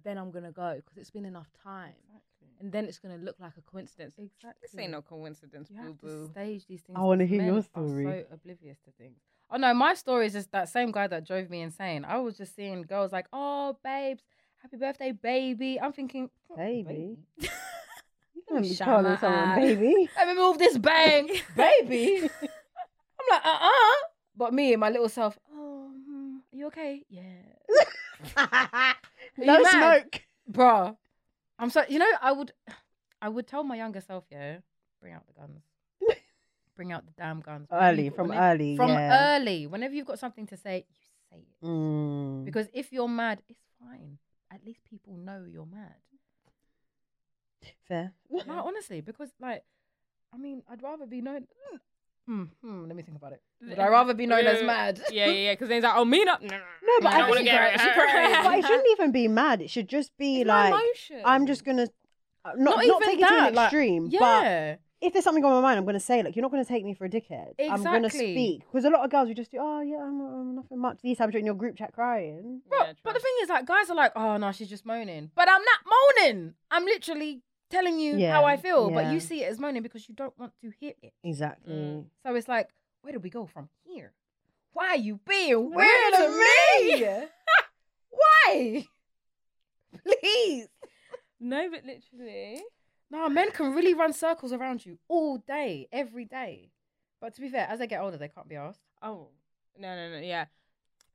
[SPEAKER 1] then I'm gonna go because it's been enough time,
[SPEAKER 3] Exactly.
[SPEAKER 1] and then it's gonna look like a coincidence.
[SPEAKER 3] Exactly.
[SPEAKER 1] This ain't no coincidence,
[SPEAKER 3] You
[SPEAKER 1] boo
[SPEAKER 3] have to
[SPEAKER 1] boo.
[SPEAKER 3] stage these things.
[SPEAKER 2] I wanna
[SPEAKER 3] because
[SPEAKER 2] hear your
[SPEAKER 3] men are
[SPEAKER 2] story.
[SPEAKER 3] So oblivious to things. Oh no, my story is just that same guy that drove me insane. I was just seeing girls like, "Oh, babes, happy birthday, baby." I'm thinking, "Oh,
[SPEAKER 2] Baby? You
[SPEAKER 3] Let
[SPEAKER 2] can't
[SPEAKER 3] me
[SPEAKER 2] be
[SPEAKER 3] shut
[SPEAKER 2] calling
[SPEAKER 3] my
[SPEAKER 2] someone
[SPEAKER 3] eye.
[SPEAKER 2] baby.
[SPEAKER 3] Let me move this bang, baby." I'm like, "Uh, uh." But me and my little self, "Oh, hmm, are you okay?" Yeah,
[SPEAKER 2] no
[SPEAKER 3] you mad?
[SPEAKER 2] smoke.
[SPEAKER 3] bruh. I'm so you know I would, I would tell my younger self, yeah, bring out the guns, bring out the damn guns Whenever
[SPEAKER 2] Early,
[SPEAKER 3] you've got-
[SPEAKER 2] from
[SPEAKER 3] whenever-
[SPEAKER 2] early.
[SPEAKER 3] from
[SPEAKER 2] yeah.
[SPEAKER 3] early. Whenever you've got something to say, you say it.
[SPEAKER 2] Mm.
[SPEAKER 3] Because if you're mad, it's fine. At least people know you're mad.
[SPEAKER 2] Fair.
[SPEAKER 3] No, honestly, because like, I mean, I'd rather be known. Hmm, hmm, let me think about it. Would I rather be known as mad?
[SPEAKER 1] Yeah, yeah, yeah. Because then it's like, oh, me not. No, no, no.
[SPEAKER 2] No, but
[SPEAKER 3] I
[SPEAKER 2] I,
[SPEAKER 3] don't wanna
[SPEAKER 2] think-
[SPEAKER 3] get it. She cried.
[SPEAKER 2] but it shouldn't even be mad. It should just be
[SPEAKER 1] It's my
[SPEAKER 2] like,
[SPEAKER 1] emotion.
[SPEAKER 2] I'm just gonna uh, not,
[SPEAKER 3] Not
[SPEAKER 2] not
[SPEAKER 3] even
[SPEAKER 2] take it to
[SPEAKER 3] that,
[SPEAKER 2] an
[SPEAKER 3] like-
[SPEAKER 2] extreme. But
[SPEAKER 3] Yeah.
[SPEAKER 2] if there's something on my mind, I'm gonna say like, you're not gonna take me for a dickhead. I'm gonna
[SPEAKER 3] Exactly.
[SPEAKER 2] speak because a lot of girls we just do. Oh yeah, I'm, I'm nothing much. These times you're in your group chat crying.
[SPEAKER 3] Bro,
[SPEAKER 1] Yeah,
[SPEAKER 3] but
[SPEAKER 1] true.
[SPEAKER 3] the thing is, like, guys are like, oh, no, she's just moaning. But I'm not moaning. I'm literally telling you
[SPEAKER 2] Yeah,
[SPEAKER 3] how I feel. But
[SPEAKER 2] yeah.
[SPEAKER 3] you see it as moaning because you don't want to hear it.
[SPEAKER 2] Exactly.
[SPEAKER 1] Mm.
[SPEAKER 3] So it's like, where do we go from here? Why are you being
[SPEAKER 2] Weird
[SPEAKER 3] weird
[SPEAKER 2] to
[SPEAKER 3] to me? Why? Please.
[SPEAKER 1] No, but literally.
[SPEAKER 3] No, men can really run circles around you all day, every day. But to be fair, as they get older, they can't be asked.
[SPEAKER 1] Oh no, no, no. Yeah,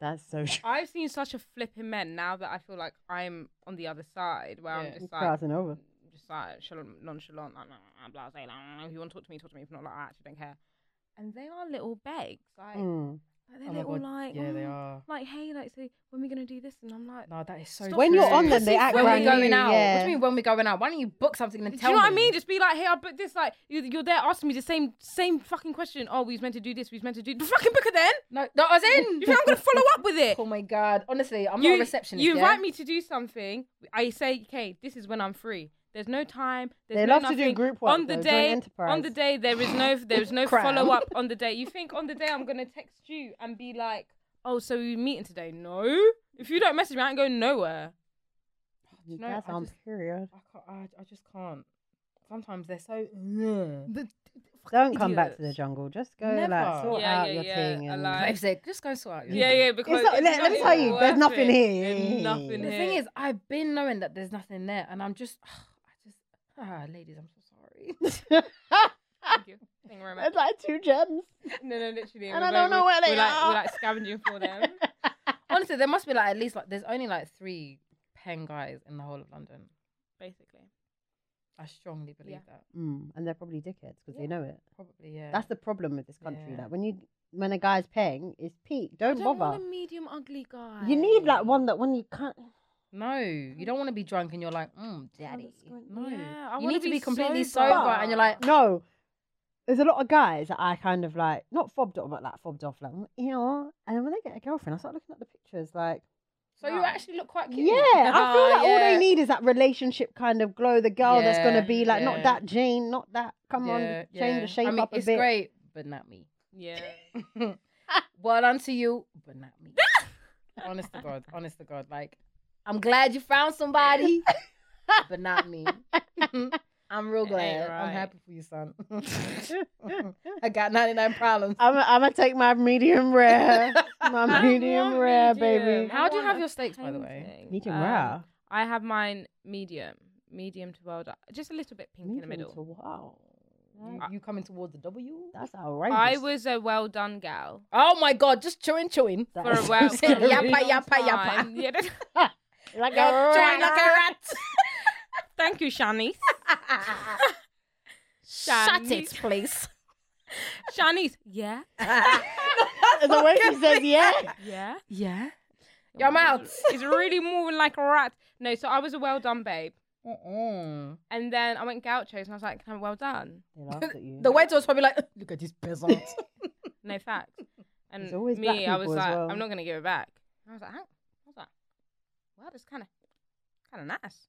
[SPEAKER 2] That's so true.
[SPEAKER 1] I've seen such a flipping men now that I feel like I'm on the other side where I'm
[SPEAKER 3] Yeah.
[SPEAKER 1] just
[SPEAKER 2] It's
[SPEAKER 1] like.
[SPEAKER 2] crossing over.
[SPEAKER 1] Just like shal- nonchalant, like, nah, blah, blah, blah. if you want to talk to me, talk to me. If not, like, I actually don't care. And they are little begs, like,
[SPEAKER 2] Mm.
[SPEAKER 1] like, they're
[SPEAKER 3] Oh my
[SPEAKER 1] little,
[SPEAKER 3] God,
[SPEAKER 1] like,
[SPEAKER 3] yeah, they
[SPEAKER 1] "Oh,
[SPEAKER 3] are.
[SPEAKER 1] like, hey, like, so when we gonna do this? And I'm like,
[SPEAKER 3] No, that is so.
[SPEAKER 1] Stop
[SPEAKER 2] When you're
[SPEAKER 1] Stop
[SPEAKER 2] on them, they
[SPEAKER 1] pussy.
[SPEAKER 2] act
[SPEAKER 3] when
[SPEAKER 2] brand
[SPEAKER 3] we going
[SPEAKER 2] new,
[SPEAKER 3] out,
[SPEAKER 2] Yeah.
[SPEAKER 3] what do you mean when we going out? Why don't you book something and
[SPEAKER 1] Do you
[SPEAKER 3] tell
[SPEAKER 1] know what I
[SPEAKER 3] me?
[SPEAKER 1] mean? Just be like, hey, I booked this. Like, you, you're there asking me the same same fucking question. Oh, we was meant to do this. We was meant to do. Fucking book it then.
[SPEAKER 3] no, no, I was in.
[SPEAKER 1] You think I'm gonna follow up with it?
[SPEAKER 3] Oh my god! Honestly, I'm
[SPEAKER 1] you,
[SPEAKER 3] not a receptionist.
[SPEAKER 1] You
[SPEAKER 3] yeah?
[SPEAKER 1] invite me to do something. I say, okay, this is when I'm free. There's no time. There's
[SPEAKER 2] They
[SPEAKER 1] no
[SPEAKER 2] love to do
[SPEAKER 1] nothing.
[SPEAKER 2] group work,
[SPEAKER 1] on the
[SPEAKER 2] though, joint
[SPEAKER 1] day. On
[SPEAKER 2] enterprise.
[SPEAKER 1] the day, there is no there is no
[SPEAKER 2] Cram.
[SPEAKER 1] follow up on the day. You think on the day I'm gonna text you and be like, oh, so we meeting today? No. If you don't message me, I ain't going nowhere.
[SPEAKER 2] You
[SPEAKER 3] know,
[SPEAKER 2] guys
[SPEAKER 3] I
[SPEAKER 2] are on
[SPEAKER 3] just-
[SPEAKER 2] period.
[SPEAKER 3] I, can't, I, I just can't. Sometimes they're so. Ugh.
[SPEAKER 2] Don't come back to the
[SPEAKER 1] idiots.
[SPEAKER 2] jungle. Just go
[SPEAKER 3] Never.
[SPEAKER 2] like sort
[SPEAKER 1] Yeah,
[SPEAKER 2] out
[SPEAKER 1] yeah,
[SPEAKER 2] your
[SPEAKER 1] yeah,
[SPEAKER 2] thing.
[SPEAKER 1] I
[SPEAKER 2] And
[SPEAKER 1] like-
[SPEAKER 3] Like, Zach, just go and sort out. your
[SPEAKER 1] Yeah,
[SPEAKER 3] thing.
[SPEAKER 1] yeah. Because
[SPEAKER 2] not-
[SPEAKER 1] it's
[SPEAKER 2] let- let me
[SPEAKER 1] not
[SPEAKER 2] tell
[SPEAKER 1] even
[SPEAKER 2] you, there's
[SPEAKER 1] worth
[SPEAKER 2] nothing
[SPEAKER 1] it.
[SPEAKER 2] here.
[SPEAKER 1] There's nothing here.
[SPEAKER 3] The thing is, I've been knowing that there's nothing there, and I'm just, I just, ah, ladies, I'm so sorry.
[SPEAKER 1] Thank you. Thank you very much.
[SPEAKER 2] It's like two gems.
[SPEAKER 1] No, no, literally.
[SPEAKER 2] And
[SPEAKER 1] we're
[SPEAKER 2] I don't
[SPEAKER 1] very-
[SPEAKER 2] know where they
[SPEAKER 1] we're like,
[SPEAKER 2] are.
[SPEAKER 1] We're like scavenging for them.
[SPEAKER 3] Honestly, there must be like at least like there's only like three pen guys in the whole of London.
[SPEAKER 1] Basically.
[SPEAKER 3] I strongly believe
[SPEAKER 1] Yeah.
[SPEAKER 3] that.
[SPEAKER 2] Mm, and they're probably dickheads because they
[SPEAKER 3] Yeah.
[SPEAKER 2] know it.
[SPEAKER 3] Probably, yeah.
[SPEAKER 2] That's the problem with this country.
[SPEAKER 3] Yeah.
[SPEAKER 2] Like when you when a guy's paying, it's peak. Don't, bother.
[SPEAKER 1] medium ugly guy.
[SPEAKER 2] You need like one that when you can't.
[SPEAKER 3] no. You don't want to be drunk and you're like, mm, daddy.
[SPEAKER 2] good.
[SPEAKER 3] No,
[SPEAKER 1] Yeah, I
[SPEAKER 3] you
[SPEAKER 1] wanna
[SPEAKER 3] need to
[SPEAKER 1] be
[SPEAKER 3] be completely
[SPEAKER 1] sober.
[SPEAKER 3] sober, and you're like,
[SPEAKER 2] No, there's a lot of guys that I kind of like not fobbed off, but like fobbed off, like you know. And when they get a girlfriend, I start looking at the pictures, like
[SPEAKER 3] so you
[SPEAKER 1] No.
[SPEAKER 3] actually look quite cute.
[SPEAKER 2] yeah, I feel like all they
[SPEAKER 3] yeah.
[SPEAKER 2] need is that relationship kind of glow. The girl that's gonna
[SPEAKER 3] Yeah,
[SPEAKER 2] be like, not
[SPEAKER 3] yeah.
[SPEAKER 2] that Jane, not that. Come on,
[SPEAKER 3] Yeah,
[SPEAKER 2] change
[SPEAKER 3] yeah.
[SPEAKER 2] the shape
[SPEAKER 3] I mean,
[SPEAKER 2] up a
[SPEAKER 3] it's
[SPEAKER 2] bit.
[SPEAKER 3] great, but not me.
[SPEAKER 1] Yeah.
[SPEAKER 3] well unto you, but not me. honest to God, honest to God. Like, I'm glad you found somebody, but not me. I'm real
[SPEAKER 1] It ain't
[SPEAKER 3] glad.
[SPEAKER 1] right.
[SPEAKER 3] I'm happy for you, son. I got 99 problems.
[SPEAKER 2] I'm gonna take my medium rare, my
[SPEAKER 1] I
[SPEAKER 2] medium
[SPEAKER 1] want
[SPEAKER 2] rare,
[SPEAKER 1] medium.
[SPEAKER 2] baby.
[SPEAKER 3] How do you
[SPEAKER 1] want
[SPEAKER 3] have
[SPEAKER 1] a
[SPEAKER 3] your steaks, by the way?
[SPEAKER 1] painting.
[SPEAKER 2] Medium
[SPEAKER 1] Um,
[SPEAKER 2] rare.
[SPEAKER 1] I have mine medium, medium to well done, just a little bit pink in the middle.
[SPEAKER 2] Wow,
[SPEAKER 3] You, you coming towards the W?
[SPEAKER 2] that's outrageous.
[SPEAKER 1] I was a well done gal
[SPEAKER 3] Oh my God, just chewing, chewing.
[SPEAKER 2] That
[SPEAKER 1] for a
[SPEAKER 2] is
[SPEAKER 1] well.
[SPEAKER 2] so
[SPEAKER 1] for a
[SPEAKER 2] scary.
[SPEAKER 1] really
[SPEAKER 3] Yappa,
[SPEAKER 1] long
[SPEAKER 3] yappa, yappa.
[SPEAKER 1] time. Yeah, that-
[SPEAKER 2] like
[SPEAKER 3] Yeah, chewing like a
[SPEAKER 2] rat.
[SPEAKER 3] rat.
[SPEAKER 1] Thank you, Shanice.
[SPEAKER 3] Shut it,
[SPEAKER 1] Shanice.
[SPEAKER 3] please.
[SPEAKER 1] Shanice. Yeah.
[SPEAKER 2] the way she says yeah.
[SPEAKER 1] Yeah.
[SPEAKER 3] yeah. Your mouth.
[SPEAKER 1] It's really moving like a rat. No, so I was a well done babe.
[SPEAKER 3] Mm-mm.
[SPEAKER 1] And then I went gauchos and I was like, can I well done?
[SPEAKER 2] They laughed at you.
[SPEAKER 3] The waiter was probably like, look at this peasant.
[SPEAKER 1] No facts. And
[SPEAKER 2] There's always black
[SPEAKER 1] me, I was
[SPEAKER 2] people as
[SPEAKER 1] like,
[SPEAKER 2] well.
[SPEAKER 1] I'm not gonna give it back. And I was like, huh? I was like, well, that's kind of kind of nice.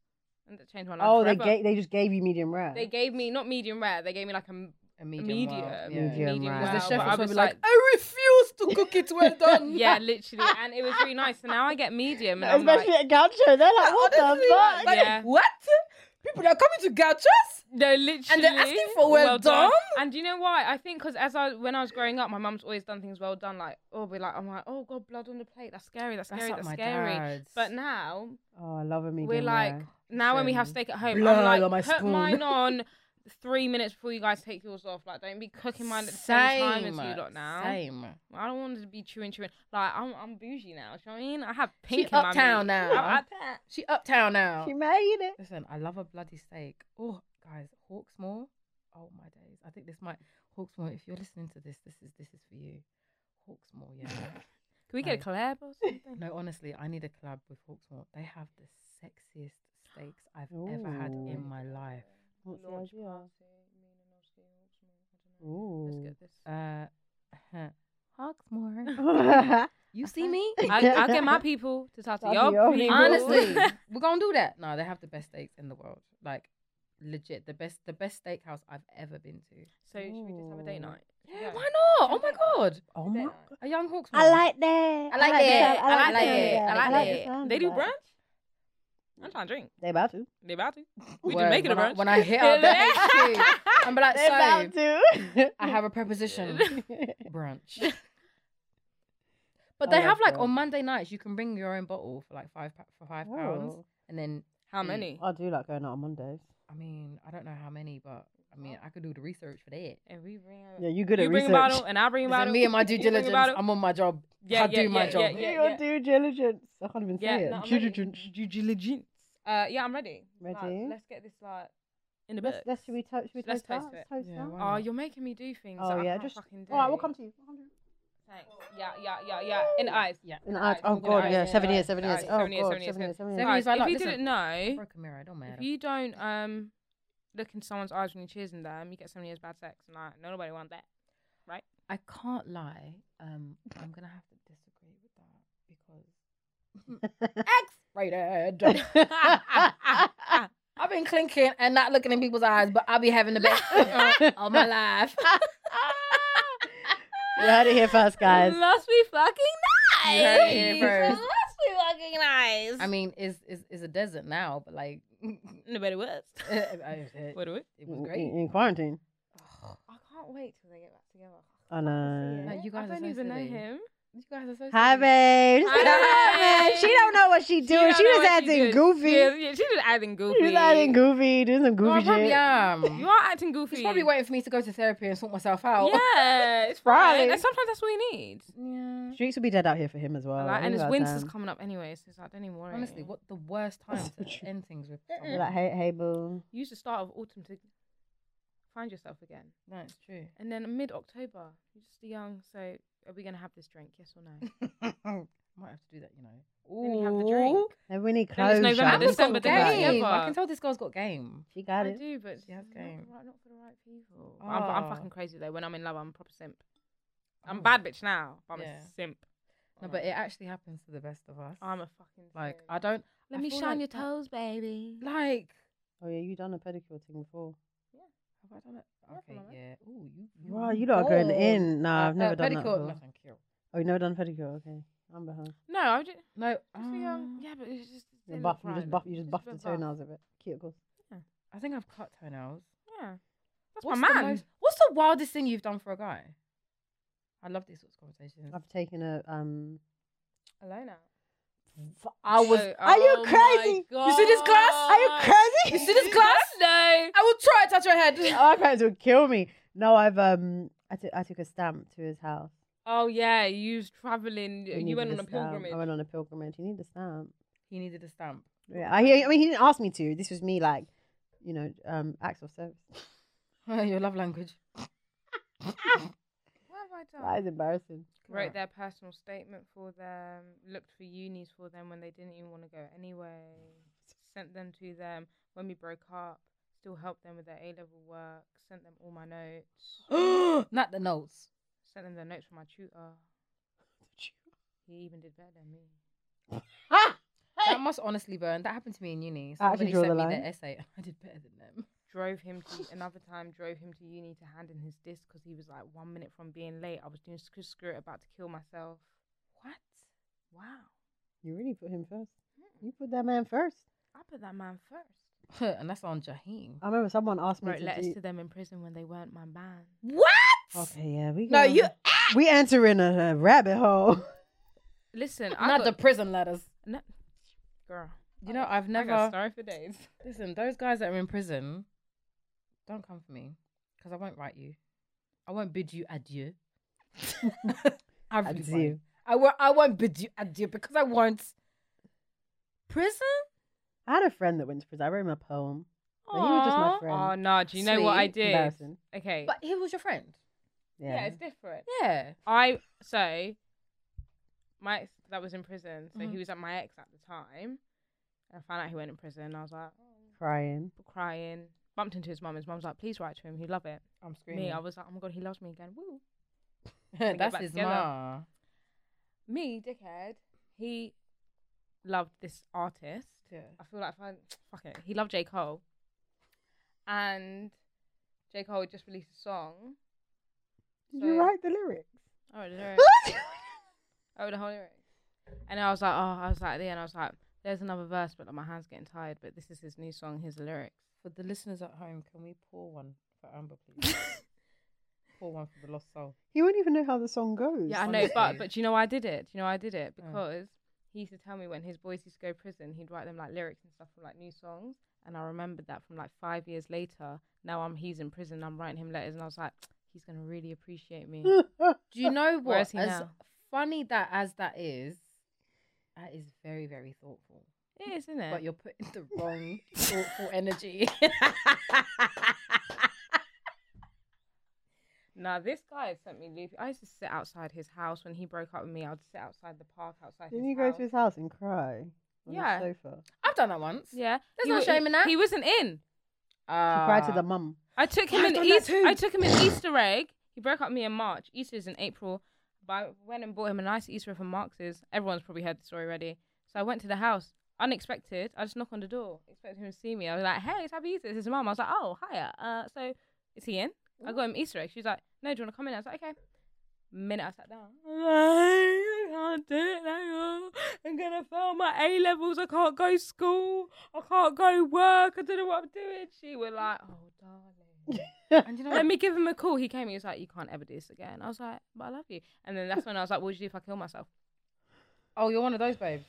[SPEAKER 1] And that changed my life.
[SPEAKER 2] oh, they
[SPEAKER 1] forever.
[SPEAKER 2] gave, they just gave you medium rare.
[SPEAKER 1] They gave me not medium rare. They gave me like a, m-
[SPEAKER 3] A
[SPEAKER 1] a
[SPEAKER 3] medium.
[SPEAKER 1] medium,
[SPEAKER 3] well,
[SPEAKER 1] medium,
[SPEAKER 2] Medium rare.
[SPEAKER 1] rare.
[SPEAKER 3] Because the
[SPEAKER 2] Wow,
[SPEAKER 1] but
[SPEAKER 3] chef was
[SPEAKER 1] I
[SPEAKER 3] probably like, I refuse to cook it well done.
[SPEAKER 1] yeah, literally. And it was really nice. So now I get medium, and I'm like,
[SPEAKER 2] especially at Gaucho. They're like, what
[SPEAKER 3] Honestly,
[SPEAKER 2] the fuck?
[SPEAKER 3] like,
[SPEAKER 1] Yeah.
[SPEAKER 3] What? People are coming to Gauchos?
[SPEAKER 1] no, literally.
[SPEAKER 3] asking for well done?
[SPEAKER 1] And do you know why? I think because as I when I was growing up, my mum's always done things well done. Like, oh, be like, I'm like, oh god, blood on the plate. That's scary. That's scary. That's, scary. But now
[SPEAKER 2] Oh, I love a medium
[SPEAKER 1] we're like
[SPEAKER 2] rare.
[SPEAKER 1] now when we have
[SPEAKER 3] Same.
[SPEAKER 1] steak at home,
[SPEAKER 3] Blood
[SPEAKER 1] I'm like
[SPEAKER 3] on my
[SPEAKER 1] put
[SPEAKER 3] spoon."
[SPEAKER 1] mine on three minutes before you guys take yours off. Like don't be cooking mine at the same, time as you lot now.
[SPEAKER 3] Same.
[SPEAKER 1] I don't want to be chewing chewing. Like I'm I'm bougie now. Do you know what I mean? I have pink
[SPEAKER 3] She
[SPEAKER 1] in my
[SPEAKER 3] uptown
[SPEAKER 1] meat.
[SPEAKER 3] now.
[SPEAKER 1] I'm uptown.
[SPEAKER 3] She uptown now.
[SPEAKER 2] She made it.
[SPEAKER 3] Listen, I love a bloody steak. Oh, guys, Hawksmoor. Oh my days. I think this might Hawksmoor. If you're listening to this, this is this is for you. Hawksmoor, yeah.
[SPEAKER 1] Can we get a collab or something?
[SPEAKER 3] No, honestly, I need a collab with Hawksmoor. They have the sexiest steaks I've ever had in
[SPEAKER 2] Ooh.
[SPEAKER 3] my life.
[SPEAKER 2] What's the
[SPEAKER 1] Launch
[SPEAKER 2] idea?
[SPEAKER 1] party, mean and obscene, Hawksmoor, I don't know. Let's
[SPEAKER 2] Ooh.
[SPEAKER 1] get this.
[SPEAKER 3] Uh, Hawksmoor,
[SPEAKER 2] I'll
[SPEAKER 3] you see me?
[SPEAKER 1] I, I'll get my people to talk to
[SPEAKER 2] Talk to
[SPEAKER 1] your,
[SPEAKER 2] your
[SPEAKER 1] people.
[SPEAKER 2] people.
[SPEAKER 3] Honestly, we're gonna do that. No, they have the best steaks in the world. Like, legit, the best, the best steakhouse I've ever been to.
[SPEAKER 1] so should we just have a date night?
[SPEAKER 3] Yeah, why not? Oh my god,
[SPEAKER 2] Oh my.
[SPEAKER 3] a young Hawksmoor.
[SPEAKER 2] I like that.
[SPEAKER 3] I like that.
[SPEAKER 2] the
[SPEAKER 3] I
[SPEAKER 2] sound-
[SPEAKER 3] like
[SPEAKER 2] the
[SPEAKER 3] that.
[SPEAKER 2] sound of
[SPEAKER 3] I like
[SPEAKER 2] the
[SPEAKER 3] that.
[SPEAKER 2] sound
[SPEAKER 1] They
[SPEAKER 2] of
[SPEAKER 1] do
[SPEAKER 2] that.
[SPEAKER 1] brunch. I'm trying to drink.
[SPEAKER 2] They about to.
[SPEAKER 1] They about to. We
[SPEAKER 3] Word,
[SPEAKER 1] just make it a
[SPEAKER 3] when I-
[SPEAKER 1] brunch.
[SPEAKER 3] when I hit up the HQ, I'm like,
[SPEAKER 2] They about
[SPEAKER 3] so
[SPEAKER 2] to.
[SPEAKER 3] I have a preposition. brunch. But
[SPEAKER 2] I
[SPEAKER 3] they have
[SPEAKER 2] love
[SPEAKER 3] like
[SPEAKER 2] that.
[SPEAKER 3] on Monday nights you can bring your own bottle for like five pa- for five pounds,
[SPEAKER 2] Whoa.
[SPEAKER 3] and then
[SPEAKER 1] How
[SPEAKER 3] Mm.
[SPEAKER 1] many?
[SPEAKER 2] I do like going out on Mondays.
[SPEAKER 3] I mean I don't know how many, but I mean I could do the research for that.
[SPEAKER 1] And we bring out-
[SPEAKER 2] Yeah, you good
[SPEAKER 1] you
[SPEAKER 2] at
[SPEAKER 1] bring
[SPEAKER 2] research.
[SPEAKER 1] a bottle and I bring a
[SPEAKER 3] Listen,
[SPEAKER 1] bottle.
[SPEAKER 3] me and my due
[SPEAKER 1] you bring a
[SPEAKER 3] diligence,
[SPEAKER 1] bottle.
[SPEAKER 3] I'm on my job.
[SPEAKER 1] Yeah,
[SPEAKER 3] I do
[SPEAKER 1] yeah,
[SPEAKER 3] my
[SPEAKER 1] yeah,
[SPEAKER 3] job.
[SPEAKER 1] yeah, yeah.
[SPEAKER 2] Your due diligence. I can't even say
[SPEAKER 1] Yeah,
[SPEAKER 2] it.
[SPEAKER 1] no, I'm
[SPEAKER 2] due
[SPEAKER 1] ready.
[SPEAKER 2] diligence.
[SPEAKER 1] Due diligence. Uh, yeah, I'm ready. Like,
[SPEAKER 2] Ready?
[SPEAKER 1] let's get this like in the
[SPEAKER 2] Let's,
[SPEAKER 1] books.
[SPEAKER 2] let's- should we, to- should we
[SPEAKER 1] Let's
[SPEAKER 2] toast out? Let's
[SPEAKER 1] toast
[SPEAKER 2] toast
[SPEAKER 1] it.
[SPEAKER 3] Yeah,
[SPEAKER 2] out.
[SPEAKER 3] why
[SPEAKER 1] Oh,
[SPEAKER 3] not?
[SPEAKER 1] you're making me do things.
[SPEAKER 2] Oh
[SPEAKER 1] that
[SPEAKER 2] yeah,
[SPEAKER 1] I can't
[SPEAKER 2] just.
[SPEAKER 1] Fucking do.
[SPEAKER 2] All right, we'll come to Oh, you.
[SPEAKER 1] Thanks. Yeah, yeah, yeah, yeah. In the eyes.
[SPEAKER 3] Yeah.
[SPEAKER 2] In
[SPEAKER 1] the
[SPEAKER 2] the eyes.
[SPEAKER 1] eyes,
[SPEAKER 2] Oh
[SPEAKER 1] in the
[SPEAKER 2] god,
[SPEAKER 1] eyes,
[SPEAKER 2] yeah,
[SPEAKER 1] in the
[SPEAKER 2] seven
[SPEAKER 1] eyes,
[SPEAKER 2] years,
[SPEAKER 1] in
[SPEAKER 2] seven
[SPEAKER 1] the
[SPEAKER 2] years.
[SPEAKER 1] eyes,
[SPEAKER 2] Oh
[SPEAKER 1] seven years,
[SPEAKER 2] god,
[SPEAKER 1] seven years,
[SPEAKER 2] seven years, seven
[SPEAKER 3] Seven
[SPEAKER 2] years.
[SPEAKER 1] Guys,
[SPEAKER 3] years, I
[SPEAKER 1] if
[SPEAKER 3] like-
[SPEAKER 1] you
[SPEAKER 3] listen,
[SPEAKER 1] didn't know,
[SPEAKER 3] Broke a mirror, it don't matter.
[SPEAKER 1] if you don't um look into someone's eyes when you're cheersing them, you get seven years bad sex, and like nobody wants that.
[SPEAKER 3] I can't lie. Um, I'm gonna have to disagree with that because X-rated. I've been clinking and not looking in people's eyes, but I'll be having the best of
[SPEAKER 1] Oh,
[SPEAKER 3] all my life.
[SPEAKER 2] You heard it here first, guys.
[SPEAKER 1] Must be fucking nice.
[SPEAKER 3] You heard it here first.
[SPEAKER 1] Must be fucking nice.
[SPEAKER 3] I mean, it's, it's it's a desert now, but like,
[SPEAKER 1] nobody was.
[SPEAKER 3] I- I-
[SPEAKER 1] What do we?
[SPEAKER 3] it was
[SPEAKER 2] In,
[SPEAKER 3] great.
[SPEAKER 2] in quarantine.
[SPEAKER 1] I can't wait till they get back together.
[SPEAKER 2] I know.
[SPEAKER 3] Like, Uh, you guys
[SPEAKER 1] I
[SPEAKER 3] are
[SPEAKER 1] don't
[SPEAKER 3] so
[SPEAKER 1] even know
[SPEAKER 3] silly.
[SPEAKER 1] him.
[SPEAKER 3] You guys are so
[SPEAKER 2] uh, Hi, babe.
[SPEAKER 1] Hi,
[SPEAKER 2] Hi,
[SPEAKER 1] babe.
[SPEAKER 2] babe. She don't know what she doing.
[SPEAKER 1] don't
[SPEAKER 2] She
[SPEAKER 1] know
[SPEAKER 2] was
[SPEAKER 1] what
[SPEAKER 2] acting
[SPEAKER 1] did.
[SPEAKER 2] goofy.
[SPEAKER 1] Yeah, yeah, she was acting goofy. um,
[SPEAKER 2] She was acting goofy, doing some
[SPEAKER 3] No, I
[SPEAKER 2] goofy
[SPEAKER 3] probably
[SPEAKER 2] shit.
[SPEAKER 3] am.
[SPEAKER 1] You are acting goofy.
[SPEAKER 3] He's probably waiting for me to go to therapy and sort myself out.
[SPEAKER 1] Yeah, it's
[SPEAKER 2] Probably.
[SPEAKER 1] fine. And sometimes that's what he needs.
[SPEAKER 3] Yeah.
[SPEAKER 2] Streets will be dead out here for him as well.
[SPEAKER 1] Like,
[SPEAKER 2] Think
[SPEAKER 1] and his
[SPEAKER 2] about
[SPEAKER 1] winter's
[SPEAKER 2] them.
[SPEAKER 1] coming up anyway, so it's like, don't even worry.
[SPEAKER 3] Honestly, what the worst time
[SPEAKER 2] so
[SPEAKER 3] to
[SPEAKER 2] true.
[SPEAKER 3] end things with?
[SPEAKER 1] Mm-mm.
[SPEAKER 2] Be
[SPEAKER 3] someone.
[SPEAKER 2] Like, hey, hey, boo.
[SPEAKER 1] Use the start of autumn to find yourself again.
[SPEAKER 3] No, it's true.
[SPEAKER 1] And then mid October, you're just young, so are we going to have this drink? Yes or no?
[SPEAKER 3] Might have to do that, you know.
[SPEAKER 1] Then you have the drink.
[SPEAKER 2] And we need
[SPEAKER 1] Then
[SPEAKER 2] clothes.
[SPEAKER 1] it's November,
[SPEAKER 2] y'all.
[SPEAKER 1] This
[SPEAKER 3] This
[SPEAKER 1] December,
[SPEAKER 3] got
[SPEAKER 1] they're not
[SPEAKER 3] game. I
[SPEAKER 1] together.
[SPEAKER 3] can tell this girl's got game.
[SPEAKER 2] She got
[SPEAKER 1] I
[SPEAKER 2] it.
[SPEAKER 1] do, but
[SPEAKER 3] She has
[SPEAKER 1] not,
[SPEAKER 3] game.
[SPEAKER 1] Right, not for the right people. But I'm, fu-
[SPEAKER 3] Ah.
[SPEAKER 1] I'm fucking crazy though. When I'm in love, I'm a proper simp. I'm
[SPEAKER 3] Oh.
[SPEAKER 1] bad bitch now, but I'm
[SPEAKER 3] Yeah.
[SPEAKER 1] a simp.
[SPEAKER 3] No, but it actually happens to the best of us.
[SPEAKER 1] I'm a fucking
[SPEAKER 3] like
[SPEAKER 1] simp.
[SPEAKER 3] I don't.
[SPEAKER 1] Let
[SPEAKER 3] I
[SPEAKER 1] me
[SPEAKER 3] feel
[SPEAKER 1] shine
[SPEAKER 3] like
[SPEAKER 1] your
[SPEAKER 3] that-
[SPEAKER 1] toes, baby.
[SPEAKER 3] Like
[SPEAKER 2] Oh yeah, you done a pedicure thing before.
[SPEAKER 3] have I done it?
[SPEAKER 1] Yeah,
[SPEAKER 3] Okay,
[SPEAKER 1] follow me.
[SPEAKER 3] yeah. Ooh, you.
[SPEAKER 2] Wow, you lot are going in. Nah, I've never done that
[SPEAKER 3] pedicure. No,
[SPEAKER 2] before.
[SPEAKER 3] thank you.
[SPEAKER 2] Oh, you never done pedicure? Okay, I'm behind.
[SPEAKER 1] No, I'm just,
[SPEAKER 3] No,
[SPEAKER 1] just a young.
[SPEAKER 3] uh,
[SPEAKER 1] Yeah, but it's just. they
[SPEAKER 2] You
[SPEAKER 1] look
[SPEAKER 2] buff, you just
[SPEAKER 1] right.
[SPEAKER 2] buff, you just buffed
[SPEAKER 1] a
[SPEAKER 2] the
[SPEAKER 1] bit buff.
[SPEAKER 2] toenails of it. Cuticles.
[SPEAKER 3] I think I've cut toenails.
[SPEAKER 1] Yeah, that's
[SPEAKER 3] What's
[SPEAKER 1] my
[SPEAKER 3] the
[SPEAKER 1] man.
[SPEAKER 3] most- what's the wildest thing you've done for a guy? I love these sorts of conversations.
[SPEAKER 2] I've taken a um.
[SPEAKER 1] Alone out.
[SPEAKER 2] I was.
[SPEAKER 1] Oh,
[SPEAKER 2] are you
[SPEAKER 1] oh my
[SPEAKER 2] crazy?
[SPEAKER 3] You see this glass?
[SPEAKER 2] Are you
[SPEAKER 1] God.
[SPEAKER 2] crazy?
[SPEAKER 3] You see this glass?
[SPEAKER 1] No.
[SPEAKER 3] I will try to touch your head.
[SPEAKER 2] Oh, my parents would kill me. No, I've um. I took I took a stamp to his house.
[SPEAKER 1] Oh yeah, you was traveling.
[SPEAKER 2] He
[SPEAKER 1] You
[SPEAKER 2] needed
[SPEAKER 1] went on a
[SPEAKER 2] stamp.
[SPEAKER 1] pilgrimage.
[SPEAKER 2] I went on a pilgrimage. You need a stamp.
[SPEAKER 3] he needed a stamp.
[SPEAKER 2] Yeah, I, he- I mean, he didn't ask me to. This was me, like, you know, um, acts of service.
[SPEAKER 3] your love language.
[SPEAKER 1] What have I done?
[SPEAKER 2] That is embarrassing.
[SPEAKER 1] wrote their personal statement for them, looked for unis for them when they didn't even want to go anyway, sent them to them when we broke up, still helped them with their A level work, sent them all my notes,
[SPEAKER 3] Not the notes.
[SPEAKER 1] sent them the notes from my tutor. He even did better than me.
[SPEAKER 3] That must honestly burn. That happened to me in uni.
[SPEAKER 2] I actually
[SPEAKER 3] Somebody
[SPEAKER 2] draw
[SPEAKER 3] sent
[SPEAKER 2] the
[SPEAKER 3] me
[SPEAKER 2] line.
[SPEAKER 3] their essay. I did better than them.
[SPEAKER 1] Drove him to another time, drove him to uni to hand in his disc because he was like one minute from being late. I was doing screw screw it, about to kill myself.
[SPEAKER 3] What?
[SPEAKER 1] Wow.
[SPEAKER 2] You really put him first. You put that man first.
[SPEAKER 1] I put that man first.
[SPEAKER 3] and that's on Jaheem.
[SPEAKER 2] I remember someone asked me
[SPEAKER 1] Wrote
[SPEAKER 2] to
[SPEAKER 1] letters
[SPEAKER 2] do-
[SPEAKER 1] to them in prison when they weren't my man.
[SPEAKER 3] What?
[SPEAKER 2] Okay, yeah, we
[SPEAKER 3] No,
[SPEAKER 2] going-
[SPEAKER 3] you.
[SPEAKER 2] we entering a, a rabbit hole.
[SPEAKER 1] Listen, I
[SPEAKER 3] Not the
[SPEAKER 1] got,
[SPEAKER 3] prison letters.
[SPEAKER 1] No, girl.
[SPEAKER 3] You know, I've
[SPEAKER 1] I got
[SPEAKER 3] never.
[SPEAKER 1] story for days.
[SPEAKER 3] Listen, those guys that are in prison, don't come for me because I won't write you. I won't bid you adieu. I really
[SPEAKER 2] Adieu.
[SPEAKER 3] won't. I won't. I won't bid you adieu because I won't. Prison?
[SPEAKER 2] I had a friend that went to prison. I wrote him a poem. But he was just my
[SPEAKER 3] Aw.
[SPEAKER 2] friend.
[SPEAKER 1] Oh no, do you know what I
[SPEAKER 3] Sweet.
[SPEAKER 1] did?
[SPEAKER 2] Embarrassing.
[SPEAKER 1] Okay.
[SPEAKER 3] But he was your friend.
[SPEAKER 2] Yeah.
[SPEAKER 1] different.
[SPEAKER 3] Yeah.
[SPEAKER 1] I so my ex that was in prison, so he was at my ex at the time. I found out he went in prison and I was like
[SPEAKER 2] Crying.
[SPEAKER 1] oh, crying. Bumped into his mum. His mum's like, please write to him, he'd love it.
[SPEAKER 3] I'm
[SPEAKER 1] Me, I was like, Oh my god, he loves me again. Woo. get
[SPEAKER 3] That's
[SPEAKER 1] back
[SPEAKER 3] his
[SPEAKER 1] together.
[SPEAKER 3] ma.
[SPEAKER 1] Me, dickhead, he loved this artist.
[SPEAKER 3] Yeah.
[SPEAKER 1] I feel like if I fuck it. He loved J. Cole. And J. Cole had just released a song.
[SPEAKER 2] Did
[SPEAKER 1] So- oh,
[SPEAKER 2] you write the lyrics?
[SPEAKER 1] I wrote the lyrics. I wrote Oh, the whole lyrics. And I was like, oh, I was like, at the end, I was like, there's another verse, but like my hand's getting tired. But this is his new song. Here's the lyrics.
[SPEAKER 3] For the listeners at home, can we pour one for Amber, please? Poor one for the lost soul.
[SPEAKER 2] He won't even know how the song goes.
[SPEAKER 1] Yeah, I know, but
[SPEAKER 3] Honestly.
[SPEAKER 1] but do you know why I did it? Do you know why I did it?
[SPEAKER 3] Mm.
[SPEAKER 1] Because he used to tell me when his boys used to go to prison, he'd write them like lyrics and stuff from like new songs, and I remembered that from like five years later. Now I'm he's in prison, I'm writing him letters, and I was like, he's gonna really appreciate me.
[SPEAKER 3] Do you know
[SPEAKER 1] Where
[SPEAKER 3] what?
[SPEAKER 1] is he
[SPEAKER 3] as
[SPEAKER 1] now?
[SPEAKER 3] funny that as that is, that is very very thoughtful.
[SPEAKER 1] it is, isn't it?
[SPEAKER 3] But you're putting the wrong thoughtful energy.
[SPEAKER 1] Now this guy had sent me loopy. I used to sit outside his house when he broke up with me. I would sit outside the park outside.
[SPEAKER 2] Didn't
[SPEAKER 1] his
[SPEAKER 2] you go
[SPEAKER 1] house.
[SPEAKER 2] to his house and cry on
[SPEAKER 1] Yeah.
[SPEAKER 2] the sofa?
[SPEAKER 3] I've done that once.
[SPEAKER 1] Yeah,
[SPEAKER 3] There's
[SPEAKER 1] He
[SPEAKER 3] no
[SPEAKER 1] wa-
[SPEAKER 3] shame
[SPEAKER 1] he-
[SPEAKER 3] in that.
[SPEAKER 1] He wasn't in.
[SPEAKER 2] She cried to
[SPEAKER 3] Ah.
[SPEAKER 2] the mum.
[SPEAKER 1] I took him
[SPEAKER 3] I've
[SPEAKER 1] an
[SPEAKER 3] done that
[SPEAKER 1] Easter. I
[SPEAKER 3] too.
[SPEAKER 1] took him an Easter egg. He broke up with me in March. Easter is in April. But I went and bought him a nice Easter egg from Marx's. Everyone's probably heard the story already. So I went to the house, unexpected. I just knock on the door, expecting him to see me. I was like, "Hey, it's Happy Easter." It's his mum. I was like, "Oh, hiya. Uh, so is he in?" I got him Easter egg. She's like, "No, do you want to come in?" I was like, "Okay." Minute I sat down, I can't do it now. I'm gonna fail my A levels. I can't go school. I can't go work. I don't know what I'm doing. She was like, "Oh, darling."
[SPEAKER 3] And you know
[SPEAKER 1] Let
[SPEAKER 3] what?
[SPEAKER 1] me give him a call. He came. He was like, "You can't ever do this again." I was like, "But I love you." And then that's when I was like, "What would you do if I kill myself?"
[SPEAKER 3] Oh, you're one of those babes.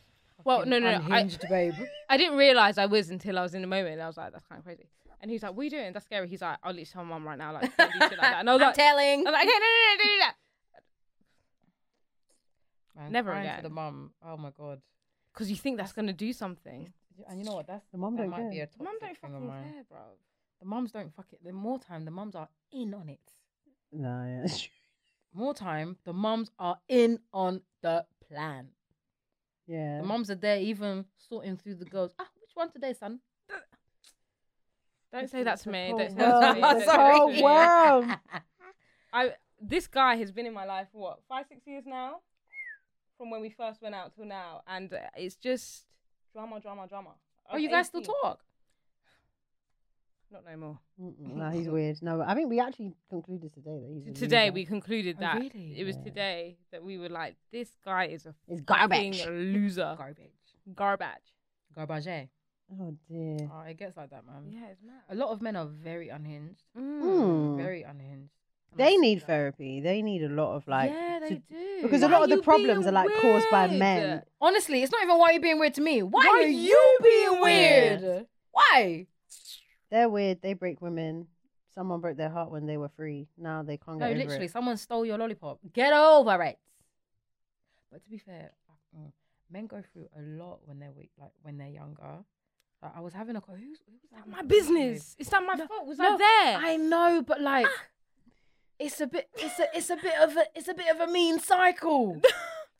[SPEAKER 1] Well,
[SPEAKER 3] Fucking
[SPEAKER 1] no, no, no. I,
[SPEAKER 3] unhinged babe.
[SPEAKER 1] I didn't realize I was until I was in the moment. And I was like, "That's kind of crazy." And he's like, "What are you doing? That's scary." He's like, "I'll literally tell my mum right now." Like, "Don't do shit like that." And I was
[SPEAKER 3] I'm
[SPEAKER 1] like,
[SPEAKER 3] telling.
[SPEAKER 1] I was like, "Okay, no, no, no, don't do that."
[SPEAKER 3] Man,
[SPEAKER 1] Never
[SPEAKER 3] crying
[SPEAKER 1] again.
[SPEAKER 3] To the mum. Oh my god.
[SPEAKER 1] Because you think that's gonna do something.
[SPEAKER 3] And you know what? That's
[SPEAKER 2] The mum
[SPEAKER 3] that
[SPEAKER 2] don't
[SPEAKER 3] might be
[SPEAKER 2] care.
[SPEAKER 3] a
[SPEAKER 1] Mum don't
[SPEAKER 3] toxic thing of
[SPEAKER 1] fucking
[SPEAKER 3] mine.
[SPEAKER 1] care, bro.
[SPEAKER 3] The mums don't fuck it. The more time, the mums are in on it.
[SPEAKER 2] No, yeah.
[SPEAKER 3] More time, the mums are in on the plan.
[SPEAKER 2] yeah.
[SPEAKER 3] The mums are there, even sorting through the girls. Ah, which one today, son?
[SPEAKER 1] Don't
[SPEAKER 2] It's
[SPEAKER 1] say
[SPEAKER 2] the-
[SPEAKER 1] that
[SPEAKER 2] it's
[SPEAKER 1] to
[SPEAKER 2] the
[SPEAKER 1] me.
[SPEAKER 2] whole
[SPEAKER 1] Don't say that to me.
[SPEAKER 2] world.
[SPEAKER 1] Don't
[SPEAKER 2] It's
[SPEAKER 1] say that
[SPEAKER 3] "Oh,
[SPEAKER 2] the
[SPEAKER 1] to me.
[SPEAKER 2] whole world.
[SPEAKER 1] I this guy has been in my life what five six years now, from when we first went out till now, and uh, it's just drama, drama, drama. I
[SPEAKER 3] Oh,
[SPEAKER 1] was
[SPEAKER 3] you guys still
[SPEAKER 1] 18.
[SPEAKER 3] talk?
[SPEAKER 1] Not no more.
[SPEAKER 2] Mm-mm, nah, he's weird. No, I think we actually concluded today that he's a
[SPEAKER 1] Today
[SPEAKER 2] loser.
[SPEAKER 1] we concluded
[SPEAKER 3] Oh,
[SPEAKER 1] that
[SPEAKER 3] really?
[SPEAKER 1] it was
[SPEAKER 2] Yeah.
[SPEAKER 1] today that we were like, this guy is a
[SPEAKER 2] It's
[SPEAKER 1] fucking
[SPEAKER 2] garbage.
[SPEAKER 1] loser,
[SPEAKER 3] Garbage.
[SPEAKER 1] garbage.
[SPEAKER 3] Garbage. eh?
[SPEAKER 2] Oh dear.
[SPEAKER 3] Oh, it gets like that, man.
[SPEAKER 1] Yeah, it's mad.
[SPEAKER 3] A lot of men are very unhinged.
[SPEAKER 2] Mm.
[SPEAKER 3] Very unhinged. And I
[SPEAKER 2] They
[SPEAKER 3] see
[SPEAKER 2] need
[SPEAKER 3] that.
[SPEAKER 2] therapy. They need a lot of like.
[SPEAKER 3] yeah, they
[SPEAKER 2] to-
[SPEAKER 3] do.
[SPEAKER 2] Because a
[SPEAKER 1] Why
[SPEAKER 2] lot
[SPEAKER 1] are
[SPEAKER 2] of the
[SPEAKER 1] you
[SPEAKER 2] problems
[SPEAKER 1] being
[SPEAKER 2] are like caused by
[SPEAKER 1] weird?
[SPEAKER 2] men.
[SPEAKER 3] Honestly, it's not even why you're being weird to me. Why,
[SPEAKER 1] Why
[SPEAKER 3] are you being
[SPEAKER 1] weird?
[SPEAKER 3] weird? Why?
[SPEAKER 2] They're weird. They break women. Someone broke their heart when they were free. Now they can't
[SPEAKER 3] No,
[SPEAKER 2] get over
[SPEAKER 3] Oh, literally,
[SPEAKER 2] it.
[SPEAKER 3] someone stole your lollipop. Get over it. But to be fair, I- mm, men go through a lot when they're weak, like when they're younger. Like, I was having a co- who's, who was I
[SPEAKER 1] It's not
[SPEAKER 3] having
[SPEAKER 1] my
[SPEAKER 3] a conversation with?
[SPEAKER 1] business. It's not my
[SPEAKER 3] No,
[SPEAKER 1] fault. Was
[SPEAKER 3] no,
[SPEAKER 1] I there?
[SPEAKER 3] I Ah! know, but like, it's a bit, it's a, it's a bit of a, it's a bit of a mean cycle.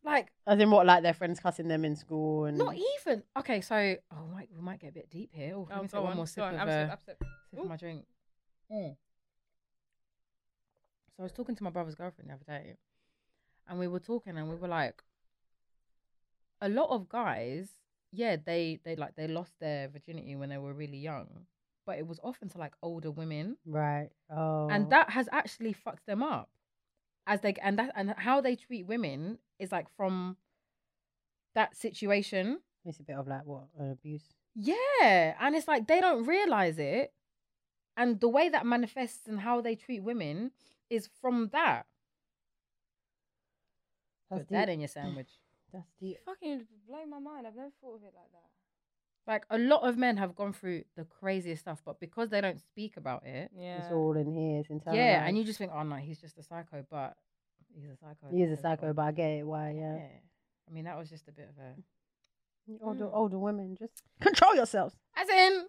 [SPEAKER 3] like,
[SPEAKER 2] As in what, like their friends cussing them in school and.
[SPEAKER 3] not e even. Okay, so oh, we might, we might get a bit deep here. Mm. Oh, let me take one more sip of
[SPEAKER 1] I'm
[SPEAKER 3] uh,
[SPEAKER 1] sip- I'm sip.
[SPEAKER 3] sip of my drink. Mm. So I was talking to my brother's girlfriend the other day, and we were talking, and we were like, a lot of guys, yeah, they they like they lost their virginity when they were really young, but it was often to like older women,
[SPEAKER 2] Right. Oh.
[SPEAKER 3] and that has actually fucked them up. As they and that and how they treat women is like from that situation.
[SPEAKER 2] It's a bit of like what an abuse.
[SPEAKER 3] Yeah, and it's like they don't realize it, and the way that manifests and how they treat women is from that.
[SPEAKER 2] That's
[SPEAKER 3] Put that
[SPEAKER 2] deep.
[SPEAKER 3] in your sandwich.
[SPEAKER 2] That's
[SPEAKER 1] You
[SPEAKER 2] deep.
[SPEAKER 1] fucking blow my mind. I've never thought of it like that.
[SPEAKER 3] Like a lot of men have gone through the craziest stuff, but because they don't speak about it,
[SPEAKER 1] Yeah.
[SPEAKER 2] It's all in here. It's internalized.
[SPEAKER 3] yeah, and you just think, oh no, he's just a psycho, but he's a psycho.
[SPEAKER 2] He is
[SPEAKER 3] that's
[SPEAKER 2] a
[SPEAKER 3] what-
[SPEAKER 2] psycho, but I get it. Why? Yeah.
[SPEAKER 3] I mean, that was just a bit of a.
[SPEAKER 2] Older,
[SPEAKER 1] Mm.
[SPEAKER 2] older women, just control yourselves.
[SPEAKER 3] As in.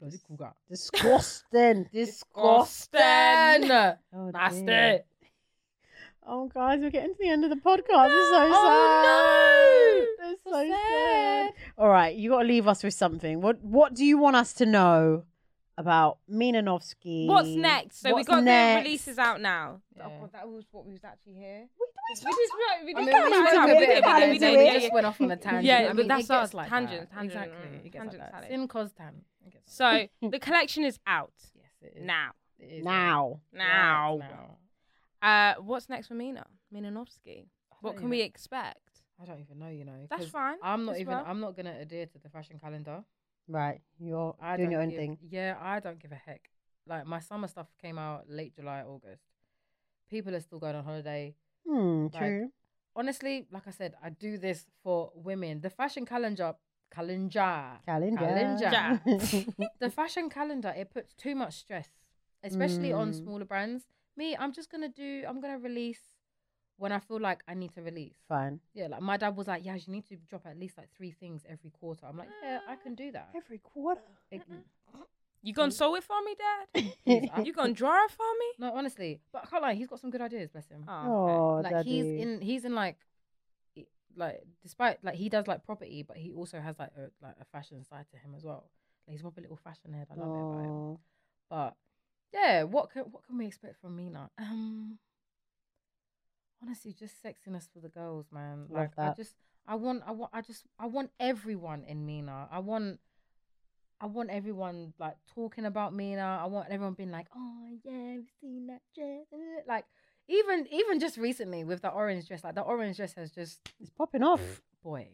[SPEAKER 2] Bloody
[SPEAKER 3] cougar.
[SPEAKER 2] Disgusting. Disgusting. Oh, dear.
[SPEAKER 3] Nasty.
[SPEAKER 2] Oh, guys, we're getting to the end of the podcast. It's so
[SPEAKER 3] Oh,
[SPEAKER 2] sad. It's so,
[SPEAKER 3] So
[SPEAKER 2] sad. All right, you got to leave us with something. What What do you want us to know about Minanovsky?
[SPEAKER 1] What's next? So
[SPEAKER 2] What's
[SPEAKER 1] we got
[SPEAKER 2] next?
[SPEAKER 1] the releases out now.
[SPEAKER 3] Yeah.
[SPEAKER 1] Oh god, that was what we was actually here.
[SPEAKER 2] We
[SPEAKER 1] We just we
[SPEAKER 3] I mean,
[SPEAKER 1] just
[SPEAKER 2] can't
[SPEAKER 3] we took
[SPEAKER 2] even
[SPEAKER 3] a
[SPEAKER 2] talk about
[SPEAKER 3] bit about
[SPEAKER 2] it,
[SPEAKER 3] it. We
[SPEAKER 2] do
[SPEAKER 3] did-
[SPEAKER 2] we?
[SPEAKER 3] we just went off on a tangent.
[SPEAKER 1] Yeah,
[SPEAKER 3] I
[SPEAKER 1] but
[SPEAKER 3] mean, it
[SPEAKER 1] that's
[SPEAKER 3] gets
[SPEAKER 1] us.
[SPEAKER 3] Like
[SPEAKER 1] Tangent,
[SPEAKER 3] that.
[SPEAKER 1] tangent,
[SPEAKER 3] Exactly.
[SPEAKER 1] mm,
[SPEAKER 3] It gets like
[SPEAKER 1] tangent
[SPEAKER 3] that.
[SPEAKER 1] salad.
[SPEAKER 3] Sin cos tan. It gets like that.
[SPEAKER 1] So the collection is out
[SPEAKER 3] Yes, it is.
[SPEAKER 1] now.
[SPEAKER 3] It is
[SPEAKER 2] now.
[SPEAKER 3] out. Now.
[SPEAKER 1] Now. Uh, what's next for Mina? Minanovsky. What can we expect?
[SPEAKER 3] I don't even know. You know.
[SPEAKER 1] That's
[SPEAKER 3] 'cause
[SPEAKER 1] fine.
[SPEAKER 3] I'm not
[SPEAKER 1] as
[SPEAKER 3] even.
[SPEAKER 1] well.
[SPEAKER 3] I'm not gonna adhere to the fashion calendar.
[SPEAKER 2] Right, you're
[SPEAKER 3] I
[SPEAKER 2] doing
[SPEAKER 3] don't
[SPEAKER 2] your own
[SPEAKER 3] give-
[SPEAKER 2] thing.
[SPEAKER 3] Yeah, I don't give a heck. Like my summer stuff came out late July, August. People are still going on holiday.
[SPEAKER 2] Hmm,
[SPEAKER 3] Like,
[SPEAKER 2] true.
[SPEAKER 3] Honestly, like I said, I do this for women. The fashion calendar, calendar,
[SPEAKER 2] Calendar.
[SPEAKER 3] Calendar. the fashion calendar it puts too much stress especially on
[SPEAKER 2] Mm.
[SPEAKER 3] smaller brands me i'm just gonna do i'm gonna release when i feel like i need to release
[SPEAKER 2] Fine.
[SPEAKER 3] yeah like my dad was like yeah you need to drop at least like three things every quarter i'm like yeah i can do that
[SPEAKER 2] Ah, Every quarter.
[SPEAKER 3] It-
[SPEAKER 1] You gonna sew it for me, Dad?
[SPEAKER 3] please, I-
[SPEAKER 1] You gonna draw it for me?
[SPEAKER 3] no honestly but i can't lie he's got some good ideas bless him
[SPEAKER 1] Oh, okay.
[SPEAKER 2] Oh,
[SPEAKER 3] like
[SPEAKER 2] daddy.
[SPEAKER 3] he's in he's in like i- like despite like he does like property but he also has like a like a fashion side to him as well like he's probably a little fashion head i love it about him
[SPEAKER 2] Oh.
[SPEAKER 3] But yeah, what can what can we expect from Mina? Um, honestly, just sexiness for the girls, man.
[SPEAKER 2] Love
[SPEAKER 3] like I
[SPEAKER 2] that.
[SPEAKER 3] just, I want, I want, I just, I want everyone in Mina. I want, I want everyone like talking about Mina. I want everyone being like, oh yeah, we've seen that dress. eh." Like even even just recently with the orange dress, like the orange dress has just
[SPEAKER 2] It's popping off.
[SPEAKER 3] boy,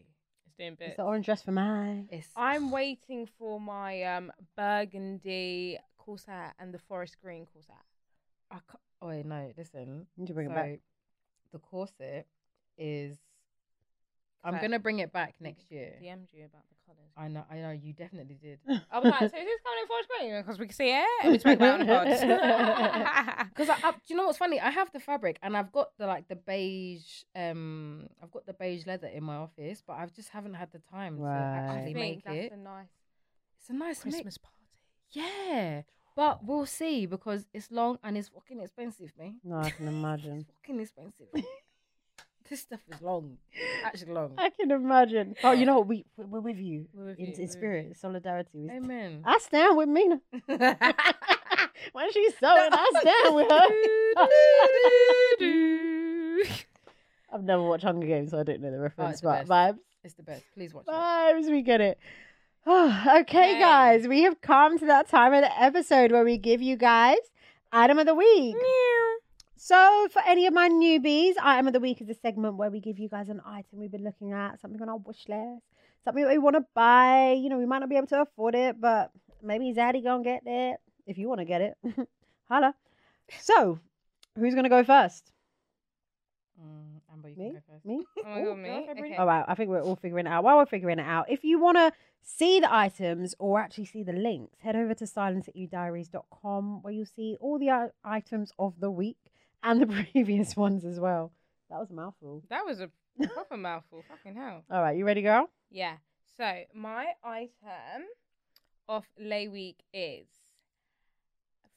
[SPEAKER 1] It's doing
[SPEAKER 2] It's
[SPEAKER 1] bits.
[SPEAKER 2] the orange dress for mine.
[SPEAKER 3] it's
[SPEAKER 1] I'm waiting for my um burgundy corset and the forest green corset.
[SPEAKER 3] I ca- oh wait, no, listen.
[SPEAKER 2] Need to bring it back.
[SPEAKER 3] The corset is. I'm
[SPEAKER 1] Fact.
[SPEAKER 3] gonna bring it back next year.
[SPEAKER 1] DM'd you about the colours.
[SPEAKER 3] I know. I know. You definitely did.
[SPEAKER 1] I was like, so is this coming in forest green? Because we can see it and we spoke about it on the pod.
[SPEAKER 3] Because I, I, do you know what's funny? I have the fabric and I've got the like the beige. Um, I've got the beige leather in my office, but I just haven't had the time
[SPEAKER 2] Right.
[SPEAKER 3] to
[SPEAKER 1] I
[SPEAKER 3] actually
[SPEAKER 1] think
[SPEAKER 3] make
[SPEAKER 1] that's
[SPEAKER 3] it.
[SPEAKER 1] a nice
[SPEAKER 3] It's a nice mix.
[SPEAKER 1] Christmas party.
[SPEAKER 3] Yeah, but we'll see because it's long and it's fucking expensive, man.
[SPEAKER 2] No, I can imagine.
[SPEAKER 3] It's fucking expensive. this stuff is long. Actually, long.
[SPEAKER 2] I can imagine. Oh, you know what? We we're with you
[SPEAKER 1] We're with
[SPEAKER 2] in,
[SPEAKER 1] you, we're
[SPEAKER 2] in
[SPEAKER 1] with
[SPEAKER 2] spirit, solidarity. We st-
[SPEAKER 3] Amen.
[SPEAKER 2] I stand with Mina. when she's sewing, I stand with her. I've never watched Hunger Games, so I don't know
[SPEAKER 1] Oh,
[SPEAKER 2] the reference,
[SPEAKER 3] it's the
[SPEAKER 2] but
[SPEAKER 3] best.
[SPEAKER 2] vibes,
[SPEAKER 3] It's the best. Please watch it.
[SPEAKER 2] vibes, we get it. okay, guys, we have come to that time of the episode where we give you guys item of the week. So, for any of my newbies, item of the week is a segment where we give you guys an item we've been looking at, something on our wish list, something that we want to buy. You know, we might not be able to afford it, but maybe Zaddy gonna get it if you want to get it. Holla. So, who's gonna go first?
[SPEAKER 3] Mm, Amber, you
[SPEAKER 2] Me?
[SPEAKER 3] can go first.
[SPEAKER 2] Me?
[SPEAKER 1] Oh my
[SPEAKER 3] Ooh,
[SPEAKER 1] god, me.
[SPEAKER 3] girls are really-
[SPEAKER 1] Okay.
[SPEAKER 2] All right, I think we're all figuring it out. While we're figuring it out, if you want to see the items or actually see the links, head over to silenceatyouddiaries.com where you'll see all the i- items of the week and the previous ones as well. That was a mouthful.
[SPEAKER 1] That was a proper mouthful. Fucking hell.
[SPEAKER 2] All right, you ready, girl?
[SPEAKER 1] Yeah. So my item of lay week is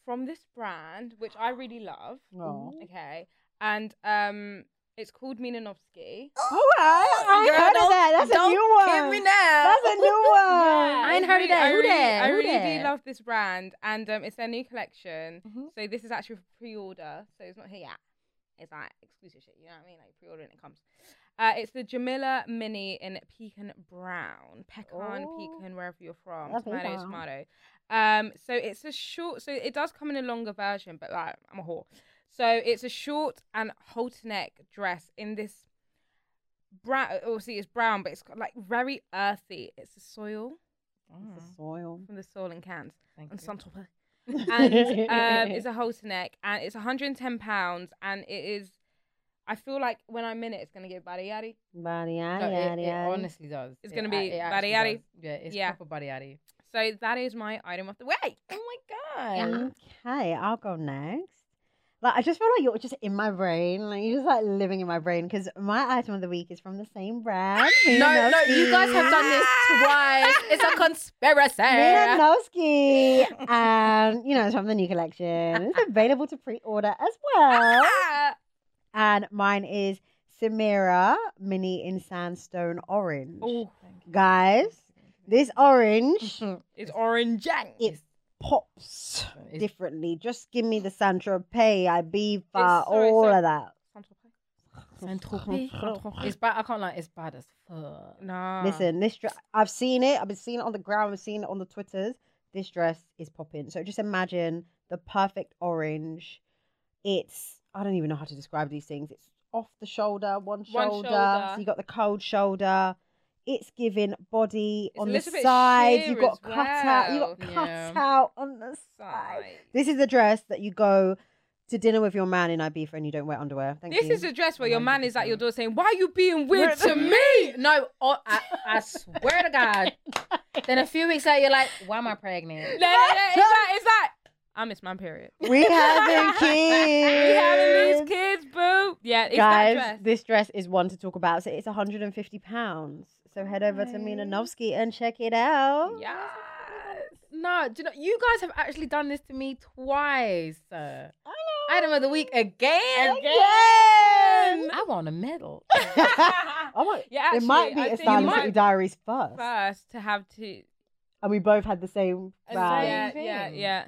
[SPEAKER 1] from this brand, which I really love.
[SPEAKER 2] Aw.
[SPEAKER 1] Okay. And um it's called Minanovsky.
[SPEAKER 2] All right, I ain't
[SPEAKER 1] Girl,
[SPEAKER 2] heard of
[SPEAKER 1] don't-
[SPEAKER 2] that. That's a new
[SPEAKER 1] kid
[SPEAKER 2] one.
[SPEAKER 1] me now.
[SPEAKER 2] That's a new one.
[SPEAKER 3] I ain't heard of
[SPEAKER 1] really-
[SPEAKER 3] that.
[SPEAKER 1] I
[SPEAKER 3] Who
[SPEAKER 1] really,
[SPEAKER 3] that?
[SPEAKER 1] I
[SPEAKER 3] Who
[SPEAKER 1] really do
[SPEAKER 3] that?
[SPEAKER 1] love this brand, and um, it's their new collection.
[SPEAKER 2] Mm-hmm.
[SPEAKER 3] Mhm.
[SPEAKER 1] So this is actually for pre-order, so it's not here yet. It's like exclusive shit. You know what I mean? Like pre-order and it comes. Uh, it's the Jamila Mini in pecan brown, pecan,
[SPEAKER 2] Oh.
[SPEAKER 1] pecan, wherever you're from,
[SPEAKER 2] Love
[SPEAKER 1] tomato,
[SPEAKER 2] pecan.
[SPEAKER 1] tomato. Um, so it's a short. So it does come in a longer version, but like I'm a whore. So it's a short and halter neck dress in this brown. Obviously, it's brown, but it's got, like very earthy. It's the soil
[SPEAKER 2] It's
[SPEAKER 3] Mm,
[SPEAKER 2] the soil.
[SPEAKER 1] from the soil and cans
[SPEAKER 3] thank
[SPEAKER 1] and
[SPEAKER 3] you.
[SPEAKER 1] some topper.
[SPEAKER 3] uh,
[SPEAKER 1] And um, it's a halter neck, and it's 110 pounds, and it is. I feel like when I'm in it, it's gonna get body yaddy.
[SPEAKER 2] Body,
[SPEAKER 3] No,
[SPEAKER 2] yaddy,
[SPEAKER 3] it,
[SPEAKER 2] yaddy,
[SPEAKER 3] it
[SPEAKER 2] yaddy.
[SPEAKER 3] honestly does.
[SPEAKER 1] It's
[SPEAKER 3] It
[SPEAKER 1] gonna
[SPEAKER 3] a-
[SPEAKER 1] be
[SPEAKER 3] it actually
[SPEAKER 1] baddie-addy.
[SPEAKER 3] does. Yeah, it's
[SPEAKER 1] Yeah.
[SPEAKER 3] proper body addy.
[SPEAKER 1] So that is my item of the way.
[SPEAKER 3] Oh my
[SPEAKER 2] Okay, I'll go next. Like, I just feel like you're just in my brain. Like, you're just like living in my brain because my item of the week is from the same brand.
[SPEAKER 3] No, no, you guys have done this twice. It's a conspiracy.
[SPEAKER 2] Milanowski. and, you know, it's from the new collection. It's available to pre order as well. And mine is Samira Mini in Sandstone Orange.
[SPEAKER 1] Oh,
[SPEAKER 2] Guys, this orange
[SPEAKER 1] it's orange.
[SPEAKER 2] it pops
[SPEAKER 3] Mm-hmm. It's-
[SPEAKER 2] differently. Just give me the San Tropez, Ibiza,
[SPEAKER 1] It's- sorry,
[SPEAKER 2] all
[SPEAKER 1] sorry.
[SPEAKER 2] of that.
[SPEAKER 3] It's bad. I can't lie. It's bad as fuck.
[SPEAKER 1] Nah.
[SPEAKER 2] Listen, this dress, I've seen it. I've been seeing it on the ground. I've seen it on the Twitters. This dress is popping. So just imagine the perfect orange. It's, I don't even know how to describe these things. It's off the shoulder, one shoulder.
[SPEAKER 1] shoulder.
[SPEAKER 2] So you got the cold shoulder. It's giving body
[SPEAKER 1] It's a
[SPEAKER 2] on the
[SPEAKER 1] little bit
[SPEAKER 2] sides.
[SPEAKER 1] sheer
[SPEAKER 2] You got
[SPEAKER 1] as
[SPEAKER 2] cut out. You got
[SPEAKER 1] well.
[SPEAKER 2] cut
[SPEAKER 3] Yeah.
[SPEAKER 2] out on the side.
[SPEAKER 1] Sigh.
[SPEAKER 2] This is the dress that you go to dinner with your man in Ibiza and you don't wear underwear. Thank
[SPEAKER 1] This
[SPEAKER 2] you.
[SPEAKER 1] is a dress where your
[SPEAKER 2] Remind
[SPEAKER 1] man
[SPEAKER 2] me
[SPEAKER 1] is
[SPEAKER 2] to
[SPEAKER 1] at your
[SPEAKER 2] do
[SPEAKER 1] door saying, "Why are you being weird to me?"
[SPEAKER 3] No, oh, I, I swear to God. then a few weeks later, you're like, why am I pregnant?
[SPEAKER 1] No, no, no, it's like it's like I miss my period.
[SPEAKER 2] it. We having
[SPEAKER 1] We
[SPEAKER 2] kids.
[SPEAKER 1] having these kids, boo. Yeah, it's
[SPEAKER 2] Guys,
[SPEAKER 1] that dress.
[SPEAKER 2] this dress is one to talk about. So it's 150 pounds. So head over to Mina Novsky and check it out.
[SPEAKER 1] Yeah.
[SPEAKER 3] No, do you know you guys have actually done this to me twice? Uh, item of the week again.
[SPEAKER 1] Again.
[SPEAKER 3] I want a medal.
[SPEAKER 2] I might,
[SPEAKER 1] Yeah,
[SPEAKER 2] Oh it
[SPEAKER 1] actually,
[SPEAKER 2] might be
[SPEAKER 1] I
[SPEAKER 2] a
[SPEAKER 1] think it
[SPEAKER 2] Styling
[SPEAKER 1] might
[SPEAKER 2] City Diaries first.
[SPEAKER 1] first to have to.
[SPEAKER 2] And we both had the same round.
[SPEAKER 1] Yeah, yeah,
[SPEAKER 3] thing.
[SPEAKER 1] yeah.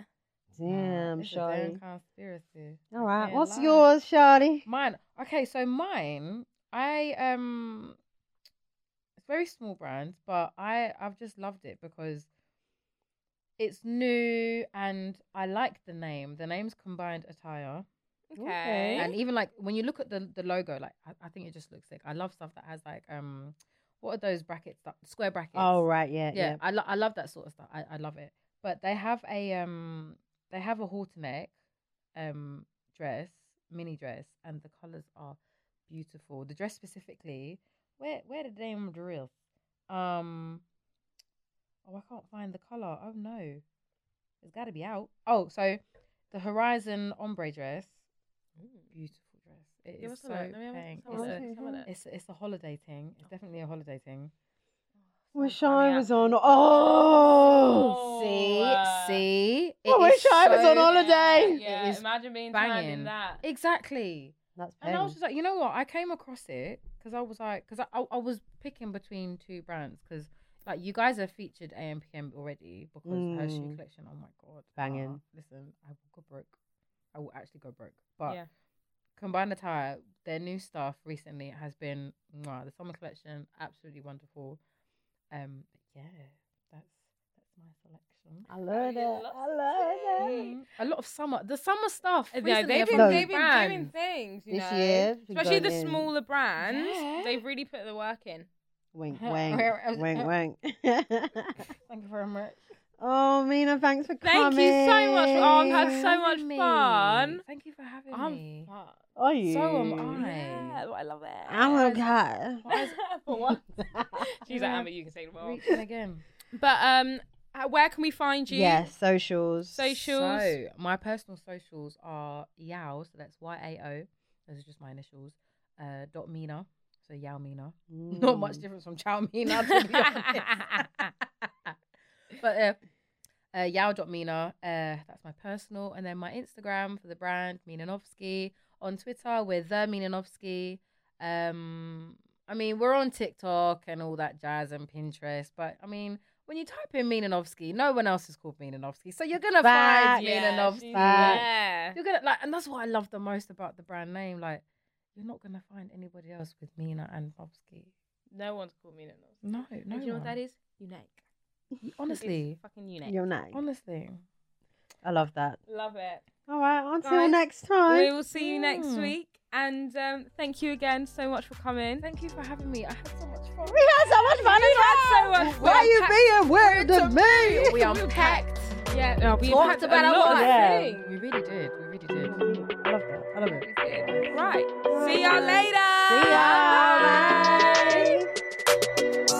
[SPEAKER 2] Damn,
[SPEAKER 3] It's a damn
[SPEAKER 2] Charlie.
[SPEAKER 3] conspiracy.
[SPEAKER 2] All right,
[SPEAKER 3] Yeah,
[SPEAKER 2] what's
[SPEAKER 3] lie.
[SPEAKER 2] yours, Charlie?
[SPEAKER 3] Mine. Okay, so mine. I um, it's very small brand, but I I've just loved it because it's new and I like the name. The name's combined attire,
[SPEAKER 1] Okay.
[SPEAKER 3] and even like when you look at the the logo, like I, I think it just looks sick. I love stuff that has like um, what are those brackets? That, square brackets.
[SPEAKER 2] Oh right, yeah,
[SPEAKER 3] Yeah,
[SPEAKER 2] yeah.
[SPEAKER 3] I lo- I love that sort of stuff. I, I love it. But they have a um they have a halterneck um dress, mini dress, and the colours are beautiful. The dress specifically, where where the damn drill? Um oh I can't find the colour. Oh no. It's gotta be out. Oh, so the horizon ombre dress. Beautiful dress. It is
[SPEAKER 1] Give us a
[SPEAKER 3] so
[SPEAKER 1] look. Let me have a-
[SPEAKER 3] pink.
[SPEAKER 1] have a
[SPEAKER 3] It's a-
[SPEAKER 1] look, Oh. have a look.
[SPEAKER 3] It's it's a holiday thing. It's definitely a holiday thing.
[SPEAKER 2] Wish
[SPEAKER 1] funny
[SPEAKER 2] I
[SPEAKER 1] out.
[SPEAKER 2] was on. Oh,
[SPEAKER 1] Oh,
[SPEAKER 3] See,
[SPEAKER 1] uh,
[SPEAKER 3] see, it
[SPEAKER 2] I wish
[SPEAKER 3] is
[SPEAKER 2] I was on
[SPEAKER 3] so-
[SPEAKER 2] holiday.
[SPEAKER 1] Yeah,
[SPEAKER 3] It is
[SPEAKER 1] imagine being timed
[SPEAKER 3] banging.
[SPEAKER 1] in that.
[SPEAKER 3] Exactly.
[SPEAKER 2] That's
[SPEAKER 3] And I was
[SPEAKER 2] pen.
[SPEAKER 3] just like, you know what? I came across it because I was like, because I, I, I was picking between two brands because like you guys have featured AMPM already because her shoe
[SPEAKER 2] Mm.
[SPEAKER 3] collection. Oh my god,
[SPEAKER 2] Banging.
[SPEAKER 3] Uh, listen, I will go broke. I will actually go broke. But
[SPEAKER 1] Yeah.
[SPEAKER 3] Combined Attire, their new stuff recently has been mwah, the summer collection, absolutely wonderful. Um, yeah, that's that's my selection.
[SPEAKER 2] I love that.
[SPEAKER 1] lots
[SPEAKER 2] I
[SPEAKER 1] of
[SPEAKER 2] love that.
[SPEAKER 3] Mm, A lot of summer, the summer stuff.
[SPEAKER 1] Yeah,
[SPEAKER 3] recently
[SPEAKER 1] Uh, they've
[SPEAKER 3] have
[SPEAKER 1] been,
[SPEAKER 2] No.
[SPEAKER 1] they've been doing
[SPEAKER 3] brands.
[SPEAKER 1] things, you
[SPEAKER 2] This
[SPEAKER 1] know.
[SPEAKER 2] year, we've
[SPEAKER 1] Especially
[SPEAKER 2] gone
[SPEAKER 1] the
[SPEAKER 2] in.
[SPEAKER 1] smaller brands,
[SPEAKER 3] Yeah.
[SPEAKER 1] they've really put the work in.
[SPEAKER 2] Wink,
[SPEAKER 3] Uh,
[SPEAKER 2] wink,
[SPEAKER 3] where- uh, uh,
[SPEAKER 2] wink, wink.
[SPEAKER 3] Thank you very much.
[SPEAKER 2] oh, Mina, thanks for
[SPEAKER 1] Thank
[SPEAKER 2] coming.
[SPEAKER 1] you so much. Oh, I've
[SPEAKER 3] Thank you
[SPEAKER 1] had
[SPEAKER 3] for
[SPEAKER 1] so much
[SPEAKER 3] having me.
[SPEAKER 1] fun.
[SPEAKER 3] Thank you for having
[SPEAKER 1] I'm
[SPEAKER 3] me.
[SPEAKER 1] fucked.
[SPEAKER 2] Are you?
[SPEAKER 3] So am I.
[SPEAKER 1] Yeah, well, I love it.
[SPEAKER 2] I'm okay.
[SPEAKER 1] For once. She's
[SPEAKER 3] You're
[SPEAKER 1] like,
[SPEAKER 3] gonna
[SPEAKER 1] Amber, you can say the world.
[SPEAKER 3] Reaching again.
[SPEAKER 1] But um, uh, where can we find you?
[SPEAKER 2] Yeah, socials.
[SPEAKER 1] Socials.
[SPEAKER 3] So my personal socials are Yao, so that's Y A O. Those are just my initials. Uh, dot Mina, so Yao Mina. Not much
[SPEAKER 2] Mm.
[SPEAKER 3] difference from Chow Mina, to be honest. but uh, uh, Yao.mina, uh, that's my personal. And then my Instagram for the brand, Minanovsky. On Twitter, we're the Minanovsky. Um, I mean, we're on TikTok and all that jazz and Pinterest. But I mean, when you type in Minanovsky, no one else is called Minanovsky. So you're going to
[SPEAKER 2] Facts.
[SPEAKER 3] find
[SPEAKER 1] yeah,
[SPEAKER 3] Minanovsky.
[SPEAKER 1] she's-
[SPEAKER 2] Facts.
[SPEAKER 1] yeah.
[SPEAKER 3] You're gonna like, and that's what I love the most about the brand name. Like, you're not gonna find anybody else with Mina and Novsky.
[SPEAKER 1] No one's called me Ninonovsky.
[SPEAKER 3] No,
[SPEAKER 1] And
[SPEAKER 3] Mm, no.
[SPEAKER 1] Do you know what
[SPEAKER 3] one.
[SPEAKER 1] that is? Unique.
[SPEAKER 3] Y- Honestly,
[SPEAKER 1] It's fucking unique.
[SPEAKER 2] You're nice.
[SPEAKER 3] honestly.
[SPEAKER 2] I love that.
[SPEAKER 1] Love it.
[SPEAKER 2] All right, until
[SPEAKER 1] Guys,
[SPEAKER 2] next time.
[SPEAKER 1] We will see you next
[SPEAKER 3] Mm.
[SPEAKER 1] week. And um, thank you again so much for coming.
[SPEAKER 3] Thank you for having me. I had so much fun.
[SPEAKER 2] We had so much fun.
[SPEAKER 1] We
[SPEAKER 2] as
[SPEAKER 1] had so
[SPEAKER 2] well.
[SPEAKER 1] much
[SPEAKER 2] Why
[SPEAKER 1] fun.
[SPEAKER 2] are you
[SPEAKER 1] Packed-
[SPEAKER 2] being weird to me?
[SPEAKER 3] We unpacked.
[SPEAKER 1] Yeah, no, we
[SPEAKER 3] Talked
[SPEAKER 1] had
[SPEAKER 3] Oh, about
[SPEAKER 1] a
[SPEAKER 3] a
[SPEAKER 1] lot of
[SPEAKER 3] lot.
[SPEAKER 2] Yeah.
[SPEAKER 1] things.
[SPEAKER 3] We really did. We really
[SPEAKER 2] I
[SPEAKER 3] did.
[SPEAKER 2] love that. I love it.
[SPEAKER 1] Right. See y'all later.
[SPEAKER 2] See ya.
[SPEAKER 1] Bye.
[SPEAKER 2] Bye.